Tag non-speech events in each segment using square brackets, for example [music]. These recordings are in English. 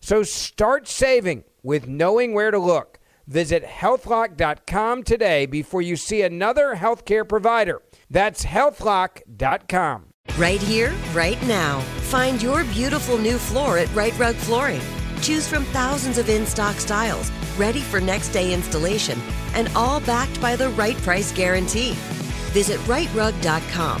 So start saving with knowing where to look. Visit healthlock.com today before you see another healthcare provider. That's healthlock.com. Right here, right now. Find your beautiful new floor at Right Rug Flooring. Choose from thousands of in stock styles, ready for next day installation, and all backed by the right price guarantee. Visit rightrug.com.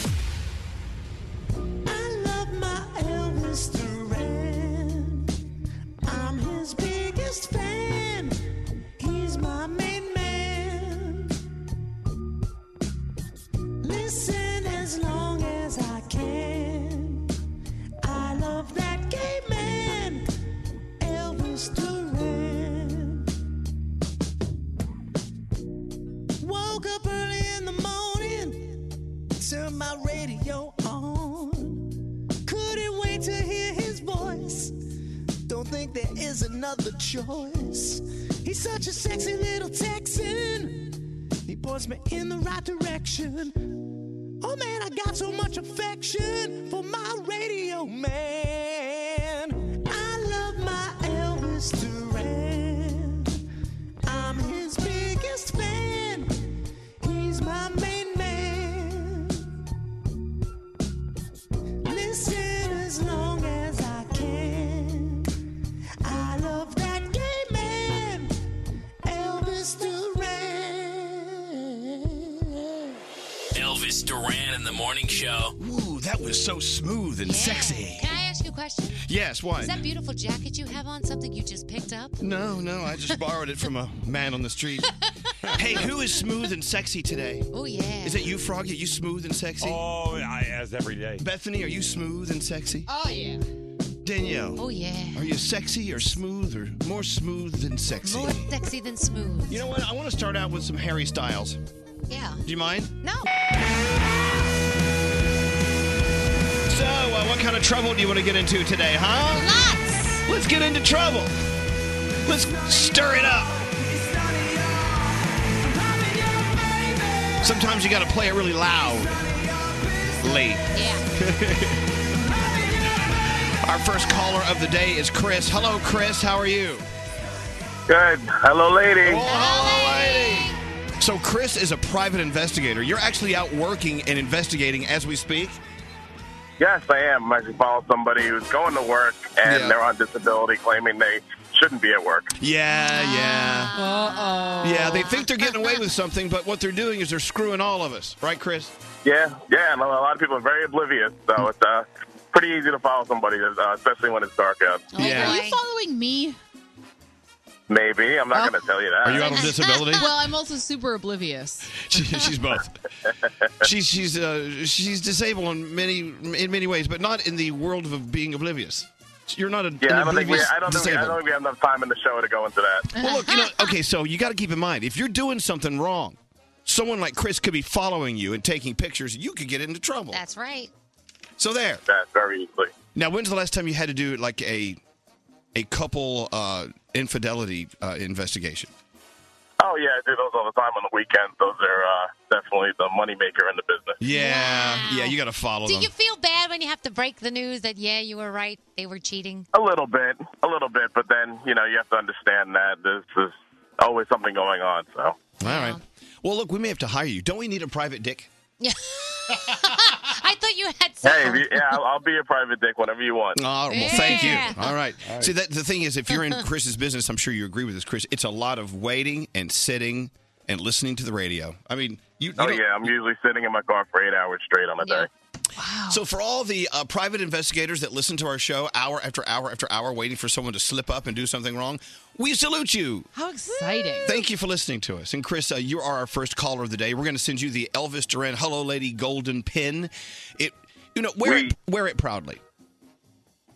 Woke up early in the morning, turned my radio on. Couldn't wait to hear his voice. Don't think there is another choice. He's such a sexy little Texan. He points me in the right direction. Oh man, I got so much affection for my radio man. I love my Elvis Duran. I'm his biggest fan. He's my main man. Listen as long as I can. I love that gay man, Elvis Duran. Elvis Duran in the morning show. Ooh, that was so smooth and sexy. Can I ask you a question? Yes, what? Is that beautiful jacket you have on something you just picked up? no, no, I just borrowed it from a man on the [laughs] street. hey, who is smooth and sexy today? Oh yeah. Is it you, Froggy? Are you smooth and sexy? Oh, I, as every day. Bethany, are you smooth and sexy? Oh yeah. Danielle. Oh yeah. Are you sexy or smooth or more smooth than sexy? More sexy than smooth. You know what? I want to start out with some Harry Styles. Do Yeah. you mind? No. So, uh, what kind of trouble do you want to get into today, huh? Lots. Let's get into trouble. Let's stir it up. Sometimes you got to play it really loud. Late. Yeah. [laughs] Our first caller of the day is Chris. Hello, Chris. How are you? Good. Hello, lady. hello, lady. So Chris is a private investigator. You're actually out working and investigating as we speak. Yes, I am. I'm actually following somebody who's going to work and they're on disability claiming they shouldn't be at work. Yeah, yeah. Yeah, they think they're getting away with something, but what they're doing is they're screwing all of us. Right, Chris? Yeah, yeah, and a lot of people are very oblivious, so it's uh, pretty easy to follow somebody, uh, especially when it's dark out. Are you following me? Maybe. I'm not Oh. going to tell you that. Are you out on disability? well, I'm also super oblivious. [laughs] She- she's both. [laughs] She's she's uh, she's disabled in many in many ways, but not in the world of being oblivious. You're not a an Yeah, I don't think we. oblivious I don't think. I disabled. don't think we have enough time in the show to go into that. Well, look, [laughs] you know, okay, so you got to keep in mind if you're doing something wrong, someone like Chris could be following you and taking pictures. You could get into trouble. That's right. So there. That very easily. Now, when's the last time you had to do like a a couple uh, infidelity uh, investigation? Oh yeah, I do those all the time on the weekends. Those are uh, definitely the moneymaker in the business. Yeah, yeah, you got to follow Do them. you feel bad when you have to break the news that yeah, you were right, they were [laughs] cheating? A little bit, a little bit, but then you know you have to understand that this is always something going on. So All right. Well, look, we may have to hire you. Don't we need a private dick? Yeah. I thought you had hey, some. if you, yeah, I'll, I'll be your private dick whenever you want. Oh, well, thank you. [laughs] Yeah. All right. See, that the thing is, if you're in Chris's business, I'm sure you agree with this, Chris. It's a lot of waiting and sitting and listening to the radio. I mean, you. oh yeah, I'm usually sitting in my car for eight hours straight on a day. So for all the uh, private investigators that listen to our show hour after hour after hour, waiting for someone to slip up and do something wrong, we salute you. How exciting. Thank you for listening to us. And Chris, uh, you are our first caller of the day. We're going to send you the Elvis Duran Hello Lady Golden Pin. It, you know, wear it, wear it proudly.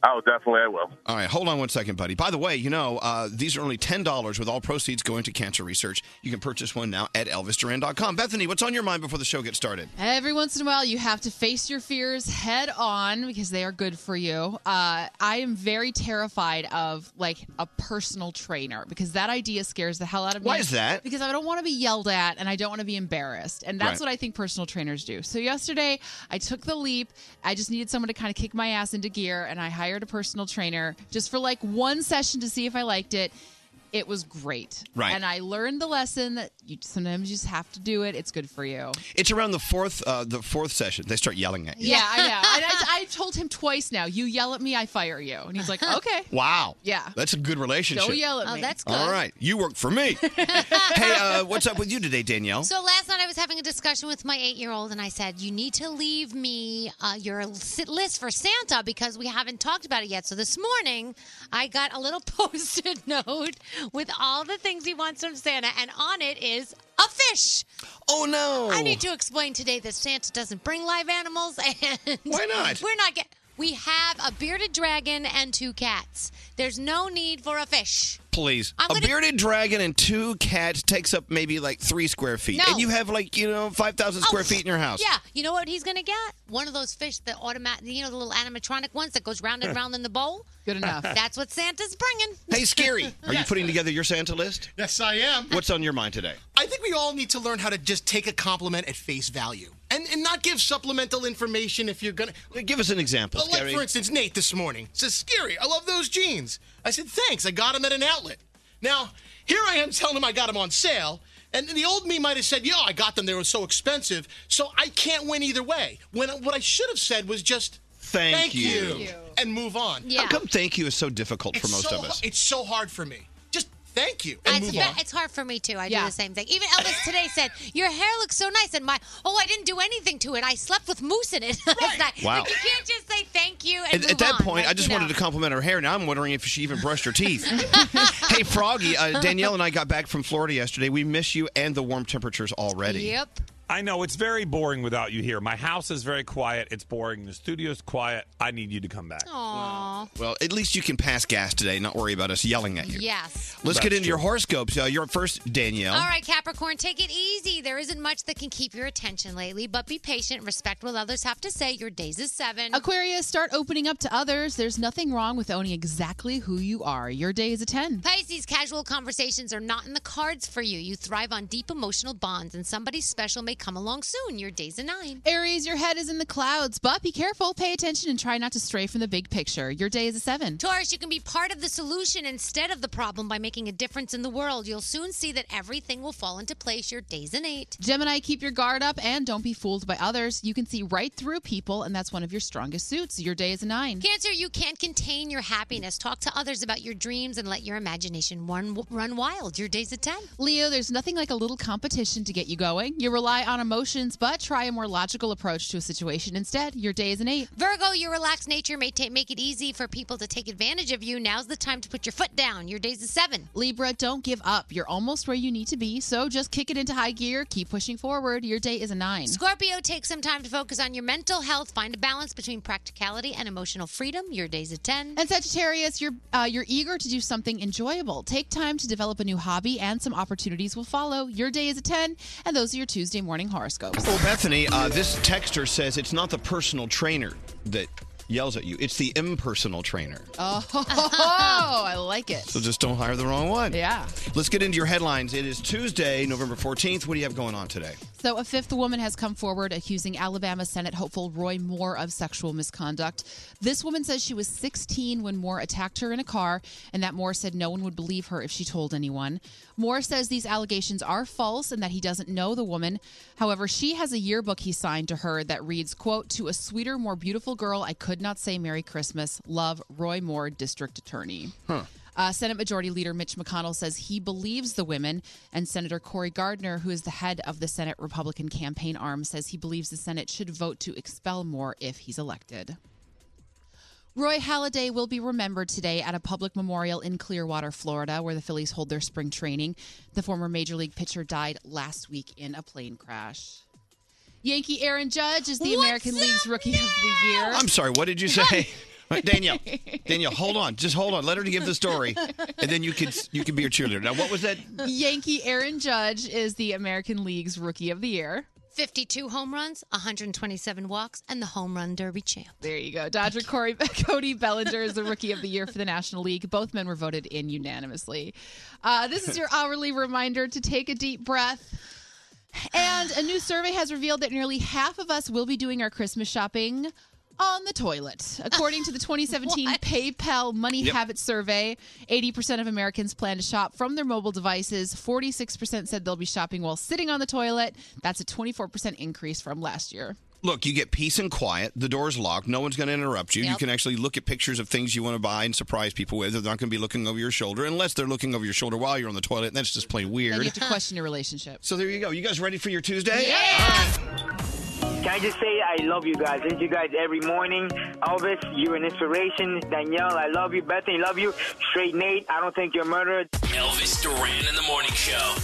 Oh, definitely, I will. All right, hold on one second, buddy. By the way, you know, uh, these are only $10 with all proceeds going to cancer research. You can purchase one now at elvisduran.com. Bethany, what's on your mind before the show gets started? Every once in a while, you have to face your fears head on because they are good for you. Uh, I am very terrified of like a personal trainer because that idea scares the hell out of me. Why is that? Because I don't want to be yelled at and I don't want to be embarrassed. And that's Right. what I think personal trainers do. So yesterday, I took the leap. I just needed someone to kind of kick my ass into gear and I hired a personal trainer just for like one session to see if I liked it. It was great. Right. And I learned the lesson that you sometimes you just have to do it. It's good for you. It's around the fourth uh, the fourth session. They start yelling at you. Yeah, I know. I, I, I told him twice now. You yell at me, I fire you. And he's like, okay. Wow. Yeah. That's a good relationship. Don't yell at Oh, me. All right. You work for [laughs] me. hey, uh, what's up with you today, Danielle? So last night I was having a discussion with my eight-year-old, and I said, "You need to leave me uh, your s- list for Santa because we haven't talked about it yet." So this morning, I got a little [laughs] post-it note with all the things he wants from Santa, and on it is a fish. Oh no! I need to explain today that Santa doesn't bring live animals, [laughs] and Why not? We're not get. We have a bearded dragon and two cats. There's no need for a fish. Please. I'm a gonna- bearded dragon and two cats takes up maybe like three square feet. No. Oh. And you have like, you know, 5,000 square feet in your house. Yeah, you know what he's gonna get? One of those fish, the automatic, you know, the little animatronic ones that goes round and round in the bowl. Good [laughs] enough. That's what Santa's bringing. [laughs] Hey, Scary, are you putting together your Santa list? Yes, I am. What's on your mind today? I think we all need to learn how to just take a compliment at face value and, and not give supplemental information if you're going to. Give us an example, Like, Scary. for instance, Nate this morning says, Scary, I love those jeans. I said, Thanks, I got them at an outlet. Now, here I am telling him I got them on sale. And the old me might have said, "Yo, I got them. They were so expensive, so I can't win either way." When what I should have said was just Thank you." you," Thank you. and move on. How come thank you is so difficult for It's most so of us? hu- It's so hard for me. Just thank you and It's, move on. it's hard for me too. I do the same thing. Even Elvis today said, "Your hair looks so nice," and my, "Oh, I didn't do anything to it. I slept with moose in it [laughs] last night." Wow. Like, you can't [laughs] just say thank you and At, at move that on, point, like, I just you know. wanted to compliment her hair. Now I'm wondering if she even brushed her teeth. [laughs] hey, Froggy, uh, Danielle and I got back from Florida yesterday. We miss you and the warm temperatures already. I know it's very boring without you here. My house is very quiet. It's boring. The studio's quiet. I need you to come back. Aww. Well, at least you can pass gas today, not worry about us yelling at you. Yes. Let's get That's into your horoscopes. Uh, you're first, Danielle. All right, Capricorn, take it easy. There isn't much that can keep your attention lately, but be patient, respect what others have to say. Your days is seven. Aquarius, start opening up to others. There's nothing wrong with owning exactly who you are. Your day is a 10. Pisces, casual conversations are not in the cards for you. You thrive on deep emotional bonds, and somebody special may they come along soon. Your day's a nine. Aries, your head is in the clouds, but be careful, pay attention, and try not to stray from the big picture. Your day is a seven. Taurus, you can be part of the solution instead of the problem by making a difference in the world. You'll soon see that everything will fall into place. Your day's an eight. Gemini, keep your guard up and don't be fooled by others. You can see right through people, and that's one of your strongest suits. Your day is a nine. Cancer, you can't contain your happiness. Talk to others about your dreams and let your imagination run, run wild. Your day's a 10. Leo, there's nothing like a little competition to get you going. You rely on emotions, but try a more logical approach to a situation instead. Your day is an eight. Virgo, your relaxed nature may ta- make it easy for people to take advantage of you. Now's the time to put your foot down. Your day's a seven. Libra, don't give up. You're almost where you need to be, so just kick it into high gear. Keep pushing forward. Your day is a nine. Scorpio, take some time to focus on your mental health. Find a balance between practicality and emotional freedom. Your day's a 10. And Sagittarius, you're uh, you're eager to do something enjoyable. Take time to develop a new hobby, and some opportunities will follow. Your day is a ten, and those are your Tuesday morning [laughs] horoscopes. Well, Bethany, uh, this texter says it's not the personal trainer that yells at you, it's the impersonal trainer. Oh, [laughs] I like it. So just don't hire the wrong one. Yeah. Let's get into your headlines. It is Tuesday, November 14th. What do you have going on today? So, a fifth woman has come forward accusing Alabama Senate hopeful Roy Moore of sexual misconduct. This woman says she was 16 when Moore attacked her in a car, and that Moore said no one would believe her if she told anyone. Moore says these allegations are false and that he doesn't know the woman. However, she has a yearbook he signed to her that reads, "quote To a sweeter, more beautiful girl, I could not say Merry Christmas. Love, Roy Moore, District Attorney." Uh, Senate Majority Leader Mitch McConnell says he believes the women, and Senator Cory Gardner, who is the head of the Senate Republican campaign arm, says he believes the Senate should vote to expel Moore if he's elected. Roy Halladay will be remembered today at a public memorial in Clearwater, Florida, where the Phillies hold their spring training. The former Major League pitcher died last week in a plane crash. Yankee Aaron Judge is the American League's Rookie of the Year. I'm sorry, what did you say? [laughs] Danielle, Danielle, hold on, just hold on. Let her give the story, and then you could you could be your cheerleader. Now, what was that? Yankee Aaron Judge is the American League's Rookie of the Year. 52 home runs, 127 walks, and the home run derby champ. There you go. Dodger Corey, [laughs] Cody Bellinger is the Rookie of the Year for the National League. Both men were voted in unanimously. Uh, this is your hourly reminder to take a deep breath. And a new survey has revealed that nearly half of us will be doing our Christmas shopping on the toilet. According to the 2017 PayPal Money Yep. Habits Survey, 80% of Americans plan to shop from their mobile devices. 46% said they'll be shopping while sitting on the toilet. That's a 24% increase from last year. Look, you get peace and quiet. The door's locked. No one's going to interrupt you. You Yep. can actually look at pictures of things you want to buy and surprise people with. They're not going to be looking over your shoulder unless they're looking over your shoulder while you're on the toilet. And that's just plain Then you weird. have to question your relationship. So there you go. You guys ready for your Tuesday? Can I just say I love you guys? I listen to you guys every morning. Elvis, you're an inspiration. Danielle, I love you. Bethany, love you. Straight Nate, I don't think you're a murderer. Elvis Duran in the morning show.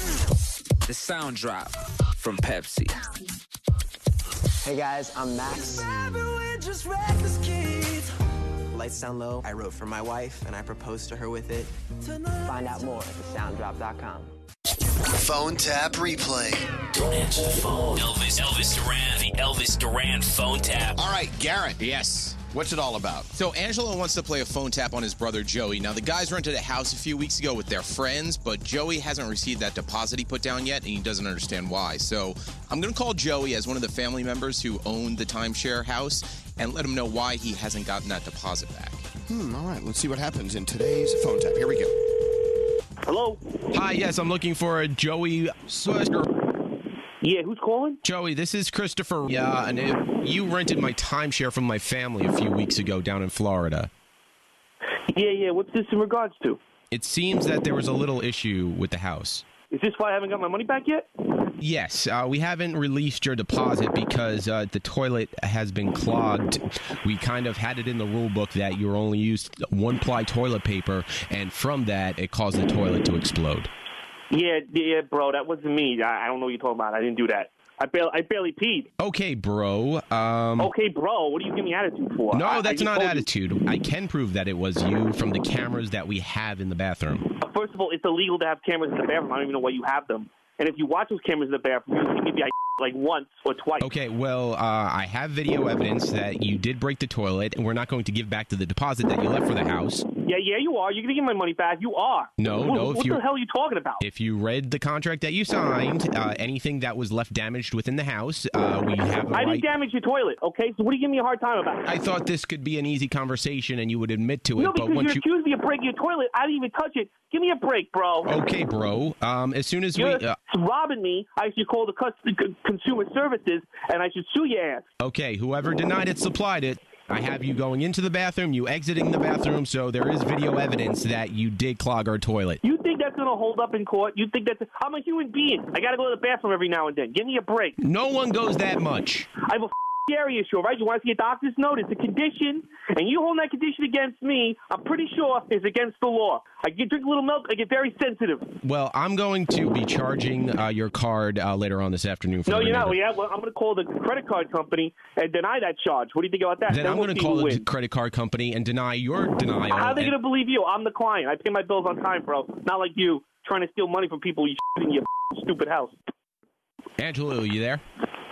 The sound drop from Pepsi. Hey guys, I'm Max. Lights down low. I wrote for my wife and I proposed to her with it. Find out more at thesounddrop.com. Phone tap replay. Don't answer the phone. Elvis, Elvis Duran, the Elvis Duran phone tap. All right, Garrett. Yes. What's it all about? So Angelo wants to play a phone tap on his brother Joey. Now the guys rented a house a few weeks ago with their friends, but Joey hasn't received that deposit he put down yet, and he doesn't understand why. So I'm gonna call Joey as one of the family members who owned the timeshare house and let him know why he hasn't gotten that deposit back. Hmm, all right, let's see what happens in today's phone tap. Here we go. Hello. Hi. Yes, I'm looking for a Joey. Yeah, who's calling? Joey, this is Christopher. Yeah, and it, you rented my timeshare from my family a few weeks ago down in Florida. Yeah, yeah. What's this in regards to? It seems that there was a little issue with the house. Is this why I haven't got my money back yet? Yes, uh, we haven't released your deposit because uh, the toilet has been clogged. We kind of had it in the rule book that you only used one ply toilet paper, and from that, it caused the toilet to explode. Yeah, yeah, bro. That wasn't me. I, I don't know what you're talking about. I didn't do that. I barely, I barely peed. Okay, bro. Um, Okay, bro. What are you giving me attitude for? I- I No, just that's not told you. attitude. I can prove that it was you from the cameras that we have in the bathroom. First of all, it's illegal to have cameras in the bathroom. I don't even know why you have them. And if you watch those cameras in the bathroom, maybe I like once or twice. Okay, well, uh, I have video evidence that you did break the toilet, and we're not going to give back to the deposit that you left for the house. Yeah, yeah, you are. You're gonna give my money back. You are. No, what, no, if What you- the hell are you talking about? If you read the contract that you signed, uh, anything that was left damaged within the house, uh, we have the I right. didn't damage your toilet. Okay, so what are you giving me a hard time about? I thought this could be an easy conversation and you would admit to it, no, but because once you you. accused me of breaking your toilet. I didn't even touch it. Give me a break, bro. Okay, bro. Um, as soon as we. You're Uh, robbing me. I should call the cus- c- consumer services and I should sue your ass. okay, whoever denied it supplied it. I have you going into the bathroom, you exiting the bathroom, so there is video evidence that you did clog our toilet. You think that's gonna hold up in court? You think that's? I'm a human being. I gotta go to the bathroom every now and then. Give me a break. No one goes that much. I have a dairy issue, all right? You want to see a doctor's note? It's a condition, and you hold that condition against me. I'm pretty sure is against the law. I get drink a little milk. I get very sensitive. Well, I'm going to be charging uh, your card uh, later on this afternoon. For No, the you're remainder. not. Well, Yeah, well, I'm gonna call the credit card company and deny that charge. What do you think about that? Then I'm we'll going to see who call the wins. credit card company and deny your denial. How are they and- gonna believe you? I'm the client. I pay my bills on time, bro. Not like you trying to steal money from people you in your stupid house. Angelo, you there?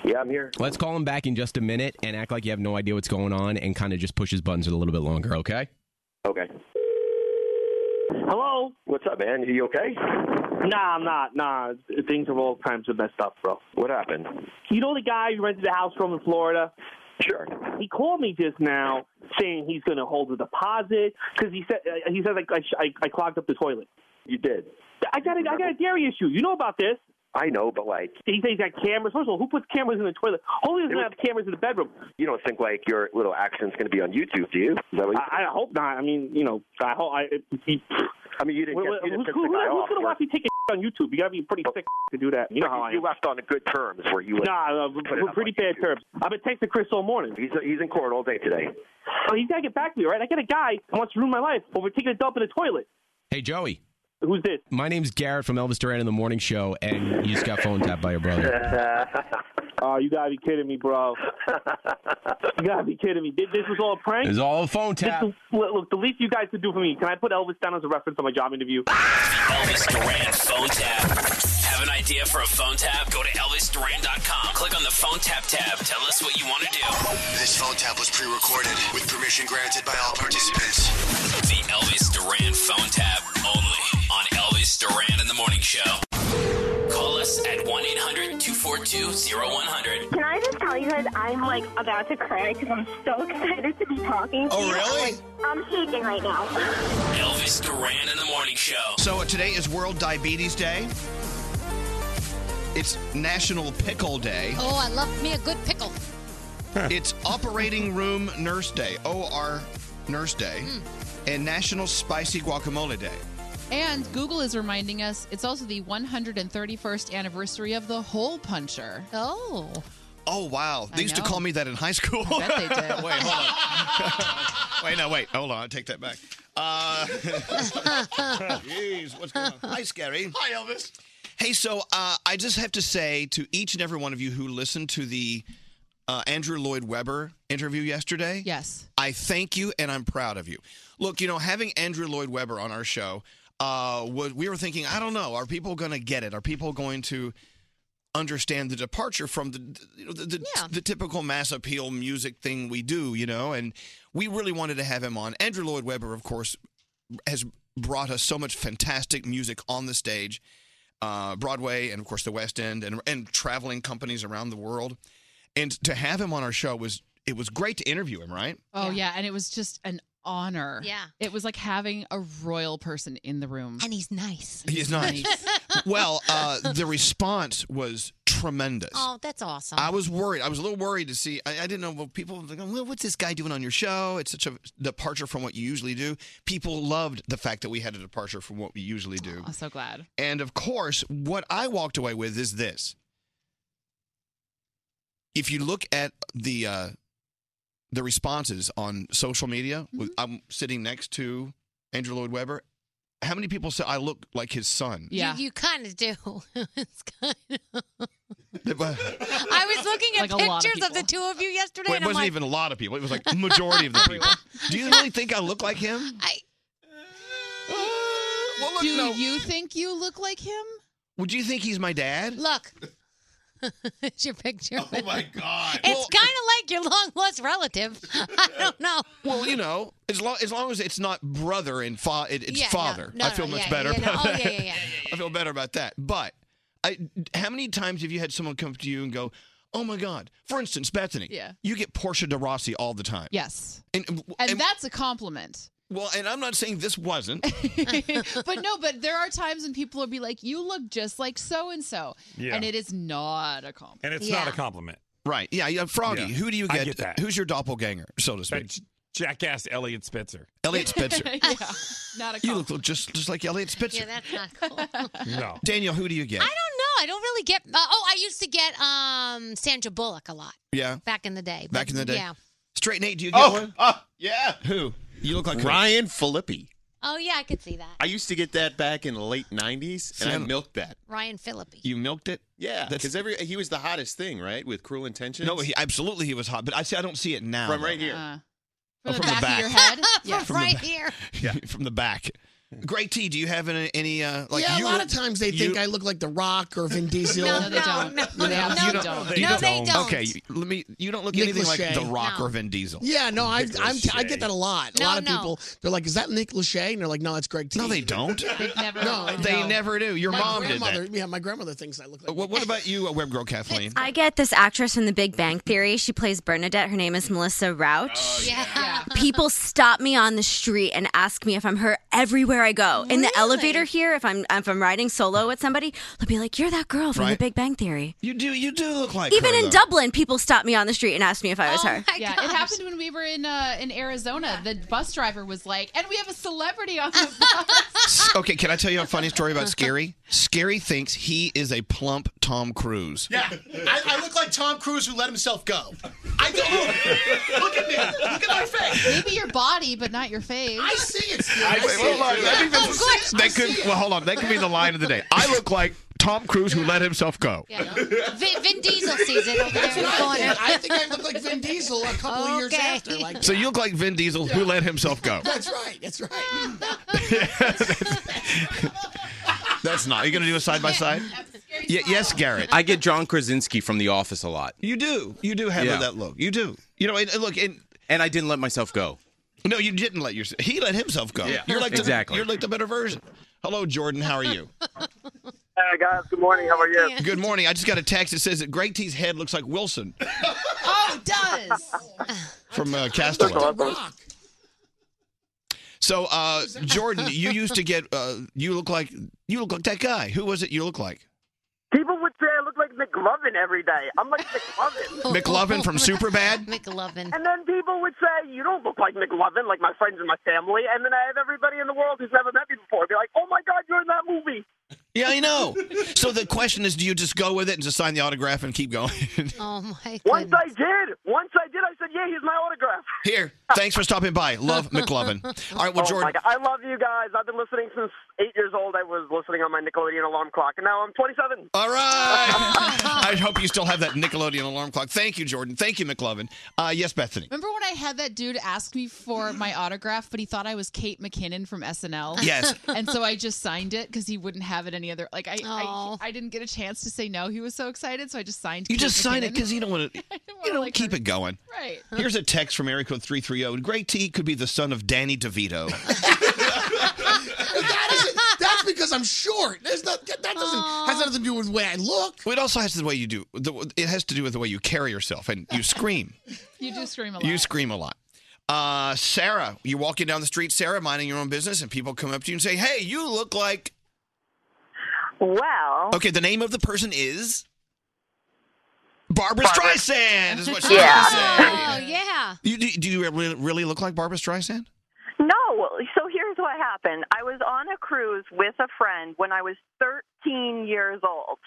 Yeah, I'm here. Let's call him back in just a minute and act like you have no idea what's going on and kind of just push his buttons a little bit longer, okay? Okay. Hello. What's up, man? You okay? Nah, I'm not. Nah, things are all kinds of messed up, bro. What happened? You know the guy you rented the house from in Florida? Sure. He called me just now saying he's going to hold the deposit because he said uh, he said I, I, I clogged up the toilet. You did. I got a, I got a dairy issue. You know about this. I know, but like, He said he's got cameras. First of all, who puts cameras in the toilet? Holy doesn't It was- have cameras in the bedroom. you don't think like your little action's going to be on YouTube, do you? Is that what you I, I hope not. I mean, you know, I hope I. He, I mean, you didn't. Wait, get, wait, you didn't who's piss who- the guy who- who's off. gonna watch me take a on YouTube? You gotta be pretty sick to do that. You know But how you, I you am. left on good terms where you. Nah, uh, put it we're up pretty on bad terms. I've been texting Chris all morning. He's he's in court all day today. Oh, he's gotta get back to me, right? I got a guy who wants to ruin my life over taking a dump in the toilet. Hey, Joey. Who's [laughs] this? My name's Garrett from Elvis Duran in the Morning Show, and you just got phone tapped by your brother. oh, you gotta be kidding me, bro. you gotta be kidding me. This this was all a prank. It's all a phone This tap. is- look, look, the least you guys could do for me. Can I put Elvis down as a reference on my [laughs] job interview? Elvis Duran phone tap. Have an idea for a phone tap? Go to ElvisDuran.com. Click on the phone tap tab. Tell us what you want to do. This phone tap was pre recorded with permission granted by all participants. The Elvis Duran phone tap only on Elvis Duran in the Morning Show. Call us at 1 800 242 0100. Can I just tell you guys I'm like about to cry because I'm so [laughs] excited to be talking to Oh, you. really? I'm, like, I'm shaking right now. Elvis Duran in the Morning Show. So uh, today is World Diabetes Day. It's National Pickle Day. Oh, I love me a good pickle. It's Operating Room Nurse Day, OR Nurse Day, Hmm. and National Spicy Guacamole Day. And Google is reminding us it's also the 131st anniversary of the hole puncher. Oh. Oh wow! They used to call me that in high school. bet they did. [laughs] wait, hold on. [laughs] wait, no, wait, hold on. I take that back. Uh, Uh. jeez, what's going on? Hi, Scary. Hi, Elvis. Hey, so uh, I just have to say to each and every one of you who listened to the uh, Andrew Lloyd Webber interview yesterday. Yes. I thank you and I'm proud of you. Look, you know, having Andrew Lloyd Webber on our show, uh, was, we were thinking, I don't know, are people going to get it? Are people going to understand the departure from the you know, the, the, the typical mass appeal music thing we do, you know, and we really wanted to have him on. Andrew Lloyd Webber, of course, has brought us so much fantastic music on the stage, uh, Broadway, and of course the West End, and and traveling companies around the world. And to have him on our show was it was great to interview him, right? Oh, yeah. And it was just an honor. Yeah. It was like having a royal person in the room. And he's nice. He's nice. well, uh, the response was tremendous. Oh, that's awesome. I was worried. I was a little worried to see. I, I didn't know. Well, people were like, well, what's this guy doing on your show? It's such a departure from what you usually do. People loved the fact that we had a departure from what we usually do. I'm so glad. And of course, what I walked away with is this. If you look at the uh, the responses on social media, Mm-hmm. with, I'm sitting next to Andrew Lloyd Webber. How many people said I look like his son? You, you kind of do. [laughs] It's kind of. [laughs] it I was looking at Like a lot of pictures of, the two of you yesterday, and I'm wasn't like, even a lot of people. It was like majority of the [laughs] people. Do you really think I look like him? Do you think you look like him? Would you think he's my dad? Look, [laughs] it's your picture. Oh my god! It's kind of like your long lost relative. I don't know. Well, you know, as long as, long as it's not brother and fa- it, it's Yeah, no, father, no, I feel no, much yeah, better yeah, no. about Oh, that. yeah, yeah, yeah. [laughs] I feel better about that. But I, how many times have you had someone come to you and go, "Oh my god"? For instance, Bethany, Yeah. you get Portia de Rossi all the time. Yes. and And that's [laughs] a compliment. [laughs] well, and I'm not saying this wasn't. but no, but there are times when people will be like, "You look just like so and so," Yeah. and it is not a compliment. And it's not a compliment. Right? Yeah, yeah. Froggy, Yeah. who do you I get? get that. Who's your doppelganger, so to speak? Jackass Elliot Spitzer. Elliot [laughs] Spitzer. [laughs] yeah, not a you look just just like Elliot Yeah, Spitzer. that's not cool. [laughs] I No. Daniel, who do you get? don't know. I don't really get. Uh, oh, I used to get um, Sandra Bullock a lot yeah. back in the day. Back but in the day? Yeah. Straight Nate, do you get Oh, one? oh, yeah. Who? You look like who? Ryan Filippi. Oh yeah, I could see that. I used to get that back in the late '90s, and I Sam- milked that. Ryan Philippi. You milked it? Yeah, That's- because every he was the hottest thing, right? With Cruel Intentions. No, he, absolutely he was hot, but I see I don't see it now. From right here. Uh, Oh, from, from the, the back, of your back. head, yeah. From the Right back. here. [laughs] Yeah, from the back. Great T, do you have any, any uh like yeah, you a lot look- of times they you- think I look like The Rock or [laughs] Vin Diesel. No, No, they no, don't. [laughs] you you Okay, you- let me you don't look Nick anything Lachey. like The Rock No. or Vin Diesel. Yeah, no, [laughs] I, I'm, I get that a lot. A No, lot of no. people, they're like, "Is that Nick Lachey?" And they're like, "No, that's Greg T." No, they [laughs] don't. No, they never do. Your my mom did grandmother, that. Yeah, my grandmother thinks I look like. What, what about you, uh, Web Girl Kathleen? I get this actress from The Big Bang Theory. She plays Bernadette. Her name is Melissa Rauch. Oh, yeah. [laughs] People stop me on the street and ask me if I'm her everywhere I go. In the elevator here, if I'm if I'm riding solo with somebody, they'll be like, "You're that girl from The Right. Big Bang Theory." You do you do look like Even her, in though. Dublin, people stop me on the street and ask me if I was her. Oh yeah, it happened when we were in uh, in Arizona. The bus driver was like, "And we have a celebrity on the bus." okay, can I tell you a funny story about Scary? Scary thinks he is a plump Tom Cruise. Yeah, I, I look like Tom Cruise who let himself go. I don't look, look at me. Look at my face. Maybe your body, but not your face. I see it. Wait, wait, hold on. That could be the- that could- well, hold on. That could be the line of the day. I look like Tom Cruise who let himself go. Vin, Vin Diesel sees it over there That's in the what I corner. think. I think I look like Vin Diesel a couple of years Okay. after. Like, So you look like Vin Diesel who let [laughs] himself go. that's right. That's right. That's not. Are you going to do a side by side? yes, Garrett. I get John Krasinski from The Office a lot. You do. You do have that look. You do. You know, and, and look, and and I didn't let myself go. No, you didn't let yourself. He let himself go. Yeah, You're like exactly. The, you're like the better version. Hello, Jordan. How are you? Hey guys, good morning. How are you? Good morning. I just got a text that says that Greg T's head looks like Wilson oh, it does. from uh, Castaway. Rock. So, uh, Jordan, you used to get. Uh, you look like you look like that guy. Who was it? You look like People would say I look like McLovin every day. I'm like [laughs] McLovin. McLovin from Superbad. [laughs] McLovin. And then people would say, You don't look like McLovin, like my friends and my family. And then I have everybody in the world who's never met me before be like, Oh my God, you're in that movie. Yeah, I [laughs] know. so the question is, do you just go with it and just sign the autograph and keep going? [laughs] Oh my Once I did. Once I did, I said, Yeah, here's my autograph. Here, thanks for stopping by. [laughs] Love McLovin. All right, well, Oh, Jordan. my God. I love you guys. I've been listening since eight years old. I was listening on my Nickelodeon alarm clock, and now I'm 27. All [laughs] right. I hope you still have that Nickelodeon alarm clock. Thank you, Jordan. Thank you, McLovin. Uh, yes, Bethany. Remember when I had that dude ask me for my autograph, but he thought I was Kate McKinnon from SNL? Yes. [laughs] And so I just signed it because he wouldn't have it any other. Like I, I, I didn't get a chance to say no. He was so excited, so I just signed. You Kate just sign it McKinnon. because you don't want to. You don't keep it going. Right. Here's a text from area code 330. oh. Great T could be the son of Danny DeVito. that isn't. That's because I'm short. There's not, that doesn't has nothing to do with the way I look. Well, It also has to do with the way you do. the- It has to do with the way you carry yourself and you scream. You do scream a lot. You scream a lot. Uh, Sarah, you're walking down the street, Sarah, minding your own business, and people come up to you and say, Hey, you look like. Well. Okay, the name of the person is. Barbara, Streisand is what she Yeah. was gonna Oh yeah. say. You, do, do you really, really look like Barbara Streisand? No. So here's what happened. I was on a cruise with a friend when I was 13 years old.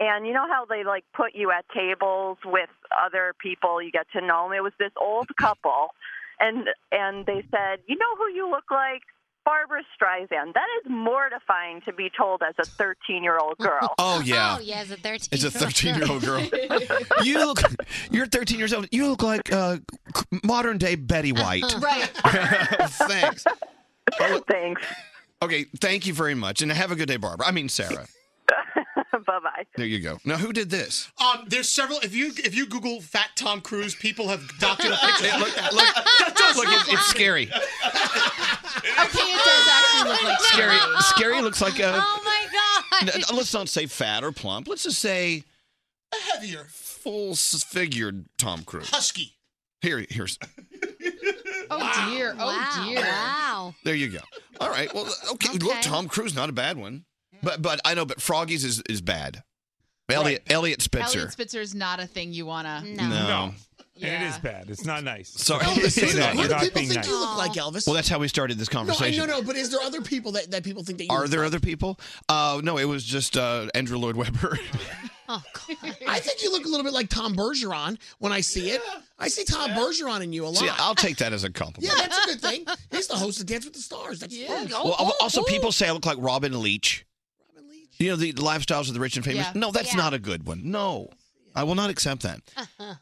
And you know how they like put you at tables with other people you get to know 'em? It was this old couple and and they said, "You know who you look like? Barbara Streisand." That is mortifying to be told as a 13-year-old girl. [laughs] Oh, yeah. Oh yeah, it's a thirteen. It's a 13 year old girl. [laughs] girl. You look, you're 13 years old. You look like uh, modern day Betty White. right. [laughs] Thanks. Thanks. Okay, thank you very much. And have a good day, Barbara. I mean, Sarah. bye bye. There you go. Now, who did this? Um, there's several. If you if you Google "fat Tom Cruise," people have doctored a picture Hey, like look- that. look- that does look, look it's- it's scary. Okay, it does actually look like Scary. [laughs] Scary looks like uh, a. Oh my N- god. n- let's not say fat or plump. Let's just say a heavier, full s- figured Tom Cruise. husky. Here, here's. Oh dear. Oh dear. Wow. There you go. All right. Well, okay. Look, Tom Cruise, not a bad one. But but I know, but Froggies is is bad. Elliot Elliot Spitzer. Elliot Spitzer is not a thing you wanna. No. No. And it is bad. [laughs] It's not nice. Sorry. Don't say [laughs] that. What You're do not people being think nice. You look like Elvis. Well, that's how we started this no, I, conversation. no, no. But is there other people that, that people think that you? Are look there like? other people? Uh, no, it was just uh, Andrew Lloyd Webber. [laughs] Oh, God. I think you look a little bit like Tom Bergeron when I see it. I see Tom Bergeron in you a lot. See, I'll take that as a compliment. yeah, that's a good thing. He's the host of Dance with the Stars. That's fun. Well, al- Oh, also, oh, people say I look like Robin Leach. You know, the lifestyles of the rich and famous. Yeah. Oh, No, that's Yeah. not a good one. No, I will not accept [laughs] that.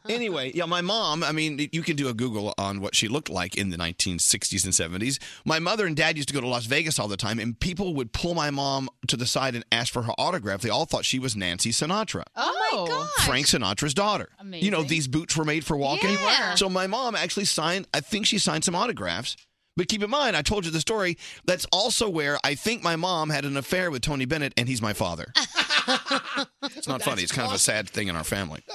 anyway, yeah, my mom, I mean, you can do a Google on what she looked like in the 1960s and 70s. My mother and dad used to go to Las Vegas all the time, and people would pull my mom to the side and ask for her autograph. They all thought she was Nancy Sinatra. Oh, my god. Frank Sinatra's daughter. You know, Amazing. these boots were made for walking. They were. So my mom actually signed, I think she signed some autographs. But keep in mind, I told you the story. That's also where I think my mom had an affair with Tony Bennett, and he's my father. it's not funny. It's kind of a sad thing in our family. [laughs]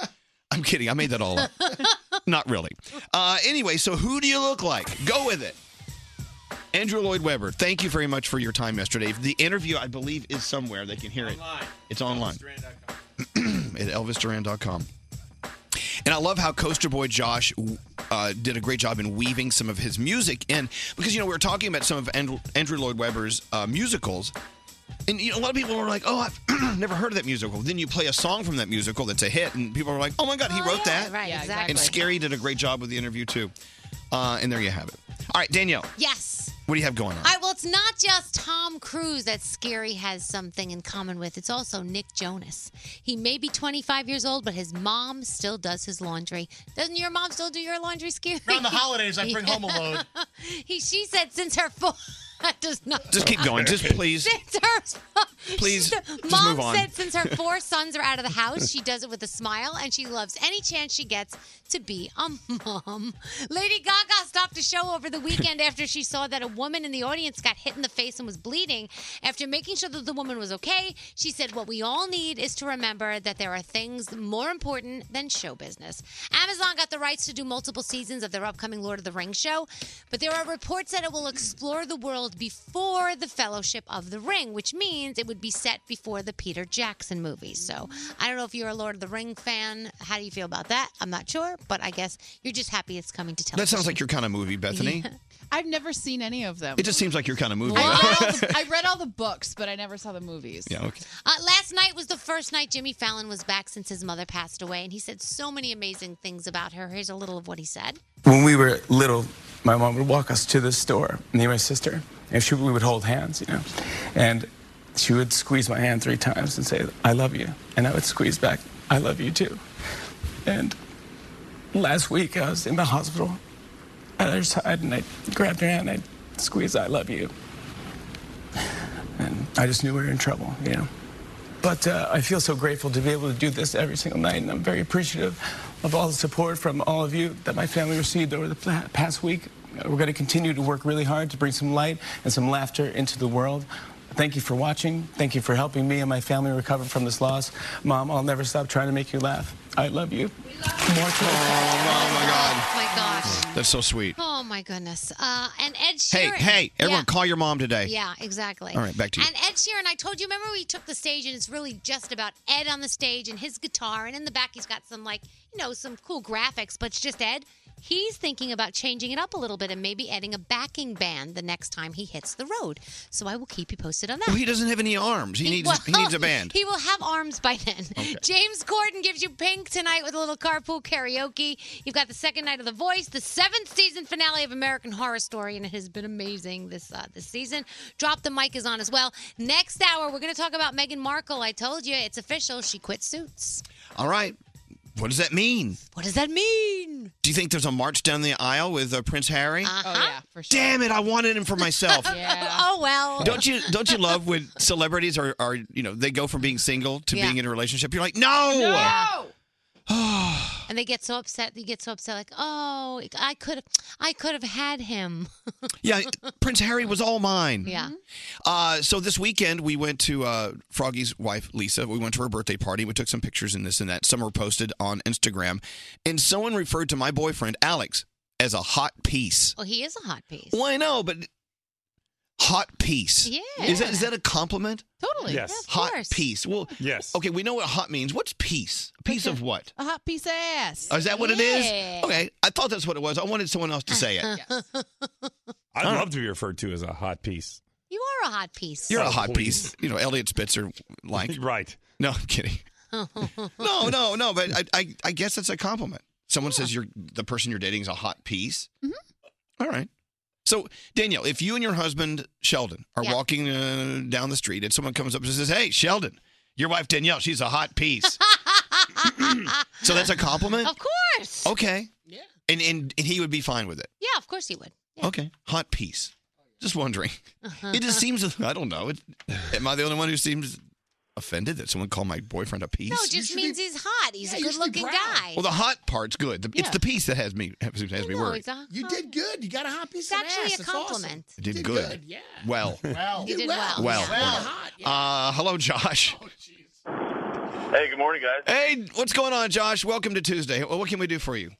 I'm kidding. I made [laughs] that [laughs] all up. not really. Uh, anyway, so who do you look like? Go with it. Andrew Lloyd Webber, thank you very much for your time yesterday. The interview, I believe, is somewhere. They can hear it. It's online. [clears throat] at elvisduran.com. And I love how Coaster Boy Josh uh, did a great job in weaving some of his music in because you know we were talking about some of Andrew, Andrew Lloyd Webber's uh, musicals, and you know, a lot of people were like, "Oh, I've [clears throat] never heard of that musical." Then you play a song from that musical that's a hit, and people are like, "Oh my God, he wrote that!" Right, Yeah, exactly. And Scary did a great job with the interview too. Uh, and there you have it. All right, Danielle, Yes. what do you have going on? All right, well, it's not just Tom Cruise that Scary has something in common with. It's also Nick Jonas. He may be 25 years old, but his mom still does his laundry. Doesn't your mom still do your laundry, Scary? Around the holidays, [laughs] I bring home a load. he, she said since her [laughs] phone does not. Just keep going. Just please. Since her, Please, she said- just mom move on. said since her four [laughs] sons are out of the house, she does it with a smile, and she loves any chance she gets to be a mom. Lady Gaga stopped a show over the weekend after she saw that a woman in the audience got hit in the face and was bleeding. After making sure that the woman was okay, she said, "What we all need is to remember that there are things more important than show business." Amazon got the rights to do multiple seasons of their upcoming Lord of the Rings show, but there are reports that it will explore the world before the Fellowship of the Ring, which means it would be set before the Peter Jackson movie. So I don't know if you're a Lord of the Ring fan. How do you feel about that? I'm not sure, but I guess you're just happy it's coming to That television. sounds like your kind of movie, [laughs] Bethany. I've never seen any of them. It just seems like your kind of movie. [laughs] I read all the books, but I never saw the movies. yeah. Okay. Uh, last night was the first night Jimmy Fallon was back since his mother passed away, and he said so many amazing things about her. Here's a little of what he said. When we were little, my mom would walk us to the store, me and my sister, and she, we would hold hands, you know. And she would squeeze my hand three times and say, I love you. And I would squeeze back, I love you too. And last week I was in the hospital at her side and I grabbed her hand and I squeezed, I love you. And I just knew we were in trouble, you know. But uh, I feel so grateful to be able to do this every single night, and I'm very appreciative of all the support from all of you that my family received over the pla- past week. Uh, We're going to continue to work really hard to bring some light and some laughter into the world. Thank you for watching. Thank you for helping me and my family recover from this loss. Mom, I'll never stop trying to make you laugh. I love you. More to Oh my gosh. That's so sweet. Oh my goodness. Uh, and Ed Hey, Sheeran. hey, everyone, Yeah. call your mom today. Yeah, exactly. All right, back to you. And Ed Sheeran, I told you, remember we took the stage and it's really just about Ed on the stage and his guitar, and in the back he's got some like you know some cool graphics, but it's just Ed. He's thinking about changing it up a little bit and maybe adding a backing band the next time he hits the road. So I will keep you posted on that. Well, he doesn't have any arms. He needs he Well, [laughs] needs a band. Oh, He will have arms by [laughs] then. James Corden gives you pink tonight with a little carpool karaoke. You've got the second night of The Voice, the seventh season finale of American Horror Story, and it has been amazing this uh, this season. Drop the mic is on as well. Next hour, we're going to talk about Meghan Markle. I told you it's official. She quit Suits. All right. What does that mean? What does that mean? Do you think there's a march down the aisle with uh, Prince Harry? Uh-huh. Oh, yeah, for Damn it! I wanted him [laughs] for myself. Oh, well. Don't you don't you love when celebrities are, are you know they go from being single to Yeah. being in a relationship? You're like, no, [sighs] and they get so upset. They get so upset, like, oh, I could, I could have had him. yeah, Prince Harry was all mine. yeah. Uh, so this weekend we went to uh, Froggy's wife Lisa. We went to her birthday party. We took some pictures and this and that. Some were posted on Instagram, and someone referred to my boyfriend Alex as a hot piece. Oh, he is a hot piece. Well, I know, but hot piece. Yeah. Is that is that a compliment? Totally. [laughs] Yes. Yeah, of hot course. piece. Well, yes. Okay, we know what hot means. What's piece? A piece of what? A hot piece of ass. Oh, Is that what it is? Yeah. Uh-huh. Okay, I thought that's what it was. I wanted someone else to say it. I'd love to be referred to as a hot piece. You are a hot piece. You're a hot [laughs] piece. You know, Elliot Spitzer [laughs] like. right. No, I'm kidding. [laughs] No, no, no. But I, I, I guess that's a compliment. Someone says you're the person you're dating is a hot piece. Mm-hmm. All right. So Danielle, if you and your husband Sheldon are Yeah. walking uh, down the street and someone comes up and says, "Hey, Sheldon, your wife Danielle, she's a [laughs] hot piece," so that's a compliment. Of course. Okay. Yeah. And and and he would be fine with it. Yeah, of course he would. Okay. Hot piece. Just wondering. It [laughs] just seems I don't know. It, am I the only one who seems offended that someone called my boyfriend a piece? No, it just means he's hot. He's a good-looking guy. Well, the hot part's good. The, It's Yeah. the piece that has me has, has me No, worried. he's a You did good. You got a hot piece It's of actually ass. a That's awesome. compliment. I did, good. Yeah. [laughs] Well. Well. You did well. Well. Well. Uh, hello, Josh. Hey, good morning, guys. Hey, what's going on, Josh? Welcome to Tuesday. Well, What can we do for you?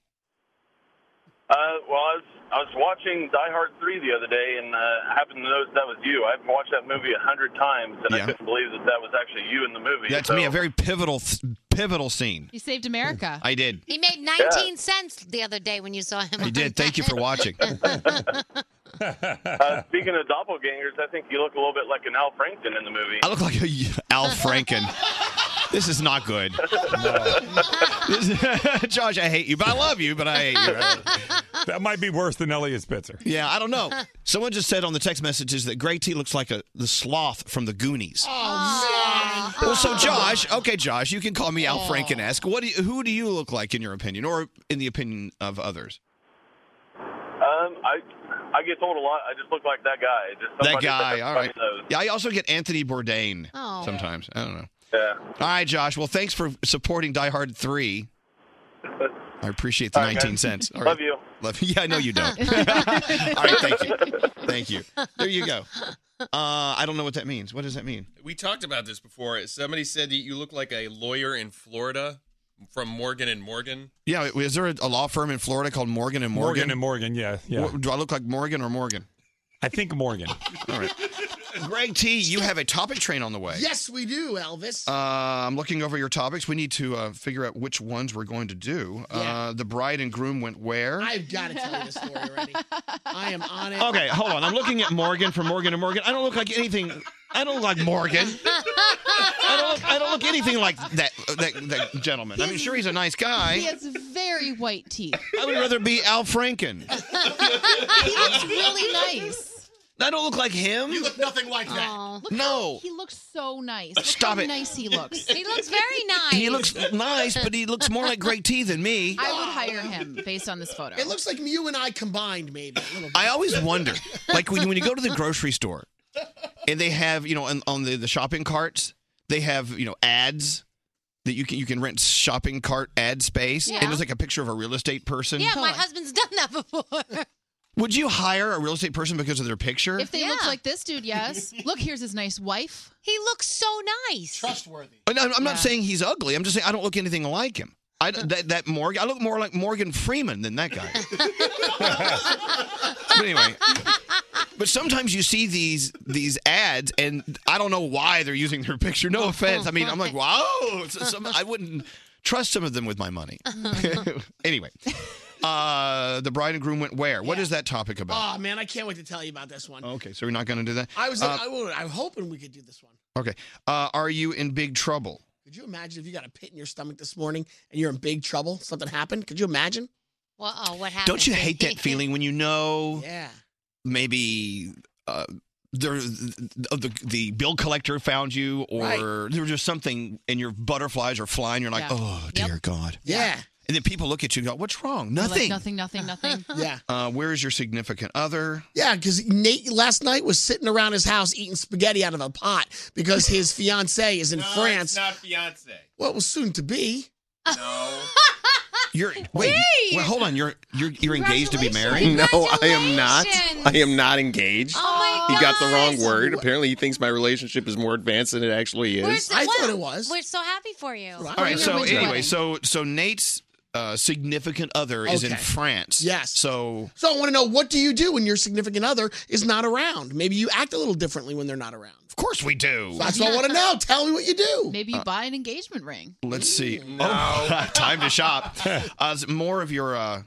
Uh, well, I was I was watching Die Hard three the other day, and uh, I happened to notice that was you. I've watched that movie a hundred times, and Yeah. I couldn't believe that that was actually you in the movie. That's so, me. A very pivotal th- pivotal scene. He saved America. I did. He made 19 cents the other day when you saw him. I did. Thank you for watching. Uh, speaking of doppelgangers, I think you look a little bit like an Al Franken in the movie. I look like a Al Franken. This is not [laughs] good. This is- [laughs] Josh, I hate you, but I love you, but I hate you. [laughs] That might be worse than Elliot Spitzer. Yeah, I don't know. Someone just said on the text messages that Gray T looks like a the sloth from the Goonies. Oh, Well, so Josh, okay, Josh, you can call me Al Franken-esque. What do you, who do you look like in your opinion, or in the opinion of others? [laughs] Um, I I get told a lot. I just look like that guy. Just That somebody guy. All right. knows. Yeah, I also get Anthony Bourdain Oh. sometimes. I don't know. Yeah. All right, Josh. Well, thanks for supporting Die Hard Three. I appreciate the All right, guys. 19 cents. All Love right. you. Love you. [laughs] Yeah, I know you don't. All right, thank you. Thank you. There you go. Uh, I don't know what that means. What does that mean? We talked about this before. Somebody said that you look like a lawyer in Florida from Morgan and Morgan. Yeah, is there a, a law firm in Florida called Morgan and Morgan? Morgan and Morgan, yeah, yeah. Wha- Do I look like Morgan or Morgan? I think Morgan. All right. [laughs] Greg T, you have a topic train on the way. Yes, we do, Elvis. Uh, I'm looking over your topics. We need to uh, figure out which ones we're going to do. Uh, the bride and groom went where? I've got to tell you this story already. I am on it. [laughs] Okay, hold on. I'm looking at Morgan from Morgan and Morgan. I don't look like anything. I don't look like Morgan. I don't look, I don't look anything like that, that that gentleman. I mean, sure, he's a nice He guy. has very white teeth. I would rather be Al Franken. he looks really nice. I don't look like him. You look nothing like that. Look No. how- he looks so nice. Look Stop how it. Nice he looks. He looks [laughs] very nice. He [laughs] looks nice, but he looks more like Greg T than me. I would hire him based on this photo. It looks like you and I combined, maybe. A little bit. I always wonder, like when, when you go to the grocery store, and they have you know on, on the, the shopping carts, they have you know ads that you can you can rent shopping cart ad space, Yeah. and there's like a picture of a real estate person. Yeah, my husband's done that before. Would you hire a real estate person because of their picture? [laughs] If they looked like this dude, yes. Look, here's his nice wife. He looks so nice. Trustworthy. And I'm, I'm not saying he's ugly. I'm just saying I don't look anything like him. I d- that that Morgan. I look more like Morgan Freeman than that guy. but anyway. But sometimes you see these these ads, and I don't know why they're using their picture. No offense. I mean, I'm like, wow. So some, I wouldn't trust some of them with my money. anyway, uh, the bride and groom went where? What is that topic about? Oh man, I can't wait to tell you about this one. okay, so we're not going to do that. I was, Uh, I, was, I'm hoping we could do this one. okay. Uh, are you in big trouble? Could you imagine if you got a pit in your stomach this morning and you're in big trouble? Something happened? Could you imagine? Well, oh, what happened? Don't you hate that feeling when you know Yeah. maybe uh, there, uh, the, the bill collector found you, or Right. there was just something, and your butterflies are flying. You're like, Yeah. oh Yep. dear God. Yeah. And then people look at you and go, what's wrong? You're like, Nothing. nothing. Nothing. Nothing. [laughs] yeah. Uh, where is your significant other? Yeah, because Nate last night was sitting around his house eating spaghetti out of a pot because [laughs] his fiance is in France. not fiance. Well, it was soon to be. No. You're wait. Jeez. Well, hold on. You're you're you're engaged to be married? No, I am not. I am not engaged. Oh he got the wrong word. Apparently, he thinks my relationship is more advanced than it actually Where's is. the- wow, We're so happy for you. All right. So anyway, so so Nate's uh, significant other is in Okay. France. Yes. So So I want to know what do you do when your significant other is not around? Maybe you act a little differently when they're not around. of course we do. That's what I want to know. Tell me what you do. Maybe you buy an engagement ring. Let's see. Oh, [laughs] time [laughs] to shop. Uh, more of your uh,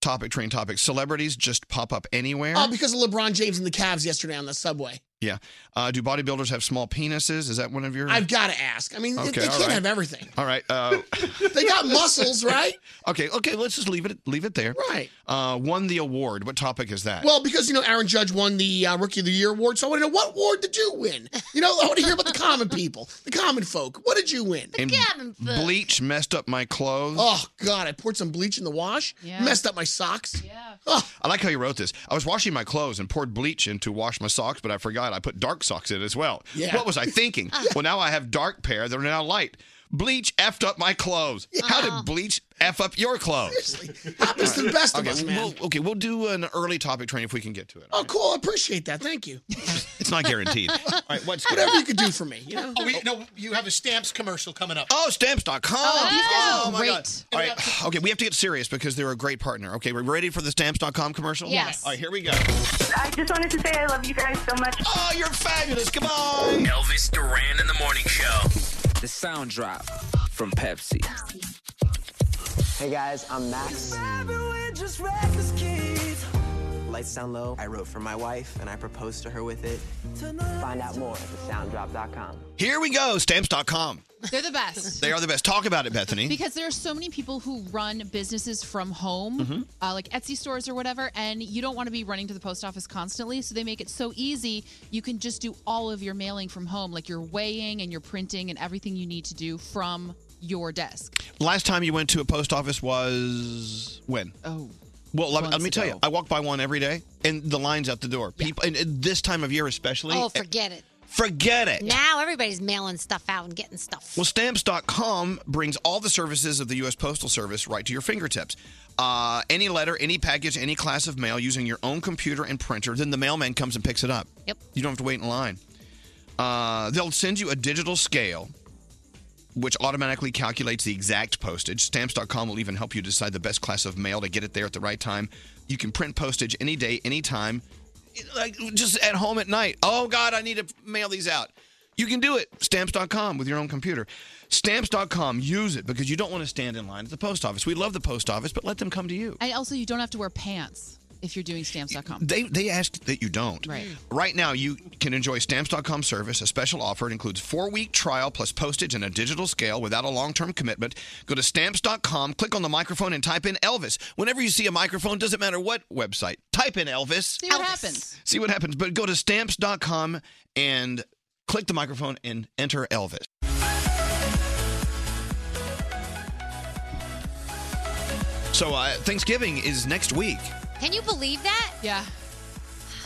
topic train topics. Celebrities just pop up anywhere. Oh, because of LeBron James and the Cavs yesterday on the subway. yeah. Uh, do bodybuilders have small penises? Is that one of your? I've got to ask. I mean, they- Okay, they all can't right. have everything. All right. Uh, They [laughs] got [laughs] muscles, right? okay. Okay. Let's just leave it. Leave it there. Right. Uh, won the award. What topic is that? Well, because you know Aaron Judge won the uh, Rookie of the Year award, so I want to know what award did you win? You know, I want to hear about the common people, the common folk. What did you win? And bleach messed up my clothes. Oh God, I poured some bleach in the wash. Messed up my socks. Yeah. Ah, I like how you wrote this. I was washing my clothes and poured bleach in to wash my socks, but I forgot I put dark socks in as well. Yeah. What was [laughs] I thinking? well, now I have dark pair that are now light. Bleach effed up my clothes. How did bleach f up [laughs] your clothes? Happens to the best of okay, us, man. we'll, okay, we'll do an early topic train if we can get to it. oh, cool. I appreciate that. Thank [laughs] you. It's [laughs] not guaranteed. All right, what's Whatever you could do for me. You [laughs] know? Oh, we, no, you have a stamps commercial coming up. Oh, stamps.com. Oh, these guys are my God. great. All right. Okay, we have to get serious because they're a great partner. Okay, we're ready for the stamps.com commercial? Yes. All right, here we go. I just wanted to say I love you guys so much. Oh, you're fabulous. Come on. Elvis Duran in the morning show. The sound drop from Pepsi. Hey guys, I'm Max. Lights Down Low, I wrote for my wife and I proposed to her with it. Find out more at thesounddrop.com. Here we go, stamps.com. They're the [laughs] best. They are the best. Talk about it, Bethany. Because there are so many people who run businesses from home, Mhm. uh, like Etsy stores or whatever, and you don't want to be running to the post office constantly. So they make it so easy. You can just do all of your mailing from home, like your weighing and your printing and everything you need to do from your desk. Last time you went to a post office was when? Oh. Well, let, let months me tell you, ago. I walk by one every day, and the line's out the door. People, and, and this time of year especially. eh, Oh, forget it. Forget it. Now everybody's mailing stuff out and getting stuff. Well, stamps.com brings all the services of the U.S. Postal Service right to your fingertips. Uh, any letter, any package, any class of mail using your own computer and printer, then the mailman comes and picks it up. Yep. You don't have to wait in line. Uh, they'll send you a digital scale, which automatically calculates the exact postage. Stamps.com will even help you decide the best class of mail to get it there at the right time. You can print postage any day, anytime, like just at home at night. Oh God, I need to mail these out. You can do it. Stamps.com with your own computer. Stamps.com. Use it because you don't want to stand in line at the post office. We love the post office, but let them come to you. And also, you don't have to wear pants if you're doing stamps.com. They they ask that you don't. Right. Right now, you can enjoy stamps.com service. A special offer it includes four week trial plus postage and a digital scale without a long term commitment. Go to stamps.com, click on the microphone, and type in Elvis. Whenever you see a microphone, doesn't matter what website, type in Elvis. See what happens. See what happens. But go to stamps.com and click the microphone and enter Elvis. So uh, Thanksgiving is next week. Can you believe that? Yeah.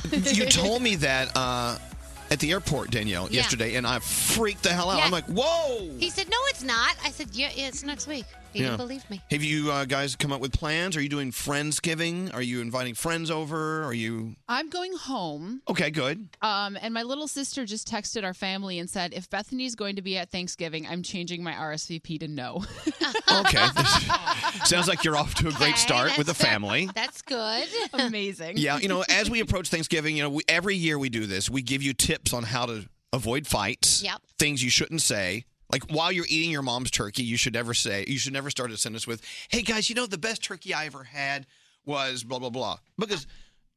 [laughs] You told me that uh, at the airport, Danielle, Yeah. yesterday, and I freaked the hell out. Yeah. I'm like, whoa. He said, "No, it's not." I said, "Yeah, it's next week." He Yeah. didn't believe me. Have you uh, guys come up with plans? Are you doing friendsgiving? Are you inviting friends over? Are you I'm going home. [laughs] okay? Good. Um, and my little sister just texted our family and said, if Bethany's going to be at Thanksgiving, I'm changing my RSVP to no. [laughs] Okay. Sounds like you're off to a great start with the that's family. That's good. [laughs] Amazing. [laughs] Yeah, you know, as we approach Thanksgiving, you know, we, every year we do this. We give you tips on how to avoid fights. Yep. Things you shouldn't say. Like while you're eating your mom's turkey, you should never say. You should never start a sentence with, "Hey guys, you know the best turkey I ever had was blah blah blah," because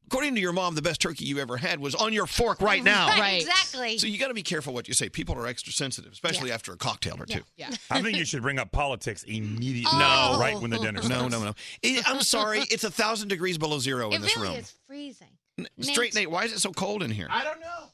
according to your mom, the best turkey you ever had was on your fork right now. Right, exactly. So you got to be careful what you say. People are extra sensitive, especially Yeah. after a cocktail or two. Yeah. I think you should bring up politics immediately. No. Right when the dinner No, starts. no, no. It- I'm sorry. It's a thousand degrees below zero it in this really room. is freezing. Straight Nate, why is it so cold in here? I don't know.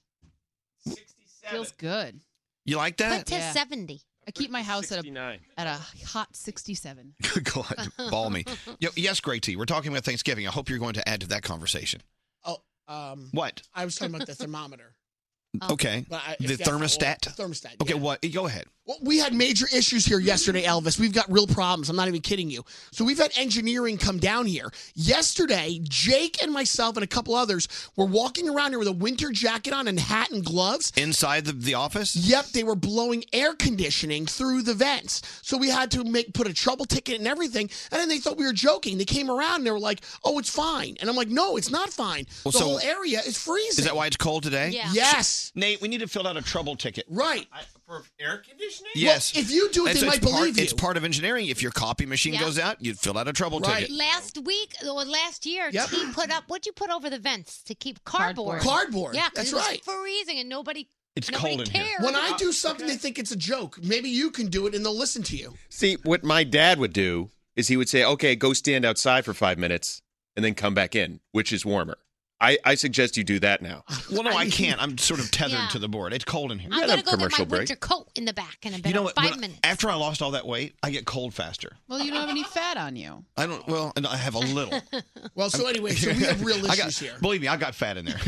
67. Feels good. You like that? Put to 70. I keep my house at a, at a hot 67. [laughs] Good God, balmy. Yo, yes, Gray T. We're talking about Thanksgiving. I hope you're going to add to that conversation. Uh, Oh, um, What? I was talking about the thermometer. [laughs] okay. But I- if the that's all- thermostat. thermostat, Okay. What? eh, Go ahead. Well, we had major issues here yesterday, Elvis. We've got real problems. I'm not even kidding you. So we've had engineering come down here. Yesterday, Jake and myself and a couple others were walking around here with a winter jacket on and hat and gloves. Inside the, the office? Yep, they were blowing air conditioning through the vents. So we had to make put a trouble ticket and everything. And then they thought we were joking. They came around and they were like, "Oh, it's fine." And I'm like, "No, it's not fine. Well, the so- whole area is freezing." Is that why it's cold today? Yeah. Yes. Nate, we need to fill out a trouble ticket. Right. For air conditioning? Yes. if you do it, That's- they it's might part, believe you. It's part of engineering. If your copy machine Yeah. goes out, you fill out a [laughs] trouble ticket. Last week or last year, Yep. T put up what'd you put over the vents to keep cardboard? Cardboard. Yeah, 'cause That's it was right. freezing and nobody. It's nobody cared. When I do something, they think it's a joke. Maybe you can do it, and they'll listen to you. See, what my dad would do is he would say, okay, go stand outside for five minutes and then come back in, which is warmer. I, I suggest you do that now. Well, no, I can't. I'm sort of tethered Yeah. to the board. It's cold in here. I'm gonna go get my winter coat in the back in a bit. You know what? Five When- minutes. After I lost all that weight, I get cold faster. Well, you don't have any fat on you. I don't. Well, and I have a little. [laughs] Well, so I'm- anyway, [laughs] so we have real I got- issues here. Believe me, I got fat in there.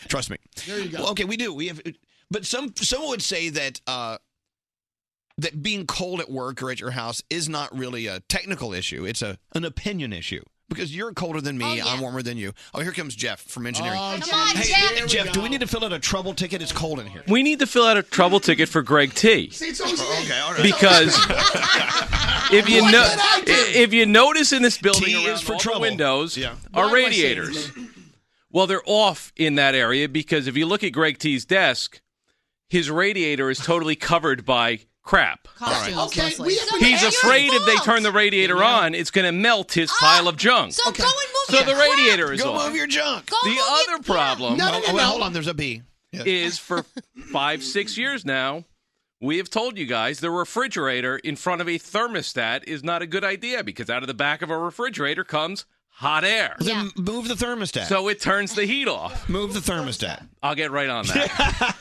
[laughs] Trust me. There you go. okay, we do. We have, but some some would say that uh, that being cold at work or at your house is not really a technical issue. It's a an opinion issue because you're colder than me. I'm warmer than you. Oh, here comes Jeff from engineering. Oh, Come on, hey, Jeff. Jeff, do we need to fill out a trouble ticket? It's cold in here. We need to fill out a trouble ticket for Greg T. See, it's always me. Oh, Okay, all right. Because [laughs] if you What know, did I do? if you notice in this building, T is around for all the trouble. windows Yeah. are Why do I say his radiators. Well, they're off in that area because if you look at Greg T's desk, his radiator is totally covered by crap. Costumes, Okay, Leslie. we have been He's asking- afraid if they turn the radiator on, it's going to melt his pile of junk. So, Okay. the radiator is Go on. move your junk. the other problem No, no, no, Hold on. There's a B. is for five, six years now, we have told you guys the refrigerator in front of a thermostat is not a good idea because out of the back of a refrigerator comes hot air. Then move the thermostat. So it turns the heat off. Move the [laughs] thermostat. I'll get right [laughs] on that.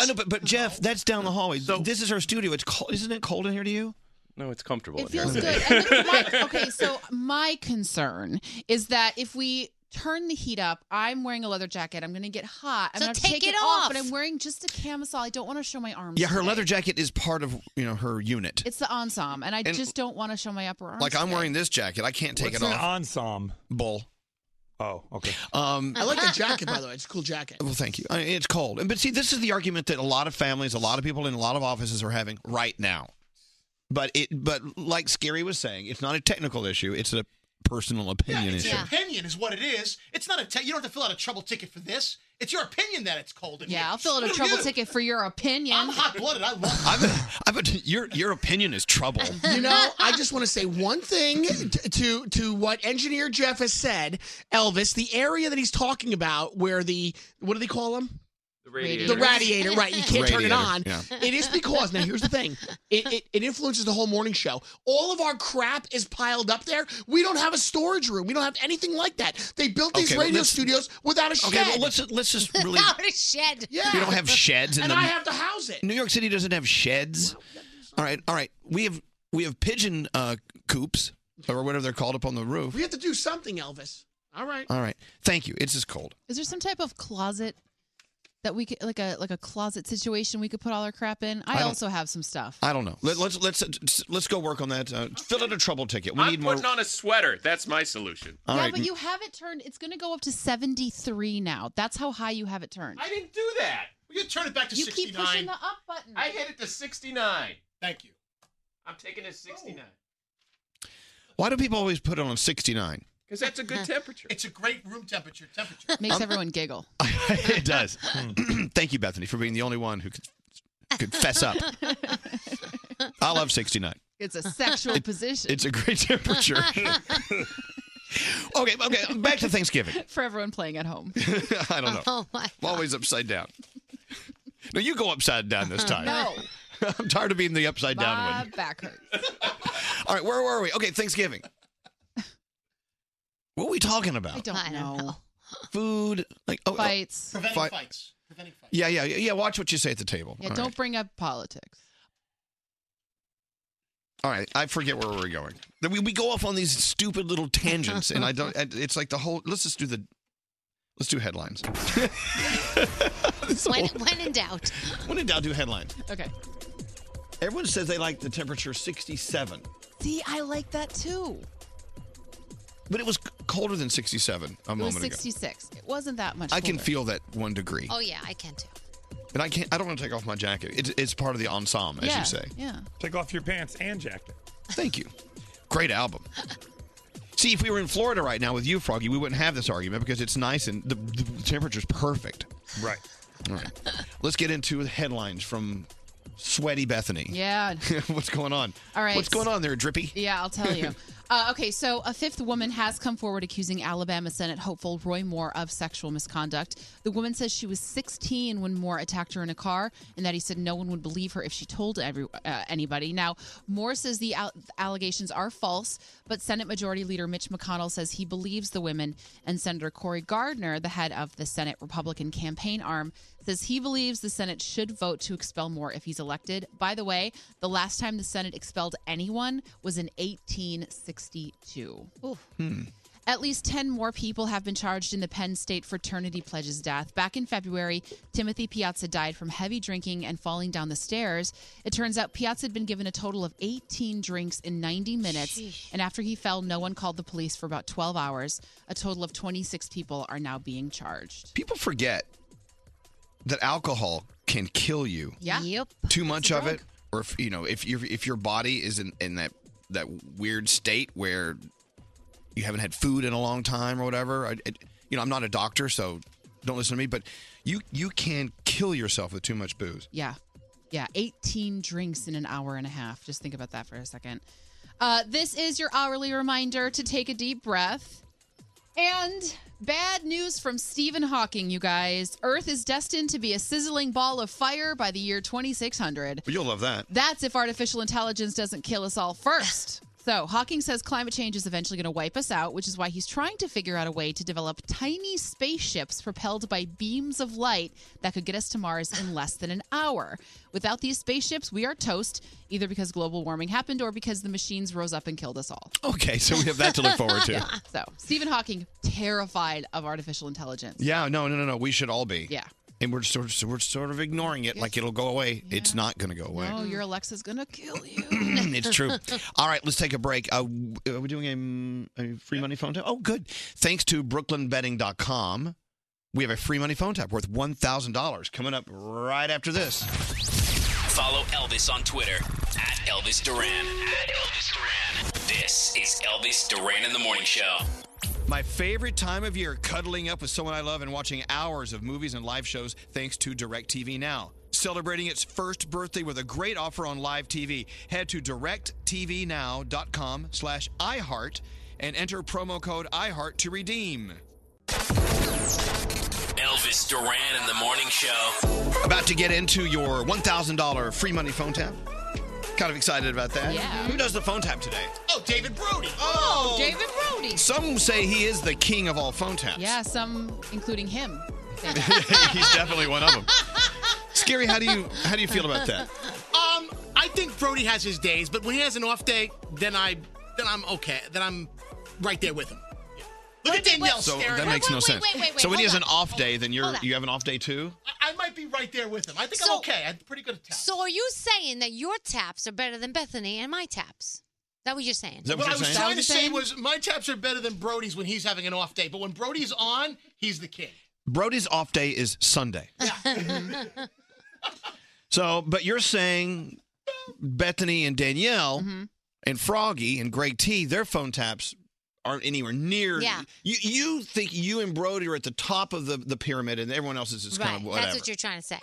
I know, but, but Jeff, that's down the hallway. this is our studio. It's cold. Isn't it cold in here to you? No, it's comfortable. It feels good. And then my, okay, so my concern is that if we turn the heat up, I'm wearing a leather jacket. I'm going to get hot. I'm So gonna take take it off. but I'm wearing just a camisole. I don't want to show my arms. Yeah, her today. leather jacket is part of you know her unit. It's the ensemble, and I And- just don't want to show my upper arms. Like I'm wearing this jacket, I can't take What's it an off. ensemble. Bull. Oh, okay. Um, I like the jacket, by the way. It's a cool jacket. Well, thank you. I mean, it's cold, And- but see, this is the argument that a lot of families, a lot of people in a lot of offices are having right now. But it, but like Scary was saying, it's not a technical issue; it's a personal opinion issue. Your opinion is what it is. It's not a. Te- you don't have to fill out a trouble ticket for this. It's your opinion that it's cold in here. Yeah, I'll fill out a Screw [laughs] trouble you. ticket for your opinion. Um, I'm hot blooded. I love. [laughs] I bet, I bet your your opinion is trouble. You know, I just want to say one thing t- to to what engineer Jeff has said, Elvis. The area that he's talking about, where the what do they call them? The The radiator, right? You can't turn it Radiator, on. yeah. It is because now here's the thing: it, it it influences the whole morning show. All of our crap is piled up there. We don't have a storage room. We don't have anything like that. They built these Okay, well, radio let's- studios [laughs] without a shed. Okay, well let's [laughs] let's just [laughs] really. Out of shed. Yeah. We don't have sheds, in and the, I have to house [laughs] it. New York City doesn't have sheds. All right, all right. We have we have pigeon uh, coops or whatever they're called up on the roof. We have to do something, Elvis. All right. All right. Thank you. It's just cold. Is there some type of closet that we could like a like a closet situation we could put all our crap in? I I, don't- also have some stuff. I don't know. Let, let's let's let's go work on that. Uh, fill out a trouble ticket. We I'm need more. putting on a sweater. That's my solution. All yeah, right. but you have it turned. It's going to go up to 73 now. That's how high you have it turned. I didn't do that. Well, you turn it back to You keep 69. pushing the up button. I hit it to 69. Thank you. I'm taking a 69. Oh. Why do people always put it on sixty nine? Because that's a good temperature. It's a great room temperature. Temperature. Makes everyone giggle. [laughs] it does. [clears throat] Thank you, Bethany, for being the only one who could could [laughs] fess up. I love sixty nine. [laughs] It's a sexual position. It's a great [laughs] temperature. [laughs] okay, okay. Back to Thanksgiving. [laughs] for everyone playing at home. [laughs] I don't know. Oh, my I'm always upside down. No, you go upside down this time. No, [laughs] I'm tired of being the upside down my one. back hurts. All right, where [laughs] were we? Okay, Thanksgiving. What were we talking about? I don't know. food, like oh, oh, Fights. Preventing fight- fights. Yeah, yeah, yeah, yeah. Watch what you say at the table. Yeah, All don't right. bring up politics. All right, I forget where we're going. Then We, we go off on these stupid little tangents, and I don't. and It's like the whole. Let's just do the. Let's do headlines. [laughs] when, when in doubt. When in doubt, do headlines. Okay. Everyone says they like the temperature 67, See, I like that too. but it was colder than 67 a it was moment ago. 66. It wasn't that much. I can colder. feel that one degree, Oh yeah, I can too. and I can't. I don't want to take off my jacket. It's it's part of the ensemble, as yeah, you say. Yeah. Take off your pants and jacket. Thank you. Great album. See, if we were in Florida right now with you, Froggy, we wouldn't have this argument because it's nice and the, the temperature's perfect. Right. All right. Let's get into the headlines from Sweaty Bethany. Yeah. [laughs] What's going on? All right. What's going on there, Drippy? Yeah, I'll tell you. Uh, okay, so a fifth woman has come forward accusing Alabama Senate hopeful Roy Moore of sexual misconduct. The woman says she was 16 when Moore attacked her in a car, and that he said no one would believe her if she told every, uh, anybody. Now, Moore says the al- allegations are false, but Senate Majority Leader Mitch McConnell says he believes the women, and Senator Cory Gardner, the head of the Senate Republican campaign arm, says he believes the Senate should vote to expel Moore if he's elected. By the way, the last time the Senate expelled anyone was in 1862. At least 10 more people have been charged in the Penn State fraternity pledge's death. Back in February, Timothy Piazza died from heavy drinking and falling down the stairs. It turns out Piazza had been given a total of 18 drinks in 90 minutes, and after he fell, no one called the police for about 12 hours. A total of 26 people are now being charged. People forget that alcohol can kill you. Yeah. Yep. Too much of it, or if you know, if your if your body is in, in that that weird state where you haven't had food in a long time or whatever. I, it, you know, I'm not a doctor, so don't listen to me. But you you can kill yourself with too much booze. Yeah. Yeah. 18 drinks in an hour and a half. Just think about that for a second. Uh, this is your hourly reminder to take a deep breath. And bad news from Stephen Hawking, you guys. Earth is destined to be a sizzling ball of fire by the year 2600. But you'll love that. That's if artificial intelligence doesn't kill us all [laughs] first. So, Hawking says climate change is eventually going to wipe us out, which is why he's trying to figure out a way to develop tiny spaceships propelled by beams of light that could get us to Mars in less than an hour. Without these spaceships, we are toast, either because global warming happened or because the machines rose up and killed us all. [laughs] Okay, so we have that to look forward to. Yeah. [laughs] So, Stephen Hawking, terrified of artificial intelligence. Yeah, no, no, no, no. We should all be. Yeah. And we're sort of we're sort of ignoring it, like it'll go away. It's not going to go away. Oh, your Alexa's going to kill you. [clears throat] it's true. All right, let's take a break. Uh, are we doing a, a free money phone tap? Oh, good. Thanks to BrooklynBetting.com, we have a free money phone tap worth one thousand dollars coming up right after this. Follow Elvis on Twitter at Elvis Duran. At Elvis Duran. This is Elvis Duran in the Morning Show. My favorite time of year, cuddling up with someone I love and watching hours of movies and live shows thanks to DirecTV Now. Celebrating its first birthday with a great offer on live TV. Head to directtvnow.com slash iHeart and enter promo code iHeart to redeem. Elvis Duran in the Morning Show. About to get into your $1,000 free money phone tap. Kind of excited about that. Yeah. Who does the phone tap today? Oh, David Brody. Oh, David Brody. Some say he is the king of all phone taps. Yeah, some including him. [laughs] He's definitely one of them. Scary, how do you how do you feel about that? [laughs] Um, I think Brody has his days, but when he has an off day, then I then I'm okay. Then I'm right there with him. Yeah. Look at Danielle So staring. that at- makes no sense. so when he has an off day, then you're Hold on. you have an off day too. I might be right there with him. I think I'm okay. I'm pretty good at taps. So are you saying that your taps are better than Bethany and my taps? That was your saying. Is that what I you're was saying? trying That to was say saying? was my taps are better than Brody's when he's having an off day, but when Brody's on, he's the king. Brody's off day is Sunday. [laughs] So, but you're saying Bethany and Danielle Mm-hmm. and Froggy and Greg T, their phone taps aren't anywhere near. Yeah. You you think you and Brody are at the top of the, the pyramid, and everyone else is just right. kind of whatever. That's what you're trying to say.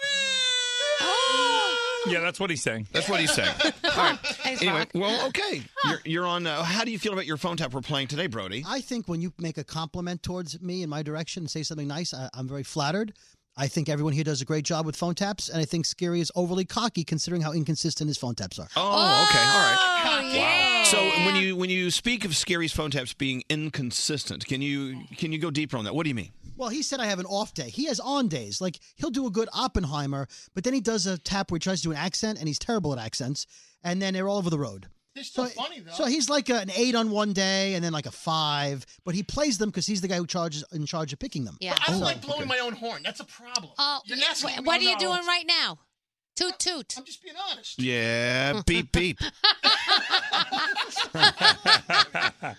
Yeah, that's what he's saying. That's what [laughs] he's saying. [gasps] All right. Thanks, Anyway, Rock. [laughs] well, okay. You're, you're on. Uh, how do you feel about your phone tap we're playing today, Brody? Oh, I think when you make a compliment towards me in my direction, say something nice, I, I'm very flattered. I think everyone here does a great job with phone taps, and I think Scary is overly cocky considering how inconsistent his phone taps are. Oh, okay. All right. yeah. So when [laughs] you when you speak of Scary's phone taps being inconsistent, can you can you go deeper on that? What do you mean? Well, he said I have an off day. He has on days. Like he'll do a good Oppenheimer, but then he does a tap where he tries to do an accent, and he's terrible at accents. And then they're all over the road. They're still funny though. So he's like a, an eight on one day, and then like a five. But he plays them because he's the guy who charges in charge of picking them. But I don't like blowing my own horn. That's a problem. Oh, You're asking wh- me what about are you all doing this. right now? Toot toot. I'm just being honest. Yeah, beep beep. [laughs]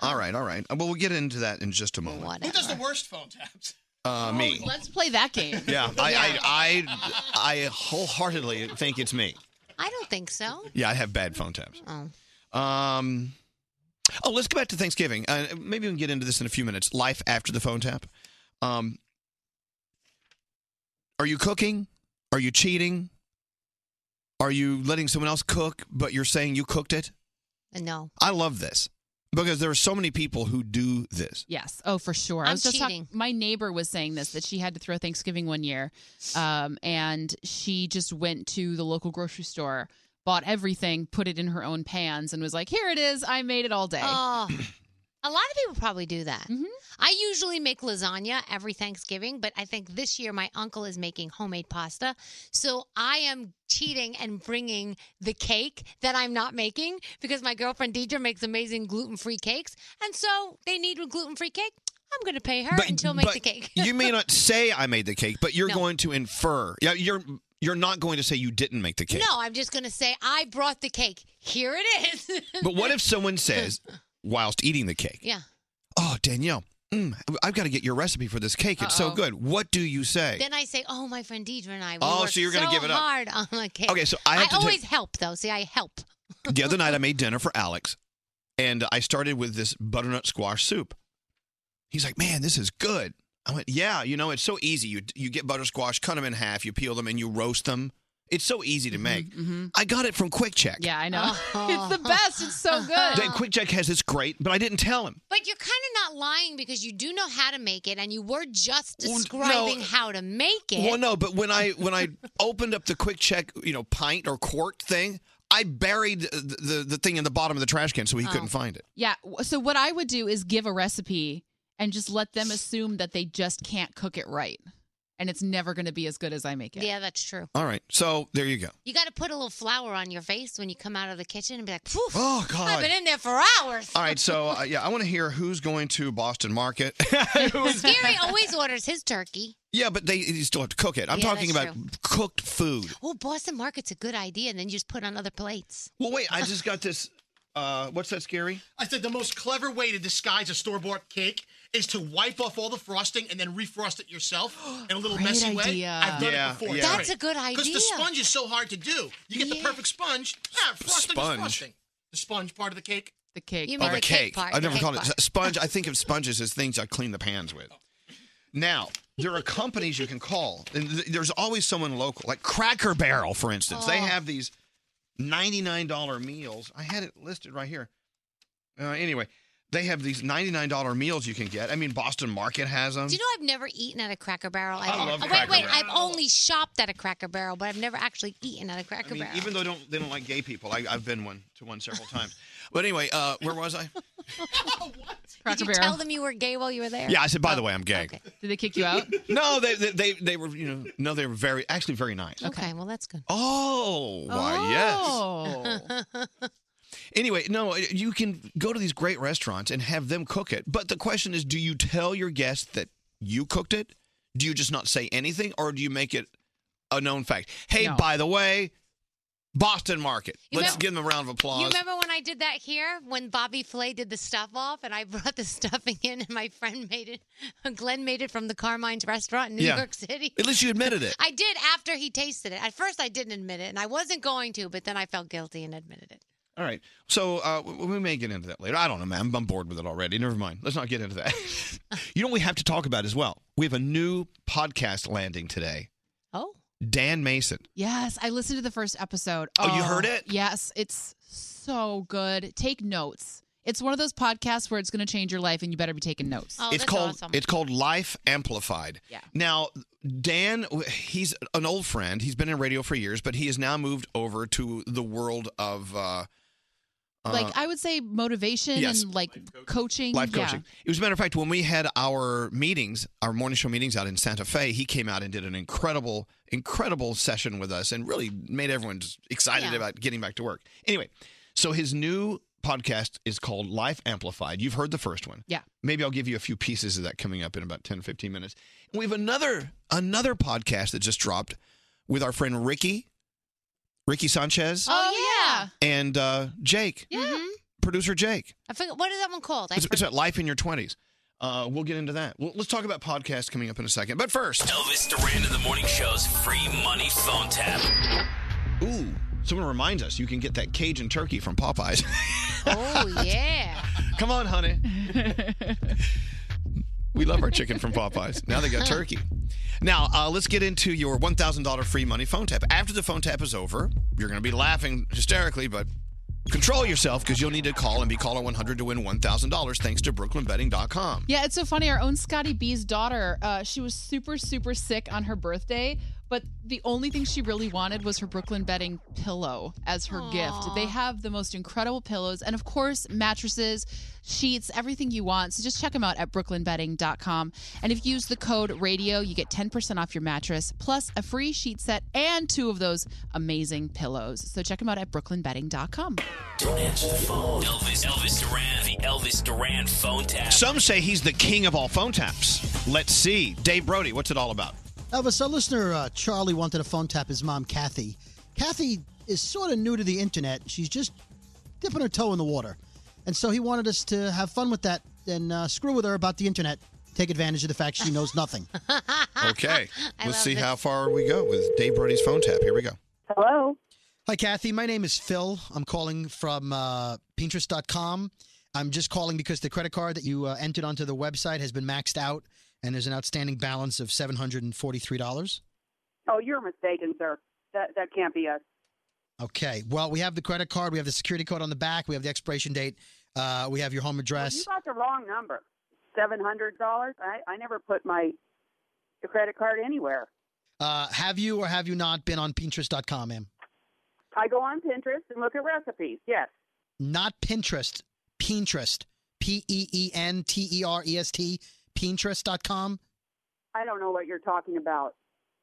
all right, all right. Uh, Well, we'll get into that in just a moment. Who does the worst phone taps? Uh, me. Let's play that game. Yeah, I, I, I, I wholeheartedly think it's me. I don't think so. Yeah, I have bad phone taps. Oh. Um, oh, let's go back to Thanksgiving. Uh, maybe we can get into this in a few minutes. Life after the phone tap. Um, are you cooking? Are you cheating? Are you letting someone else cook, but you're saying you cooked it? Uh, No. I love this because there are so many people who do this. Yes. Oh, for sure. I I'm was just cheating. talking. My neighbor was saying this that she had to throw Thanksgiving one year, um, and she just went to the local grocery store, bought everything, put it in her own pans, and was like, "Here it is. I made it all day." Mm-hmm. Oh. A lot of people probably do that. I usually make lasagna every Thanksgiving, but I think this year my uncle is making homemade pasta. So I am cheating and bringing the cake that I'm not making because my girlfriend Deidre makes amazing gluten free cakes. And so they need a gluten free cake. I'm going to pay her and she'll make the cake. you may not say I made the cake, but you're No. going to infer. Yeah, you're you're not going to say you didn't make the cake. No, I'm just going to say, I brought the cake. Here it is. [laughs] But [laughs] what if someone says whilst eating the cake, Yeah. "Oh, Danielle, mm, I've got to get your recipe for this cake. It's Uh-oh. so good." What do you [laughs] say? Then I say, "Oh, my friend Deidra and I." We Oh, worked so you're gonna so give it up. hard on the cake. Okay, so I have to ta- always help though. See, I help. the other night I made dinner for Alex, and I started with this butternut squash soup. He's like, "Man, this is good." I went, "Yeah, you know, it's so easy. You you get butter squash, cut them in half, you peel them, and you roast them. It's so easy Mm-hmm, to make." I got it from Quick Check. Yeah, I know. [laughs] Uh-huh. it's Oh. the best. It's [laughs] so good. Then Quick Check has this great, but I didn't tell him. But you're kind of not lying because you do know how to make it, and you were just describing how to make it. Well, no, but [laughs] when I when I opened up the Quick Check, you know, pint or quart thing, I buried the the, the thing in the bottom of the trash can, so he Oh. couldn't find it. Yeah. w- So what I would do is give a recipe and just let them assume that they just can't cook it right, and it's never going to be as good as I make it. Yeah, that's true. All right, so there you go. You got to put a little flour on your face when you come out of the kitchen and be like, Poof, Oh, God. I've been in there for [laughs] hours." All right, so uh, yeah, I want to hear who's going to Boston Market. [laughs] Gary always orders his turkey. yeah, but they you still have to cook it. I'm Yeah, talking that's about cooked food. Oh, Boston Market's a good idea, and then you just put on other plates. Well, wait, I just got this. Uh, what's that, Scary? I said the most clever way to disguise a store bought cake is to wipe off all the frosting and then refrost it [gasps] yourself in a little Great messy way. idea. I've done Yeah, it before. yeah. That's a good Because idea. the sponge is so hard to do. You get the perfect sponge. Yeah, frosting sponge. is frosting. The sponge part of the cake. The cake. oh, the cake. I never called it sponge. I think of sponges as things I clean the pans with. Now there are companies you can call, and th- there's always someone local, like Cracker Barrel, for instance. They Oh. have these ninety-nine dollar meals. I had it listed right here. Uh, anyway, they have these ninety-nine dollar meals you can get. I mean, Boston Market has them. Do you know I've never eaten at a Cracker Barrel? Um, I I've- love wait, Cracker wait, Barrel. I've only shopped at a Cracker Barrel, but I've never actually eaten at a Cracker I mean, Barrel. even though they don't, they don't like gay people, I, I've been one to one several times. But anyway, uh, where was I? Did you tell them you were gay while you were there? Oh, Yeah, I said. By the way, I'm gay. Did they kick you out? [laughs] No, they, they they they were you know no they were very actually very nice. Okay, well that's good. Oh, why Oh. [laughs] yes. Anyway, no, you can go to these great restaurants and have them cook it. But the question is, do you tell your guests that you cooked it? Do you just not say anything, or do you make it a known fact? Hey, by the way, Boston Market. You Let's know- give them a round of applause. You remember when I did that here when Bobby Flay did the stuff off and I [laughs] brought the stuffing in and my friend made it [laughs] Glenn made it from the Carmine's restaurant in New Yeah. York City. At least you admitted it. I did after he tasted it. At first I didn't admit it and I wasn't going to, but then I felt guilty and admitted it. All right. So uh, w- we may get into that later. I don't know, man. I'm, I'm bored with it already. Never mind. Let's not get into that. [laughs] you know what we have to talk about as well? We have a new podcast landing today. Oh. Dan Mason. Yes, I listened to the first episode. Oh, you heard it? Yes, it's so good. Take notes. It's one of those podcasts where it's going to change your life, and you better be taking notes. it's called it's called Life Amplified. Oh, Yeah. Now, Dan, w- he's an old friend. He's been in radio for years, but he has now moved over to the world of uh, like I would say motivation yes. and like coaching. Life yeah. coaching. It was a matter of fact, when we had our meetings, our morning show meetings out in Santa Fe, he came out and did an incredible, incredible session with us and really made everyone just excited Yeah. about getting back to work. Anyway, so his new podcast is called Life Amplified. You've heard the first one. Yeah. Maybe I'll give you a few pieces of that coming up in about 10, 15 minutes. And we have another another podcast that just dropped with our friend Ricky, Ricky Sanchez, Oh, and uh, Jake, yeah. Yeah. producer Jake. I forgot. What is that one called? I It's, it's forgot. about life in your 20s. Uh, we'll get into that. Well, let's talk about podcasts coming up in a second. But first, Elvis Duran in the Morning Show's free money phone tap. ooh, someone reminds us you can get that Cajun turkey from Popeyes. [laughs] [laughs] oh, yeah. Come on, honey. we love our chicken from Popeyes. Now they got turkey. Now, uh, let's get into your $1,000 free money phone tap. After the phone tap is over, you're going to be laughing hysterically, but control yourself because you'll need to call and be caller 100 to win $1,000 thanks to brooklynbetting.com. Yeah, it's so funny. Our own Scotty B's daughter, uh, she was super, super sick on her birthday, but the only thing she really wanted was her Brooklyn Bedding pillow as her gift. They have the most incredible pillows and, of course, mattresses, sheets, everything you want. So just check them out at brooklynbedding.com. And if you use the code RADIO, you get 10% off your mattress, plus a free sheet set and two of those amazing pillows. So check them out at brooklynbedding.com. Don't answer the phone. Elvis, Elvis Duran, the Elvis Duran phone tap. Some say he's the king of all phone taps. Let's see. Dave Brody, what's it all about? Elvis, our listener uh, Charlie wanted to phone tap his mom, Kathy. Kathy is sort of new to the internet. She's just dipping her toe in the water. And so he wanted us to have fun with that and uh, screw with her about the internet. Take advantage of the fact she knows nothing. Okay. I Let's love see this. how far we go with Dave Brody's phone tap. Here we go. Hello. Hi, Kathy. My name is Phil. I'm calling from uh, Pinterest.com. I'm just calling because the credit card that you uh, entered onto the website has been maxed out, and there's an outstanding balance of $743. Oh, you're mistaken, sir. That that can't be us. Okay. Well, we have the credit card. We have the security code on the back. We have the expiration date. Uh, we have your home You address. got the wrong number. Seven hundred dollars. I I never put my credit card anywhere. Uh, have you or have you not been on Pinterest.com, ma'am? I go on Pinterest and look at recipes. Yes. Not Pinterest. Pinterest. P E E N T E R E S T. Pinterest.com. I don't know what you're talking about.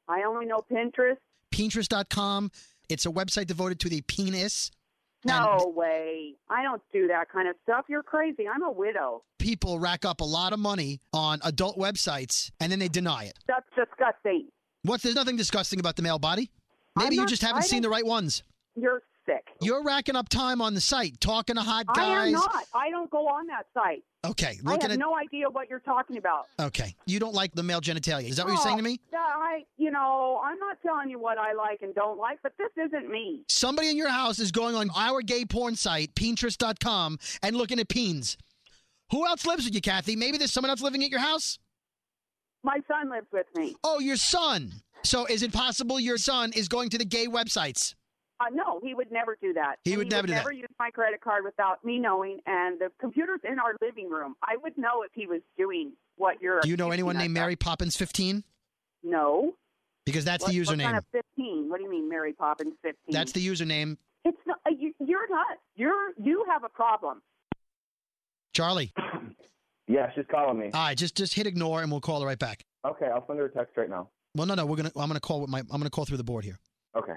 I only know Pinterest. Pinterest.com. It's a website devoted to the penis. No way. I don't do that kind of stuff. You're crazy. I'm a widow. People rack up a lot of money on adult websites and then they deny it. That's disgusting. What? There's nothing disgusting about the male body. I'm Maybe you not- just haven't I seen the don't- right ones. You're sick. You're racking up time on the site, talking to hot guys. I am not. I don't go on that site. Okay, I looking have at. no idea what you're talking about. okay, you don't like the male genitalia. Is that what you're saying to Oh, me? yeah, I, you know, I'm not telling you what I like and don't like, but this isn't me. Somebody in your house is going on our gay porn site, Pinterest.com, and looking at peens. Who else lives with you, Kathy? Maybe there's someone else living at your house. My son lives with me. Oh, your son. So is it possible your son is going to the gay websites? Uh, no, he would never do that. He And would never do that. never use my credit card without me knowing. And the computer's in our living room. I would know if he was doing what you're. Do you know anyone accusing named us Mary Poppins 15? No. Because of. that's the What- What username. kind of fifteen? What do you mean, Mary Poppins fifteen? That's the username. It's not. Uh, you, you're not. You're. You have a problem. Charlie. [coughs] Yeah, she's calling me. All right, just just hit ignore and we'll call her right back. Okay, I'll send her a text right now. Well, no, no, we're gonna. I'm gonna call with my. I'm gonna call through the board here. Okay.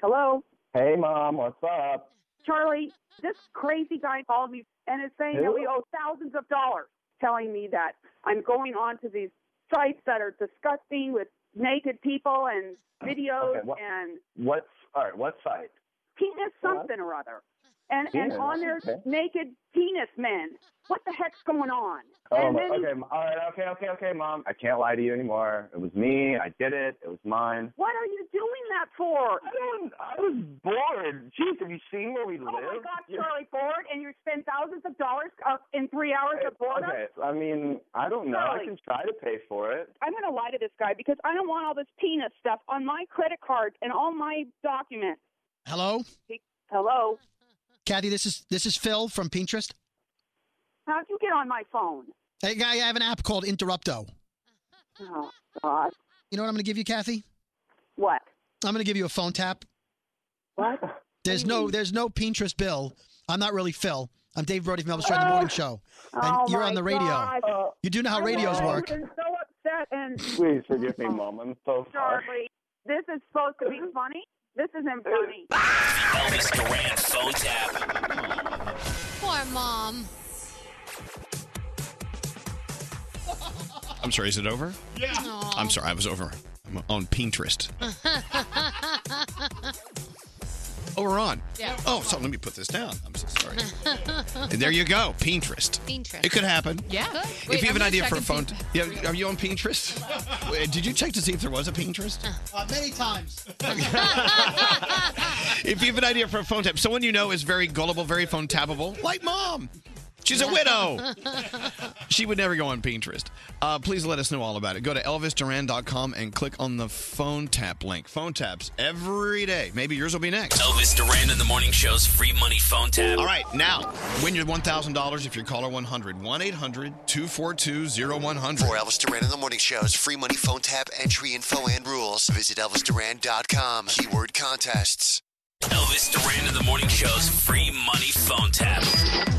Hello, Hey, mom, what's up? Charlie. This crazy guy called me and is saying that Who? we owe thousands of dollars. Telling me that I'm going on to these sites that are disgusting with naked people and videos Oh, Okay, what- and What's all right? What site? penis something or other. And Penis, and on there's okay. naked penis men. What the heck's going on? Oh, and my, then okay. m- All right. Okay. Okay. Okay, mom. I can't lie to you anymore. It was me. I did it. It was mine. what are you doing that for? I was bored. Jeez, have you seen where we live? Oh my God, Charlie, bored, and you spend thousands of dollars uh, in three hours of boredom. Okay. I mean, I don't know. I Charlie. can try to pay for [laughs] it. I'm going to lie to this guy because I don't want all this penis stuff on my credit card and all my documents. Hello, He- Hello, Kathy. This is this is Phil from Pinterest. how'd you get on my phone? Hey, guy, I have an app called Interrupto. Oh God, You know what I'm gonna give you, Kathy? What? I'm gonna give you a phone tap. What? There's no there's no Pinterest Bill. I'm not really Phil. I'm Dave Brody from Elvis Duran, the Morning Show, and Oh you're my on the radio. God. You do know how I radios was- work. I was so upset and Please forgive me, Mom. I'm so sorry. sorry. This is supposed to be funny. This isn't funny. Elvis Duran phone tap. Poor mom. [laughs] I'm sorry. Is it over? Yeah. I'm sorry. I was over. I'm on Pinterest. Oh, we're on. Yeah. Oh, so let me put this down. I'm so [laughs] sorry. And there you go. Pinterest. Pinterest. It could happen. Yeah. if you have an idea for a phone, yeah, are you on Pinterest? Wait, Did you check to see if there was a Pinterest? Uh-huh. Uh, many times. if you have an idea for a phone tap, someone you know is very gullible, very phone tappable, like mom. She's a [laughs] widow. She would never go on Pinterest. Uh, please let us know all about it. Go to elvisduran.com and click on the phone tap link. Phone taps every day. Maybe yours will be next. Elvis Duran in the morning show's free money phone tap. All right, now win your $1,000 if you're caller 100. 1 800 242 0100. For Elvis Duran in the Morning Show's free money phone tap entry info and rules, visit ElvisDuran.com. Keyword contests. Elvis Duran in the morning show's free money phone tap.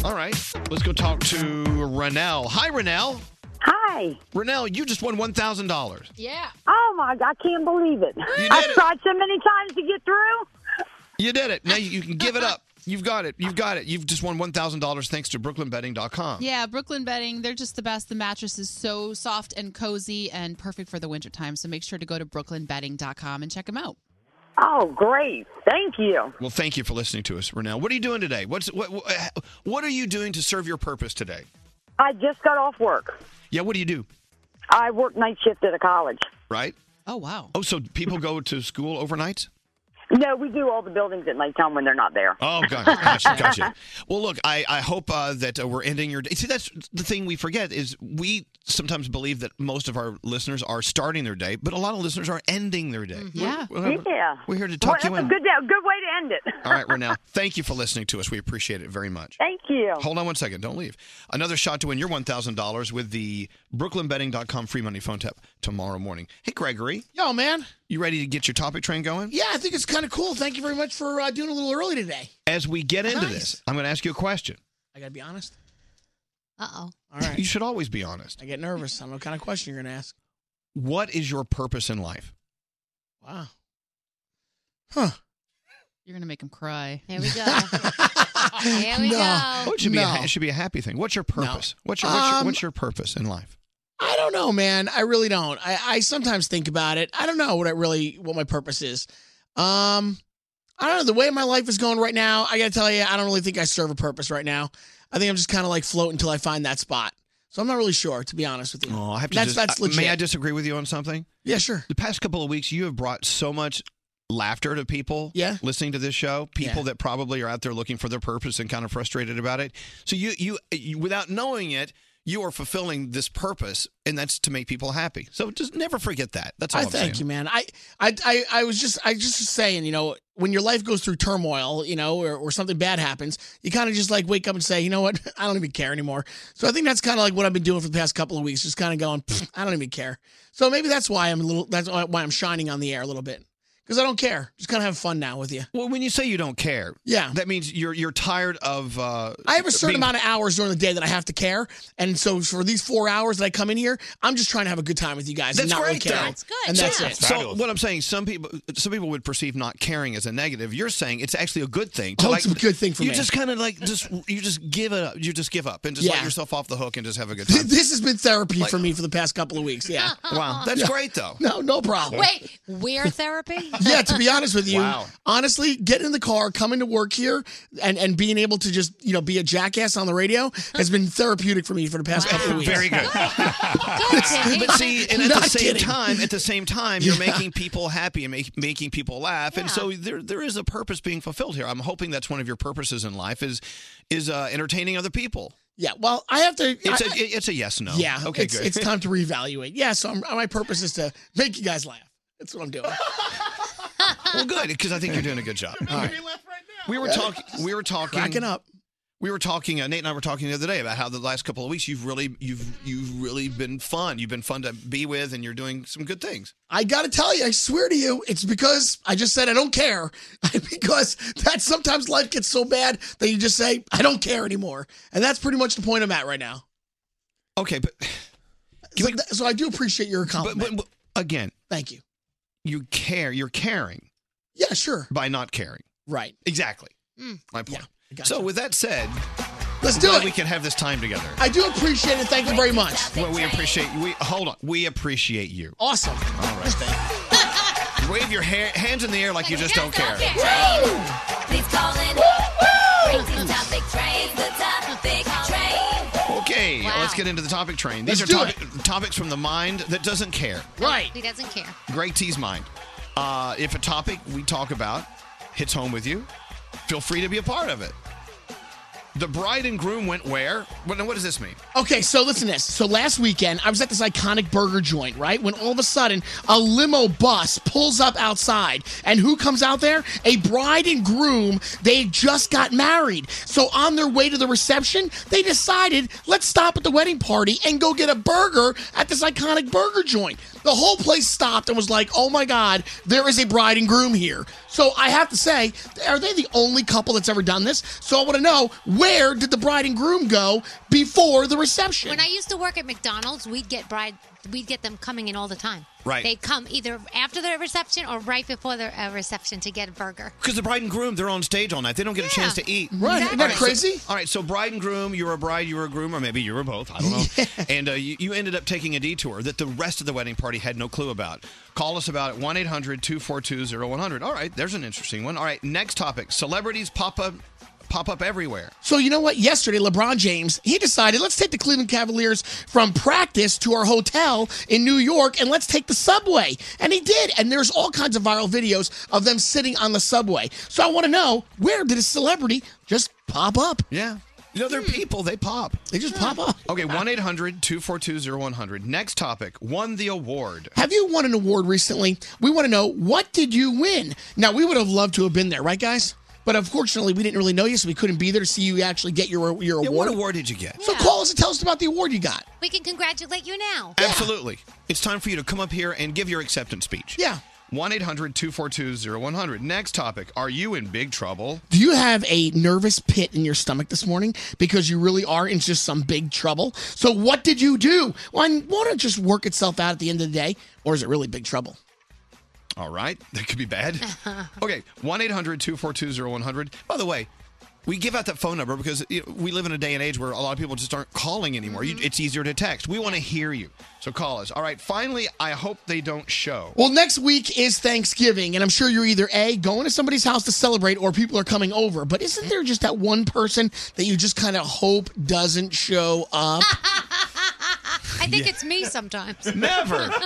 All right, let's go talk to Renelle. Hi, Renelle. Hi. Renelle, you just won $1,000. Yeah. Oh my God, I can't believe it. [laughs] I've tried so many times to get through. You did it. Now you you can give it [laughs] up. You've got it. You've got it. You've just won $1,000 thanks to BrooklynBetting.com. Yeah, Brooklyn Bedding, they're just the best. The mattress is so soft and cozy and perfect for the wintertime. So make sure to go to brooklynbedding.com and check them out. Oh, great. Thank you. Well, thank you for listening to us, Renelle. What are you doing today? What's what, what what are you doing to serve your purpose today? I just got off work. Yeah, what do you do? I work night shift at a college. Right? Oh, wow. Oh, so people go to school overnight? No, we do all the buildings at nighttime when they're not there. Oh, gotcha, gotcha, [laughs] gotcha. Well, look, I, I hope uh, that uh, we're ending your day. See, that's the thing we forget is we sometimes believe that most of our listeners are starting their day, but a lot of listeners are ending their day. Mm-hmm. Mm-hmm. Yeah. We're, we're- yeah. we're here to talk well, you in. that's A good, a good way to end it. All right, Renelle, thank you for listening to us. We appreciate it very much. Thank you. Hold on one second. Don't leave. Another shot to win your $1,000 with the BrooklynBetting.com free money phone tap tomorrow morning. Hey, Gregory. Yo, man. You ready to get your topic train going? Yeah, I think it's kind of cool. Thank you very much for uh, doing a little early today. As we get into Nice. this, I'm going to ask you a question. I gotta be honest. Uh oh. All right. [laughs] You should always be honest. I get nervous. I don't know what kind of question you're gonna ask. What is your purpose [laughs] in life? Wow. You're going to make them cry. Here we go. Here we go. Oh, it should be [laughs] a, No. ha- it should be a happy thing. What's your purpose? What's your what's, your Um, what's your purpose in life? I don't know, man. I really don't. I, I sometimes think about it. I don't know what I really what my purpose is. Um, I don't know. The way my life is going right now, I gotta tell you, I don't really think I serve a purpose right now. I think I'm just kind of like floating until I find that spot. So I'm not really sure, to be honest with you. Oh, I have to that's dis- that's uh, legit. May I disagree with you on something? Yeah, sure. The past couple of weeks, you have brought so much laughter to people Yeah. listening to this show people Yeah. that probably are out there looking for their purpose and kind of frustrated about it so you, you you without knowing it you are fulfilling this purpose and that's to make people happy so just never forget that that's all I am thank you, man. I, I I I was just I just was saying, you know, when your life goes through turmoil, you know, or, or something bad happens, you kind of just like wake up and say, you know what, [laughs] I don't even care anymore. So I think that's kind of like what I've been doing for the past couple of weeks, just kind of going, "Pfft, I don't even care. So maybe that's why I'm a little. That's why I'm shining on the air a little bit because I don't care. Just kind of have fun now with you. well when you say you don't care Yeah. that means you're you're tired of uh I have a certain being- amount of hours during the day that I have to care, and so for these four hours that I come in here, I'm just trying to have a good time with you guys. and That's not great. really care. though. And that's so, it. So what I'm saying, some people, some people would perceive not caring as a negative. You're saying it's actually a good thing. To Oh, like, it's a good thing for you me. just kind of like just you just give it up. You just give up and just let Yeah. yourself off the hook and just have a [laughs] good time. this has been therapy Like- for me for the past couple of weeks. Yeah. Wow. That's great, though. No, no problem. Wait, we're therapy? [laughs] Yeah, to be honest with you, Wow. honestly, getting in the car, coming to work here, and, and being able to just you know be a jackass on the radio has been therapeutic for me for the past couple of weeks. Very good. [laughs] but see, and at Not the same kidding. time, at the same time, you're Yeah. making people happy and make, making people laugh, and so there there is a purpose being fulfilled here. I'm hoping that's one of your purposes in life is is uh, entertaining other people. Yeah, well, I have to. It's I- a it's a yes no. Yeah, Okay. it's, good. it's [laughs] time to reevaluate. Yeah, so I'm, my purpose is to make you guys laugh. That's what [laughs] I'm doing. well, good because I think you're doing a good job. All right. We were Yeah. talking. We were talking. Cracking up. we were talking. Uh, Nate and I were talking the other day about how the last couple of weeks you've really you've you've really been fun. You've been fun to be with, and you're doing some good things. I gotta tell you, I swear to you, it's because I just said I don't care. [laughs] because that sometimes life gets so bad that you just say I don't care anymore, and that's pretty much the point I'm at right now. Okay, but so, th- so I do appreciate your compliment. Again, thank you. You care. You're caring. Yeah, sure. By not caring. Right. Hmm. Exactly. My point. gotcha. So with that said, Let's I'm do glad it. We can have this time together. I do appreciate it. Thank you very much. Well, we appreciate we hold on. We appreciate you. Awesome. All right, thank you. [laughs] Wave your ha- hands in the air like you just don't care. Please call in. Crazy topic train, the topic train. Okay, let's get into the topic train. These Let's are do topic, topics from the mind that doesn't care. Right. He doesn't care. Greg T's mind. Uh, if a topic we talk about hits home with you, feel free to be a part of it. The bride and groom went where? What, now what does this mean? Okay, so listen to this. So last weekend, I was at this iconic burger joint, right? When all of a sudden, a limo bus pulls up outside, and who comes out there? A bride and groom. They just got married. So on their way to the reception, they decided, let's stop at the wedding party and go get a burger at this iconic burger joint. The whole place stopped and was like, oh my God, there is a bride and groom here. So I have to say, are they the only couple that's ever done this? So I want to know, where did the bride and groom go before the reception? When I used to work at McDonald's, we'd get bride, we'd get them coming in all the time. Right. They'd come either after the reception or right before the uh, reception to get a burger. Because the bride and groom, they're on stage all night. They don't get a chance to eat. Right, isn't that so- crazy? all right, so bride and groom, you were a bride, you were a groom, or maybe you were both. I don't [laughs] know. And uh, you, you ended up taking a detour that the rest of the wedding party had no clue about. Call us about it 1 800 242 0100. All right, there's an interesting one. All right, next topic celebrities pop up, pop up everywhere. So you know what? Yesterday, LeBron James he decided let's take the Cleveland Cavaliers from practice to our hotel in New York, and let's take the subway. And he did. And there's all kinds of viral videos of them sitting on the subway. So I want to know where did a celebrity just pop up? Yeah. You know, they're Hmm. people. They pop. They just pop up. Okay, 1 800 242 0100. Next topic won the award. Have you won an award recently? We want to know what did you win? Now we would have loved to have been there, right, guys? But unfortunately, we didn't really know you, so we couldn't be there to see you actually get your your award. What award did you get? So call us and tell us about the award you got. We can congratulate you now. Absolutely. It's time for you to come up here and give your acceptance speech. Yeah. 1 800 242 0100. Next topic Are you in big trouble? Do you have a nervous pit in your stomach this morning because you really are in just some big trouble? So what did you do? Well, and won't it just work itself out at the end of the day, or is it really big trouble? All right. [laughs] That could be bad. okay. 1 800 242 0100. By the way, we give out that phone number because you know, we live in a day and age where a lot of people just aren't calling anymore. You, it's easier to text. We want to hear you. So call us. All right. Finally, I hope they [laughs] don't show. Well, next week is Thanksgiving, and I'm sure you're either A, going to somebody's house to celebrate, or people are coming over. But isn't there just that one person that you just kind of hope doesn't show [laughs] up? I think Yeah. it's me sometimes. Never. [laughs]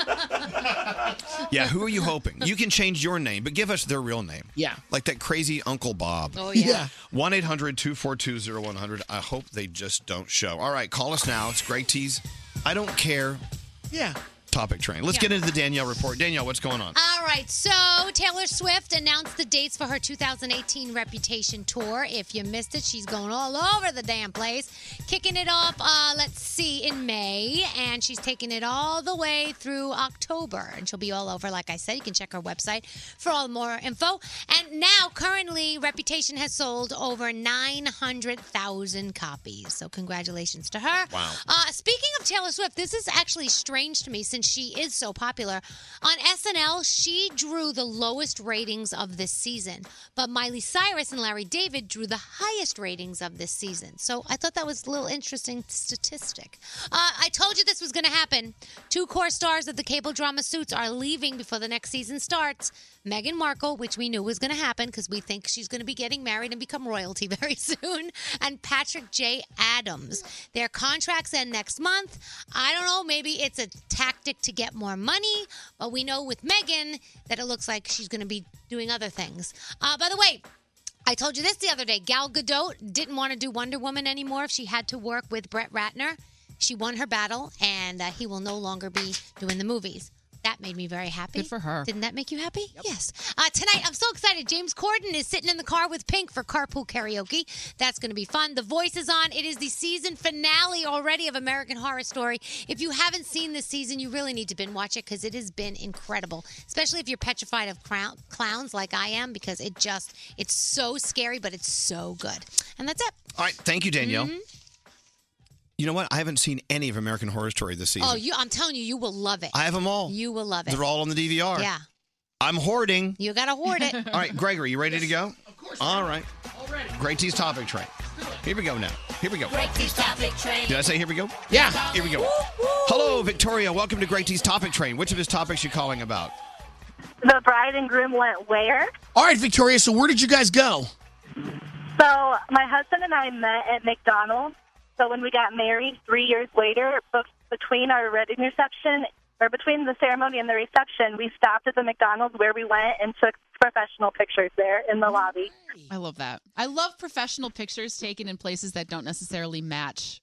Yeah. Who are you hoping? You can change your name, but give us their real name. Yeah. Like that crazy Uncle Bob. Oh, yeah. Yeah. 1 800 242 0100. I hope they just don't show. All right. Call us now. It's Greg T's I Don't Care yeah. topic train. Let's Yeah. get into the Danielle report. Danielle, what's going on? All right, so Taylor Swift announced the dates for her 2018 Reputation tour. If you missed it, she's going all over the damn place, kicking it off. Uh, let's see, in May, and she's taking it all the way through October, and she'll be all over. Like I said, you can check her website for all more info. And now, currently, Reputation has sold over 900,000 copies. So congratulations to her. Wow. Uh, speaking of Taylor Swift, this is actually strange to me since she is so popular. On SNL, she drew the lowest ratings of this season, but Miley Cyrus and Larry David drew the highest ratings of this season. So I thought that was a little interesting statistic. Uh, I told you this was going to happen. Two core stars of the cable drama Suits are leaving before the next season starts. Meghan Markle, which we knew was going to happen because we think she's going to be getting married and become royalty [laughs] very soon, and Patrick J. Adams. Their contracts end next month. I don't know, maybe it's a tactic to get more money, but we know with Meghan that it looks like she's going to be doing other things. Uh, by the way, I told you this the other day. Gal Gadot didn't want to do Wonder Woman anymore if she had to work with Brett Ratner. She won her battle, and uh, he will no longer be doing the movies. That made me very happy. Good for her. Didn't that make you happy? Yes. Uh, tonight, I'm so excited. James Corden is sitting in the car with Pink for carpool karaoke. That's going to be fun. The Voice is on. It is the season finale already of American Horror Story. If you haven't seen this season, you really need to binge watch it because it has been incredible. Especially if you're petrified of crown- clowns like I am, because it just it's so scary, but it's so good. And that's it. All right. Thank you, Danielle. Mhm. You know what? I haven't seen any of American Horror Story this season. Oh, you! I'm telling you, you will love it. I have them all. You will love it. They're all on the DVR. Yeah, I'm hoarding. you gotta hoard it. [laughs] All right, Gregory, you ready to go? Of course. All right. Great T's topic train. Here we go now. Here we go. Did I say here we go? Yeah. Here we go. Hello, Victoria. Welcome to Great T's topic train. Which of his topics you calling about? The bride and groom went where? All right, Victoria. So where did you guys go? So my husband and I met at McDonald's. So when we got married three years later, be- between our wedding reception or between the ceremony and the reception, we stopped at the McDonald's where we went and took professional pictures there in the lobby. [laughs] I love that. I love professional pictures taken in places that don't necessarily match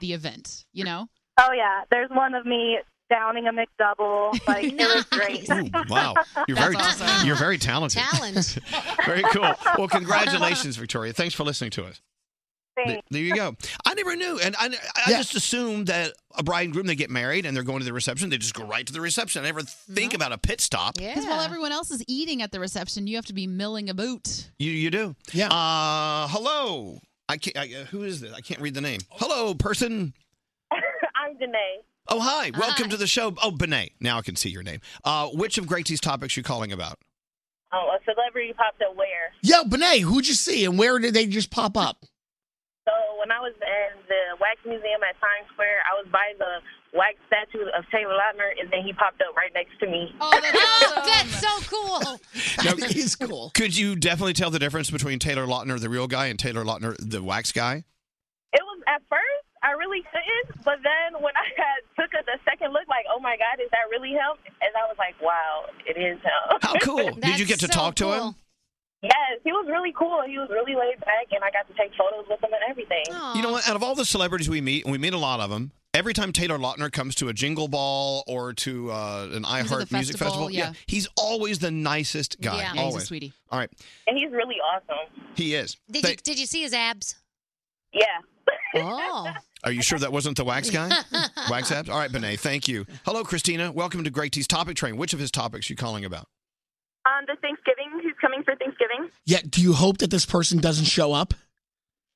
the event, you know? Oh yeah, there's one of me downing a McDouble. Like it was great. Wow. You're very you're very talented. Talent. [laughs] very cool. Well, congratulations, Victoria. Thanks for listening to us. Th- Thanks. There you go. I never knew, and I, I just assumed that a bride and groom they get married and they're going to the reception. They just go right to the reception. I never think about a pit stop. Because while everyone else is eating at the reception, you have to be milling a boot. You you do. Yeah. Uh, hello. I can't. I, uh, who is this? I can't read the name. Hello, person. [laughs] I'm Danae. Oh, hi. Welcome to the show. Oh, Benet. Now I can see your name. Uh, which of Gracie's topics you calling about? Oh, a celebrity popped up where? Yo, Benay, who'd you see and where did they just pop up? So when I was in the wax museum at Times Square, I was by the wax statue of Taylor Lautner, and then he popped up right next to me. Oh, [laughs] that's, so cool. That is cool. Could you definitely tell the difference between Taylor Lautner, the real guy, and Taylor Lautner, the wax guy? It was at first I really couldn't, but then when I had took a, the second look, like, oh my God, is that really him? And I was like, wow, it is him. How cool. Did you get to talk to him? [laughs] Yes, he was really cool. He was really laid back, and I got to take photos with him and everything. You know what? Out of all the celebrities we meet, and we meet a lot of them, every time Taylor Lautner comes to a Jingle Ball or to uh, an iHeart Music festival, Festival, yeah. he's always the nicest guy. Yeah. Yeah, he's a always. sweetie. All right, And he's really awesome. he is. Did you Thank- did you see his abs? Yeah. [laughs] Oh. Are you sure that wasn't the wax guy? wax abs? All right, Benet, thank you. Hello, Christina. Welcome to Great T's Topic Train. Which of his topics you calling about? Um, the Thanksgiving, who's coming for Thanksgiving? Yeah. Do you hope that this person doesn't show up?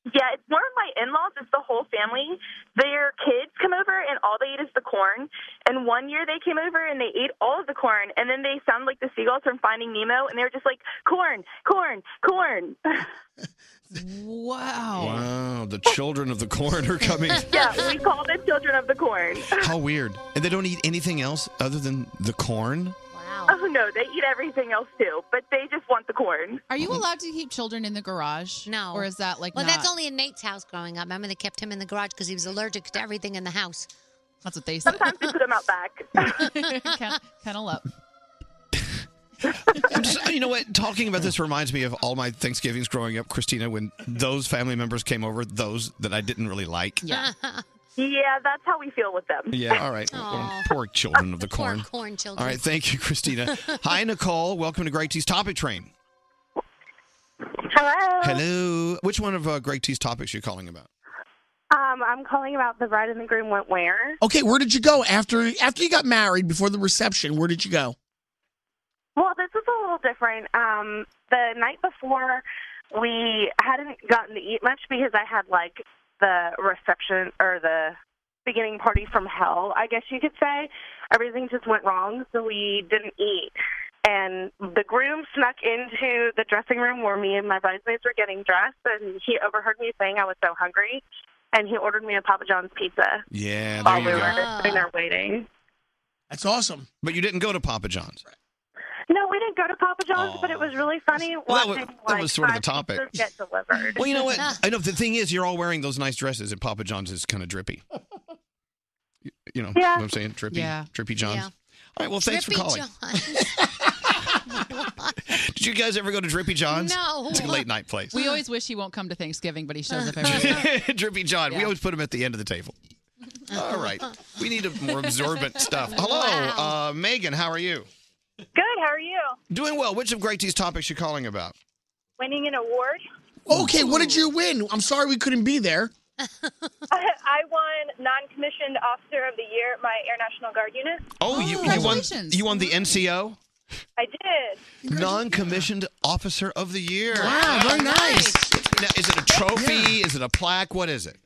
Yeah, it's more of my in laws, it's the whole family. Their kids come over and all they eat is the corn. And one year they came over and they ate all of the corn and then they sounded like the seagulls from Finding Nemo and they were just like, Corn, corn, corn. Wow. Wow, the children of the corn are coming. [laughs] yeah, we call the children of the corn. How weird. And they don't eat anything else other than the corn? Oh no, they eat everything else too, but they just want the corn. Are you allowed to keep children in the garage? No. Or is that like Well, not- that's only in Nate's house growing up. Remember, they kept him in the garage because he was allergic to everything in the house. That's what they said. Sometimes they put him [laughs] out back. [laughs] Ken- Kennel up. I'm just, you know what? Talking about this reminds me of all my Thanksgivings growing up, Christina, when those family members came over, those that I didn't really like. Yeah. [laughs] yeah, that's how we feel with them. Yeah, all right. Well, Poor children of the corn. corn children. All right, thank you, Christina. Hi, Nicole. Welcome to Great T's Topic Train. Hello. Hello. Which one of uh, Great T's topics you calling about? Um, I'm calling about the bride and the groom went where. Okay, where did you go after after you got married before the reception? Where did you go? Well, this is a little different. Um, the night before, we hadn't gotten to eat much because I had like the reception or the beginning party from hell, I guess you could say. Everything just went wrong, so we didn't eat. And the groom snuck into the dressing room where me and my bridesmaids were getting dressed, and he overheard me saying I was so hungry, and he ordered me a Papa John's pizza Yeah, there while we you go. were sitting there waiting. That's awesome. But you didn't go to Papa John's. No, we didn't go to Papa John's, but it was really funny Well, that watching was- that like, was sort of the five topic. pizzas get delivered. Well, you [laughs] know what? I know the thing is, you're all wearing those nice dresses, and Papa John's is kind of drippy. You- You know Yeah. what I'm saying? Drippy, Yeah. drippy John's. Yeah. All right. Well, thanks for calling. [laughs] Did you guys ever go to Drippy John's? No. It's a late night place. [laughs] We [laughs] always wish he won't come to Thanksgiving, but he shows up every year. Drippy John. We Yeah. always put him at the end of the table. All right. We need a more absorbent stuff. Hello, uh, Megan. How are you? Good. How are you? Doing well. Which of Great T's topics you calling about? Winning an award? [laughs] Okay, what did you win? I'm sorry we couldn't be there. I won non-commissioned officer of the year at my Air National Guard unit. Oh, you, you won. You won the NCO, I did. non-commissioned officer of the year. Wow, very nice. Now, is it a trophy? Is it a plaque? What is it?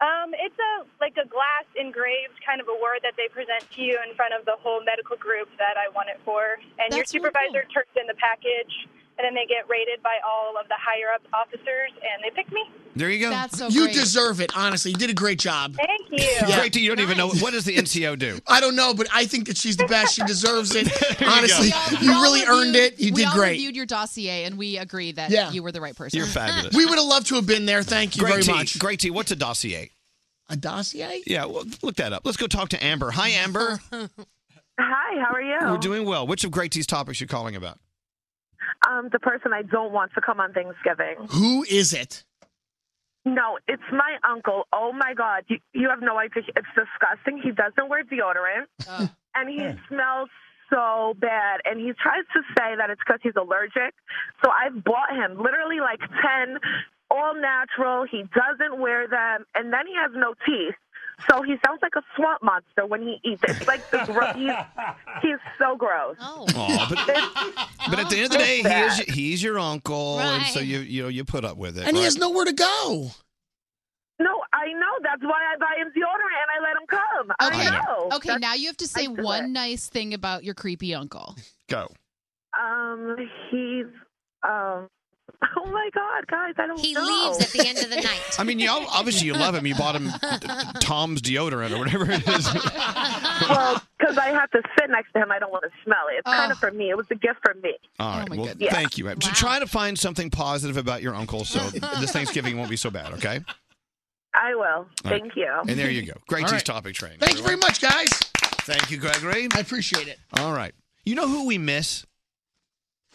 Um, it's a like a glass engraved kind of award that they present to you in front of the whole medical group that I won it for, and your supervisor turns in the package, and then they get rated by all of the higher up officers, and they pick me. There you go. That's you deserve it, honestly. You did a great job. Thank you. Great T. You don't even know what does the NCO do. I don't know, but I think that she's the best. She deserves [laughs] it. you honestly, go. you, really earned it. You we did all great. reviewed your dossier and we agree that Yeah. you were the right person. [laughs] You're fabulous. [laughs] We would have loved to have been there. Thank you Great very T. much. Great T. What's a dossier? A dossier? Yeah, well, look that up. Let's go talk to Amber. Hi, Amber. Hi, how are you? We're doing well. Which of Great T's topics you calling about? um, the person I don't want to come on Thanksgiving. Who is it? No, it's my uncle. Oh my God, you, you have no idea. It's disgusting. He doesn't wear deodorant, Ah. and he smells so bad. And he tries to say that it's because he's allergic. So I've bought him literally like ten all natural. He doesn't wear them, and then he has no teeth. So he sounds like a swamp monster when he eats it. It's like the [laughs] gro- he's, he's so gross. Oh. Aw, but, but at the end of the day, he is he's your uncle, and so Right. you you know you put up with it. And he right? has nowhere to go. No, I know. That's why I buy him deodorant and I let him come. Okay. I know. Okay, now you have to say one nice thing about your creepy [laughs] uncle. Go. Um, he's um. [laughs] Oh my God, guys! I don't. He know. leaves at the end of the night. I mean, you ob- obviously you love him. You bought [laughs] him [laughs] Tom's deodorant or whatever it is. [laughs] well, because I have to sit next to him. I don't want to smell Oh. it. It's kind of for me. It was a gift for me. All Oh right. well, goodness. thank you. So try to find something positive about your [laughs] uncle, so this Thanksgiving won't be so bad. Okay. I will. All right. Thank you. And there you go. Great All T's right. topic train. Thank you very much, guys. Thank you, Gregory. I appreciate it. All right. You know who we miss?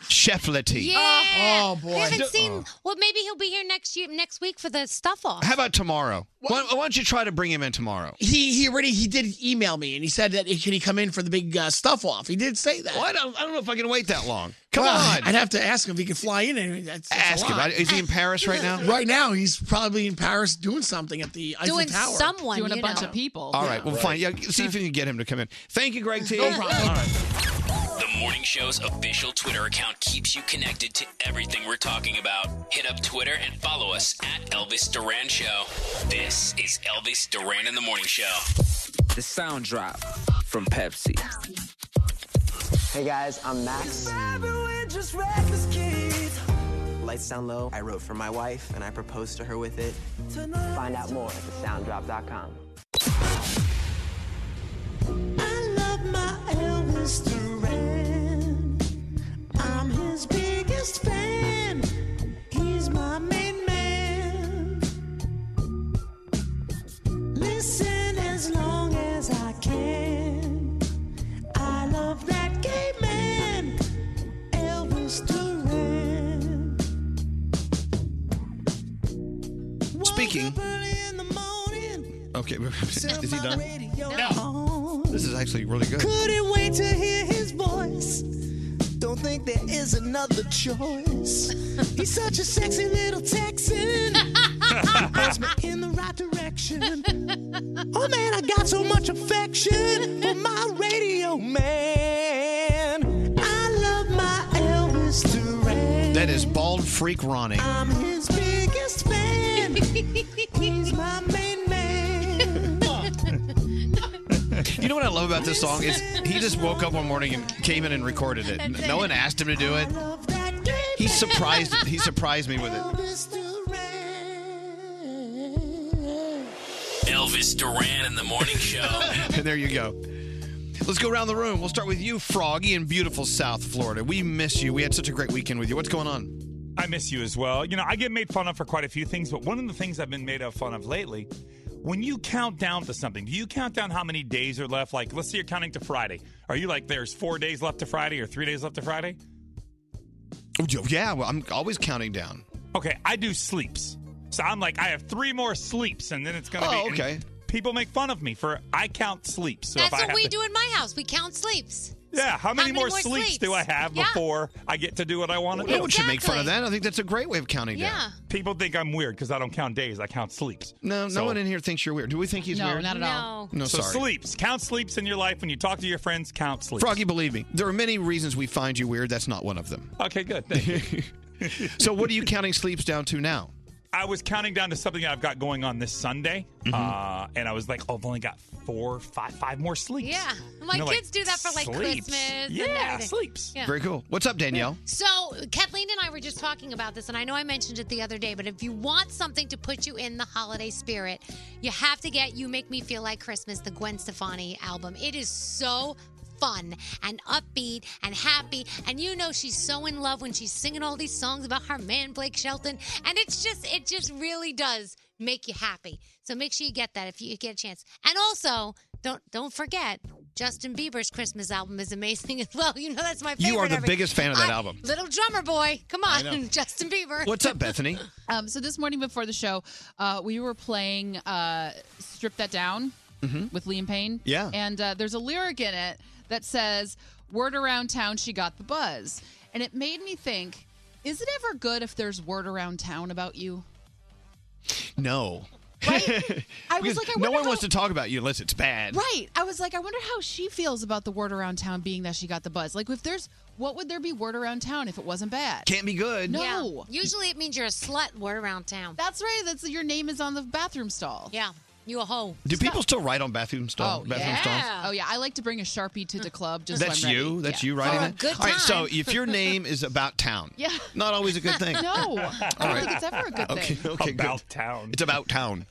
Chef Latif. Yeah. Oh, We boy. haven't D- seen. Well, maybe he'll be here next year, next week for the stuff off. How about tomorrow? Why, why don't you try to bring him in tomorrow? He he already he did email me and he said that could he come in for the big uh, stuff off. He did say that. Well, I don't, I don't know if I can wait that long. Come Well, on. I'd have to ask him if he could fly in. And that's, that's a Ask him. lot. Is he in Paris right now? Right now, he's probably in Paris doing something at the Eiffel Doing Tower. someone, Doing a you bunch know. of people. All right. Well, fine. Yeah, see if you can get him to come in. Thank you, Greg T. No problem. All right. The morning show's official Twitter account keeps you connected to everything we're talking about. Hit up Twitter and follow us at Elvis Duran Show. This is Elvis Duran in the Morning Show. The sound drop from Pepsi. Hey guys, I'm Max. Lights down low. I wrote for my wife and I proposed to her with it. Find out more at thesounddrop.com. I'm his biggest fan. He's my main man. Listen as long as I can. I love that gay man, Elvis Duran. Speaking. Early in the morning, Okay. Is set he my done? radio on. This is actually really good. Couldn't wait to hear his voice. Don't think there is another choice. He's such a sexy little [laughs] Texan. Puts me in the right direction. Oh man, I got so much affection for my radio man. I love my Elvis Duran. That is bald freak Ronnie. I'm his biggest fan. He's my main man. You know what I love about this song is he just woke up one morning and came in and recorded it. That's No it. one asked him to do it. Love that gay He surprised. He surprised me with it. Elvis Duran. Elvis Duran in the Morning Show. [laughs] And [laughs] there you go. Let's go around the room. We'll start with you, Froggy, in beautiful South Florida. We miss you. We had such a great weekend with you. What's going on? I miss you as well. You know, I get made fun of for quite a few things, but one of the things I've been made of fun of lately, when you count down to something, do you count down how many days are left? Like, let's say you're counting to Friday. Are you like, there's four days left to Friday or three days left to Friday? Oh, Yeah, well, I'm always counting down. Okay, I do sleeps. So I'm like, I have three more sleeps, and then it's gonna Oh, be. okay. and people make fun of me for I count sleeps. So That's if I what have we to- do in my house. We count sleeps. Yeah, how many, more, sleeps, do I have Yeah. before I get to do what I want to do? No one should make fun of Exactly. that. I think that's a great way of counting down. Yeah. People think I'm weird because I don't count days, I count sleeps. No, no So- one in here thinks you're weird. Do we think he's weird? No, so sorry. sleeps. Count sleeps in your life. When you talk to your friends, count sleeps. Froggy, believe me, there are many reasons we find you weird. That's not one of them. Okay, good. Thank you. [laughs] so, what are you counting sleeps down to now? I was counting down to something I've got going on this Sunday, Mm-hmm. uh, and I was like, oh, I've only got four, five, five more sleeps. Yeah. My You know, like, kids do that for like sleeps. Christmas. and Yeah, everything. sleeps. Yeah. Very cool. What's up, Danielle? So, Kathleen and I were just talking about this, and I know I mentioned it the other day, but if you want something to put you in the holiday spirit, you have to get You Make Me Feel Like Christmas, the Gwen Stefani album. It is so fun and upbeat and happy, and you know she's so in love when she's singing all these songs about her man, Blake Shelton, and it's just, it just really does make you happy. So make sure you get that if you get a chance. And also, don't don't forget Justin Bieber's Christmas album is amazing [laughs] as well. You know that's my favorite. You are the every- biggest fan of that I- album. Little drummer boy. Come [laughs] I know. on, Justin Bieber. What's up, Bethany? Um, so this morning before the show, uh, we were playing uh, "Strip That Down" Mhm. with Liam Payne. Yeah. and uh, there's a lyric in it that says, "Word around town, she got the buzz," and it made me think: Is it ever good if there's word around town about you? No. [laughs] I was Because like, I no wonder one wants to talk about you unless it's bad. Right. I was like, I wonder how she feels about the word around town being that she got the buzz. Like, if there's, what would there be word around town if it wasn't bad? Can't be good. No. Yeah. Usually it means you're a slut word around town. That's right. That's your name is on the bathroom stall. Yeah. You a hoe. Do people still write on bathroom stall? Oh, bathroom stalls? Oh yeah. I like to bring a sharpie to the club. Just so That's I'm ready. you. That's Yeah. you writing For a that. good All right. So time. if your name is about town, [laughs] Yeah. not always a good thing. [laughs] No. All I don't right. think it's ever a good okay. thing. Okay. About town. It's [laughs] about town.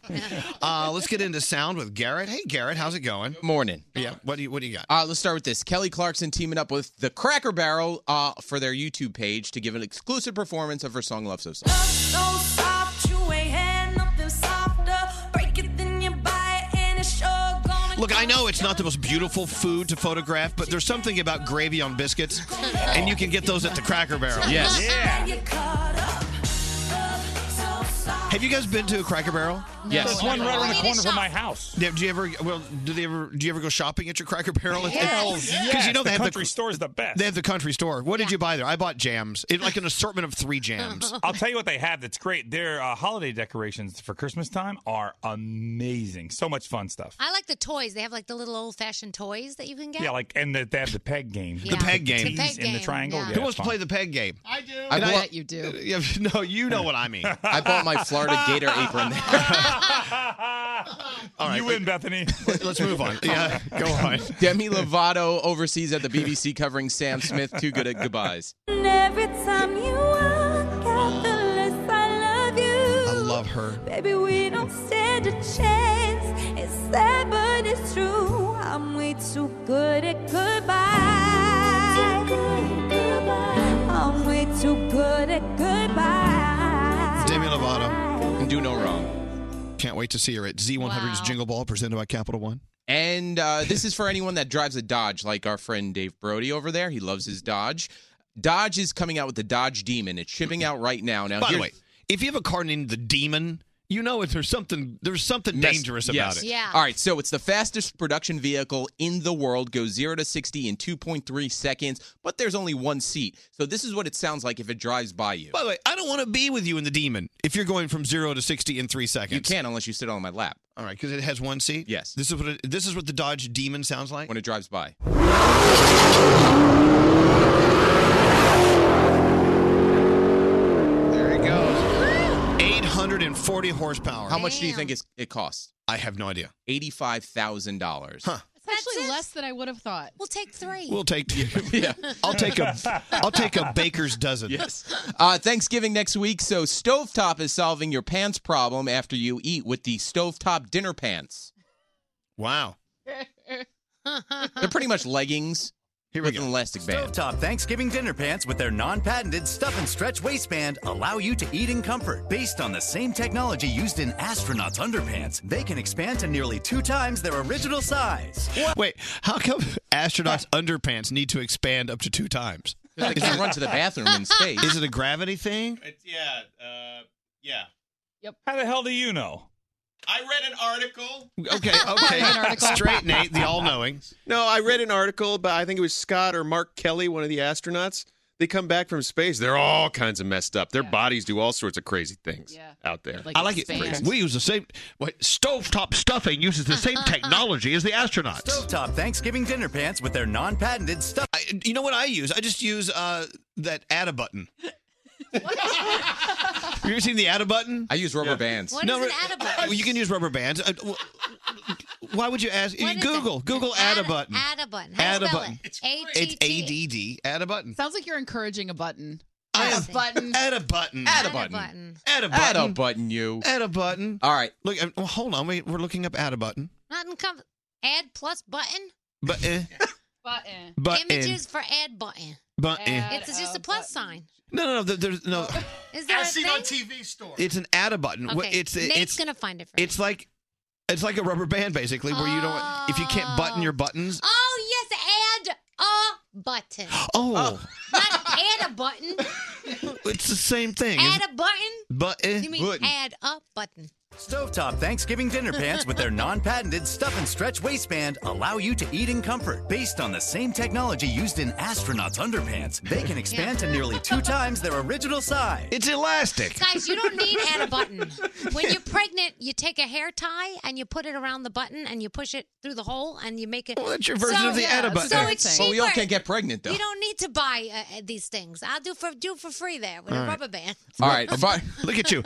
Uh, let's get into sound with Garrett. Hey, Garrett, how's it going? Morning. Yeah. What do you What do you got? Uh, let's start with this. Kelly Clarkson teaming up with the Cracker Barrel uh, for their YouTube page to give an exclusive performance of her song "Love So Soft." So soft, you ain't had nothing softer. Break it, then you buy it, and it's sure gonna. Look, I know it's not the most beautiful food to photograph, but there's something about gravy on biscuits, and you can get those at the [laughs] Cracker Barrel. Yes. Get caught up, love so soft. Have you guys been to a Cracker Barrel? Yes. There's one right around the corner from my house. Yeah, do you ever? Well, do they ever? Do you ever go shopping at your Cracker Barrel? Hells Because you know Oh, the they have country the store is the best. They have the country store. What did you buy there? I bought jams. It, like an assortment of [laughs] three [laughs] jams. I'll tell you what they have that's great. Their uh, holiday decorations for Christmas time are amazing. So much fun stuff. I like the toys. They have like the little old fashioned toys that you can get. Yeah, like and the, they have the peg game. The Yeah. peg game. The tees The peg in the game, triangle. yeah. Who wants to play the peg game? I do. And I bet you do. [laughs] no, you know what [laughs] I mean. I bought my Florida Gator apron. [laughs] All right, uh, you win, Bethany. Let's [laughs] move on. Yeah, go on. Demi Lovato overseas at the BBC covering Sam Smith. Too good at goodbyes. And every time you walk out, the less I love you. I love her. Baby, we don't stand a chance. It's sad, but it's true. I'm way too good at goodbye. I'm way too good at goodbye. Demi Lovato. do no wrong. Can't wait to see her at Z100's Jingle Ball presented by Capital One. And uh, this is for anyone that drives a Dodge, like our friend Dave Brody over there. He loves his Dodge. Dodge is coming out with the Dodge Demon. It's shipping out right now. Now, By the way, here's- if you have a car named the Demon, you know if there's something there's something Mess- dangerous yes. about it. All right. So it's the fastest production vehicle in the world. Goes zero to sixty in two point three seconds. But there's only one seat. So this is what it sounds like if it drives by you. By the way, I don't want to be with you in the Demon if you're going from zero to sixty in three seconds. You can unless you sit on my lap. All right, because it has one seat. Yes. This is what it, this is what the Dodge Demon sounds like when it drives by. There it goes. Eight hundred and forty horsepower. How much do you think it's, it costs? I have no idea. Eighty-five thousand dollars. Huh. It's actually less than I would have thought. We'll take three. We'll take [laughs] yeah. I'll take a I'll take a baker's dozen. Yes. Uh, Thanksgiving next week, so Stovetop is solving your pants problem after you eat with the Stovetop dinner pants. Wow. [laughs] [laughs] They're pretty much leggings with an elastic band. Stovetop Thanksgiving dinner pants with their non-patented stuff and stretch waistband allow you to eat in comfort. Based on the same technology used in astronauts' underpants, they can expand to nearly two times their original size. Wait, how come [laughs] astronauts' underpants need to expand up to two times? They Is can it- run to the bathroom in space. Is it a gravity thing? It's, yeah, uh, yeah. Yep. How the hell do you know? I read an article. Okay, [laughs] okay. Straight Nate, the all knowing. No, I read an article, but I think it was Scott or Mark Kelly, one of the astronauts. They come back from space. They're all kinds of messed up. Their bodies do all sorts of crazy things out there. I like it. We use the same. Wait, stovetop stuffing uses the same technology as the astronauts. Stovetop Thanksgiving dinner pants with their non-patented stuff. You know what I use? I just use uh, that add [laughs] a button. Have you ever seen the add a button? I use rubber bands. What is an add-a button? You can use rubber bands. Uh, w- [laughs] Why would you ask? Google, Google add a button. Add a button. How Add do you a spell button. It? It's A-T-T. A D D. Add a button. Sounds like you're encouraging a button. Add a button. Add a button. Add a Add a button. button. Add a Add button. a button, you. Add a button. All right. Look, uh, well, hold on. Wait, we're looking up add a button. Not income. Add plus button. But [laughs] uh, Button. Button. Images for add button. Button. Add It's just a plus sign. no, no, no. there- There's no. Is that As a seen thing? on TV store. It's an add a button. What- Okay. It's Nate's it's gonna find it. For it's like it's like a rubber band basically, where you don't if you can't button your buttons. Oh yes, add a button. Oh, [laughs] Not add a button. it's the same thing. add a button. Eh. Button. You mean add a button? Stovetop Thanksgiving dinner pants [laughs] with their non-patented stuff and stretch waistband allow you to eat in comfort. Based on the same technology used in astronauts' underpants, they can expand to nearly two times their original size. It's elastic. Guys, you don't need add a button. When [laughs] you're pregnant, you take a hair tie and you put it around the button and you push it through the hole and you make it. Well, that's your version of the add a button. So it's cheaper. Well, we all can't get pregnant though. You don't need to buy uh, these things. I'll do for do for free there with All a right. rubber band. [laughs] All right, fine. Look at you.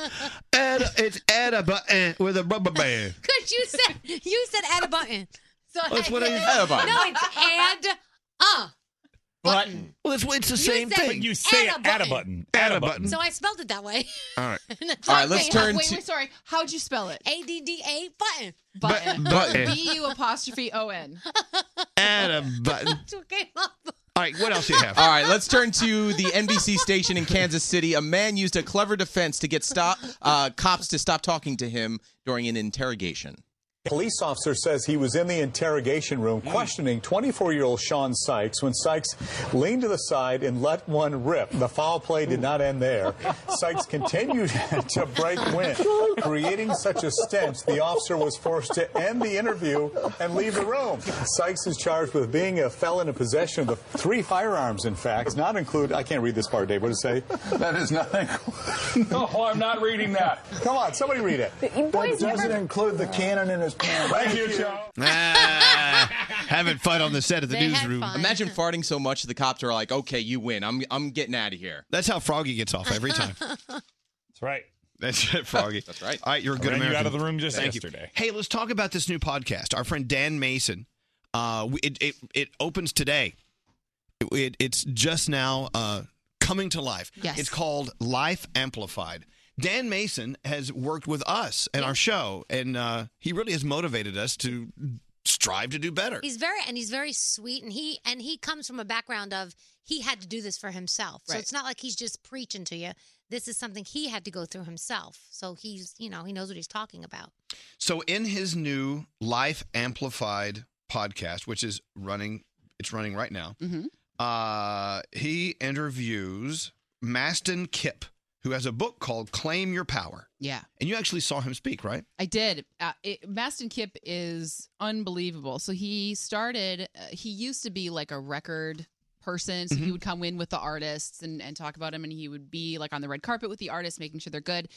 Add, it's add a button with a rubber band. Cause you said you said add a button. So [laughs] That's what I- Add a button. No, it's add a. Button. Well, it's, it's the same said thing. But you say add a it, add a button. Add a button. So I spelled it that way. [laughs] All right. All right, let's wait, turn Wait, to- wait, sorry. How'd you spell it? A D D A button. [laughs] Button. button. B U apostrophe O N. Add a button. All right, what else do you have? [laughs] All right, let's turn to the NBC station in Kansas City. A man used a clever defense to get stop uh, cops to stop talking to him during an interrogation. Police officer says he was in the interrogation room questioning 24 year old Sean Sykes when Sykes leaned to the side and let one rip. The foul play did not end [laughs] there. Sykes continued [laughs] to break wind, creating such a stench the officer was forced to end the interview and leave the room. Sykes is charged with being a felon in possession of the three firearms, in fact, does not include. I can't read this part, Dave. What does it say? That is nothing. [laughs] no, I'm not reading that. Come on, somebody read it. That doesn't include the cannon in his pants. Thank you, Joe. Ah, having fun on the set of the They had newsroom. fun. Imagine farting so much the cops are like, "Okay, you win. I'm I'm getting out of here." That's how Froggy gets [laughs] off every time. That's right. That's it, Froggy. That's right. All right, you're a I good ran you out American. of the room just Thank yesterday. You. Hey, let's talk about this new podcast. Our friend Dan Mason. Uh, we- it, it it opens today. It, it- it's just now uh, coming to life. Yes. It's called Life Amplified. Dan Mason has worked with us and our show, and uh, he really has motivated us to strive to do better. He's very and he's very sweet and he and he comes from a background of he had to do this for himself. So Right. it's not like he's just preaching to you. This is something he had to go through himself. So he's you know, he knows what he's talking about. So in his new Life Amplified podcast, which is running, it's running right now. Uh, he interviews Maston Kipp, who has a book called "Claim Your Power." Yeah. and you actually saw him speak, right? I did. Uh, it, Maston Kip is unbelievable. So he started. Uh, he used to be like a record person, so he would come in with the artists and, and talk about them, and he would be like on the red carpet with the artists, making sure they're good.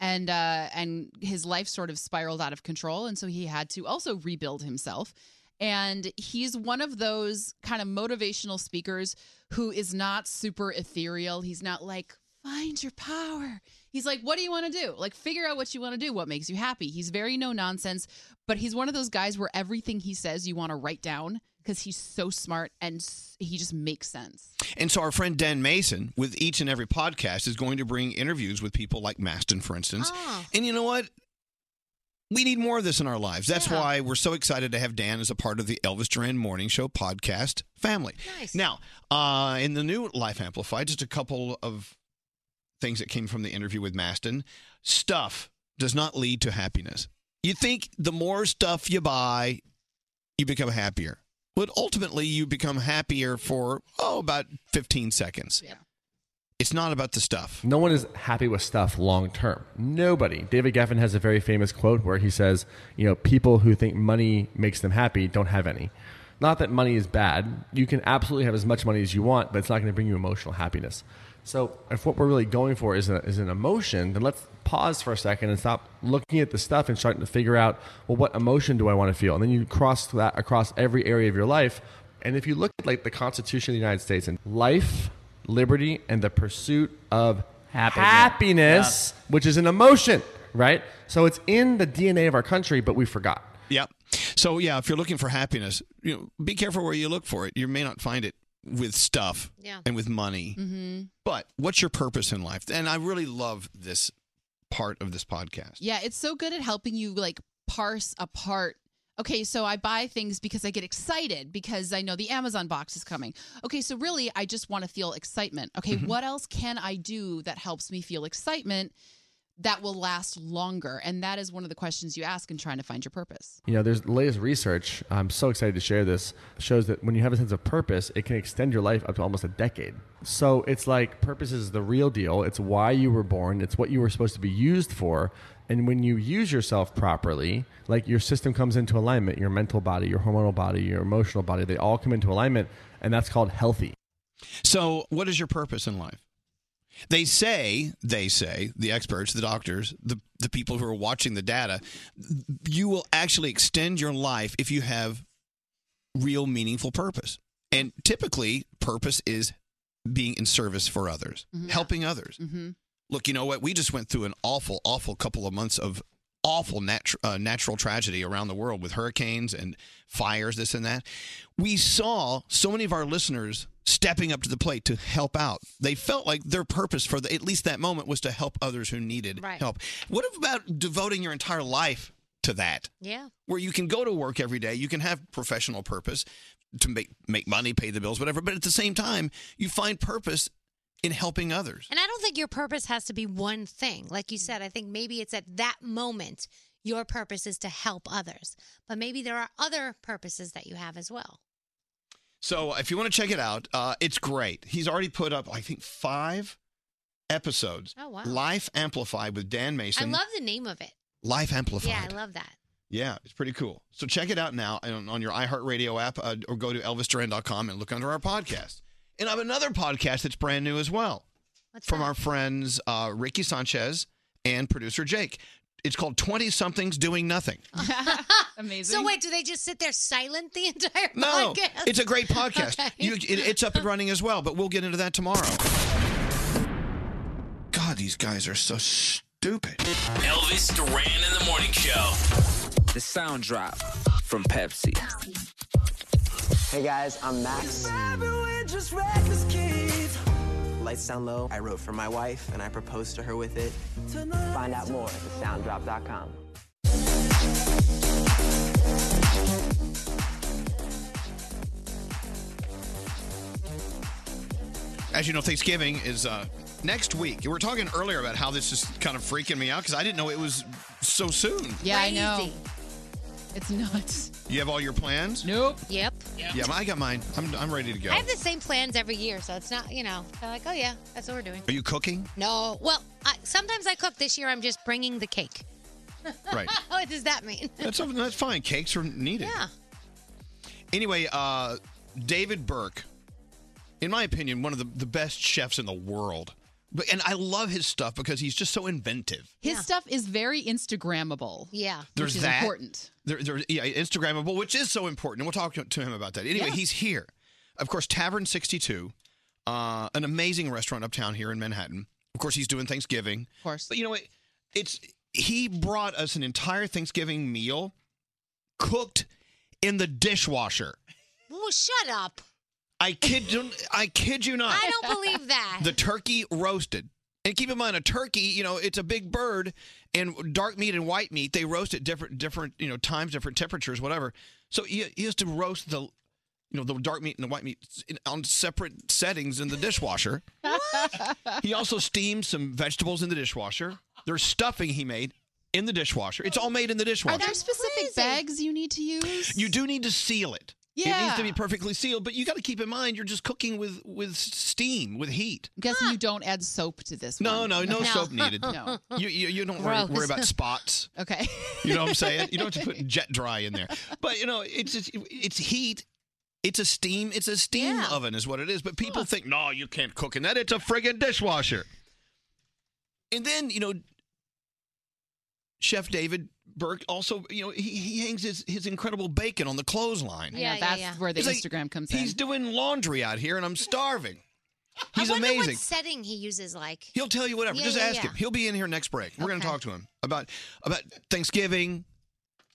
And uh, and his life sort of spiraled out of control, and so he had to also rebuild himself. And he's one of those kind of motivational speakers who is not super ethereal. He's not like find your power. He's like, what do you want to do? Like, figure out what you want to do, what makes you happy. He's very no nonsense, but he's one of those guys where everything he says you want to write down because he's so smart and s- he just makes sense. And so our friend Dan Mason, with each and every podcast, is going to bring interviews with people like Maston, for instance. And you know what? We need more of this in our lives. That's why we're so excited to have Dan as a part of the Elvis Duran Morning Show podcast family. Nice. Now, uh, in the new Life Amplified, just a couple of things that came from the interview with Maston. Stuff does not lead to happiness. You think the more stuff you buy, you become happier. But ultimately, you become happier for, oh, about 15 seconds. It's not about the stuff. No one is happy with stuff long term. Nobody. David Geffen has a very famous quote where he says, you know, people who think money makes them happy don't have any. Not that money is bad. You can absolutely have as much money as you want, but it's not going to bring you emotional happiness. So, if what we're really going for is, a, is an emotion, then let's pause for a second and stop looking at the stuff and starting to figure out, well, what emotion do I want to feel? And then you cross that across every area of your life. And if you look at like the Constitution of the United States and life, liberty, and the pursuit of happiness, which is an emotion, right? So it's in the DNA of our country, but we forgot. Yep. So yeah, if you're looking for happiness, you know, be careful where you look for it. You may not find it with stuff Yeah. and with money. Mm-hmm. But what's your purpose in life? And I really love this part of this podcast. Yeah, it's so good at helping you like parse apart. Okay, so I buy things because I get excited because I know the Amazon box is coming. Okay, so really I just want to feel excitement. Okay, Mm-hmm. Mhm. what else can I do that helps me feel excitement that will last longer? And that is one of the questions you ask in trying to find your purpose. You know, there's the latest research. I'm so excited to share this. Shows that when you have a sense of purpose, it can extend your life up to almost a decade. So it's like purpose is the real deal. It's why you were born. It's what you were supposed to be used for. And when you use yourself properly, like your system comes into alignment, your mental body, your hormonal body, your emotional body, they all come into alignment, and that's called healthy. So, what is your purpose in life? They say, they say, the experts, the doctors, the, the people who are watching the data, you will actually extend your life if you have real meaningful purpose. And typically, purpose is being in service for others, helping others. Mm-hmm. Look, you know what? We just went through an awful, awful couple of months of awful nat- uh, natural tragedy around the world with hurricanes and fires, this and that. We saw so many of our listeners stepping up to the plate to help out. They felt like their purpose for the, at least that moment was to help others who needed Right. help. What about devoting your entire life to that? Yeah. where you can go to work every day, you can have professional purpose to make make money, pay the bills, whatever, but at the same time, you find purpose in helping others. And I don't think your purpose has to be one thing. Like Mm. you said, I think maybe it's at that moment your purpose is to help others, but maybe there are other purposes that you have as well. So if you want to check it out, uh, it's great. He's already put up, I think, five episodes. Oh, wow. Life Amplified with Dan I Mason. love the name of it. Life Amplified. Yeah, I love [laughs] that. Yeah, it's pretty cool. So check it out now on, on your iHeartRadio app uh, or go to elvisduran.com and look under our podcast. And I have another podcast that's brand new as well from our friends uh, Ricky Sanchez and producer Jake. It's called 20 Somethings Doing Nothing. Amazing. So wait, do they just sit there silent the [laughs] entire No, podcast? it's [laughs] a great podcast. Okay. You, it, it's up and running as well, but we'll get into that tomorrow. God, these guys are so stupid. Elvis Duran in the morning show. The sound drop from Pepsi. Hey guys, I'm Max. Lights down low. I wrote for my wife and I proposed to her with it. Find out more at thesounddrop.com. As you know, Thanksgiving is uh, next week. We were talking earlier about how this is kind of freaking me out because I didn't know it was so soon. Yeah, I know. It's nuts. You have all your plans? Nope. Yep. Yeah, I got mine. I'm, I'm ready to go. I have the same plans every year, so it's not, you know, I'm like, oh yeah, that's what we're doing. Are you cooking? No, well, I, sometimes I cook. This year, I'm just bringing the cake. [laughs] Right. [laughs] what does that mean? That's that's fine. Cakes are needed. yeah. Anyway, uh, David Burke, in my opinion, one of the, the best chefs in the world. But, and I love his stuff because he's just so inventive. His stuff is very Instagrammable. Yeah. There's which is that. important. There, there, yeah, Instagrammable, which is so important. And we'll talk to, to him about that. Anyway, Yeah. he's here. Of course, Tavern 62, uh, an amazing restaurant uptown here in Manhattan. Of course, he's doing Thanksgiving. Of course. But you know what? It's he brought us an entire Thanksgiving meal cooked in the dishwasher. [laughs] Well, shut up. I kid you, I kid you not. I don't believe that. The turkey roasted. And keep in mind, a turkey, you know, it's a big bird, and dark meat and white meat, they roast at different, different, you know, times, different temperatures, whatever. So he, he has to roast the, you know, the dark meat and the white meat in, on separate settings in the dishwasher. he also steamed some vegetables in the dishwasher. There's stuffing he made in the dishwasher. It's all made in the dishwasher. Are there specific bags you need to use? You do need to seal it. It needs Yeah. to be perfectly sealed, but you got to keep in mind you're just cooking with with steam, with heat. I'm guessing you don't add soap to this. No, one. no, no, soap needed. [laughs] No. You you, you don't worry, worry Gross. about spots. Okay. You know what I'm saying? You don't [laughs] have to put jet dry in there. But you know, it's just, it's heat. It's a steam. It's a steam oven is what it is. But people think, no, you can't cook in that. It's a friggin' dishwasher. And then you know, Chef David Burke also you know he, he hangs his his incredible bacon on the I clothesline. know, Yeah, yeah, that's yeah. where the It's like, Instagram comes in. He's doing laundry out here, and I'm starving. [laughs] He's I wonder amazing. what setting he uses. Like, He'll tell you whatever. Yeah, Just yeah, ask yeah. him. He'll be in here next break. We're going to talk to him about about Thanksgiving,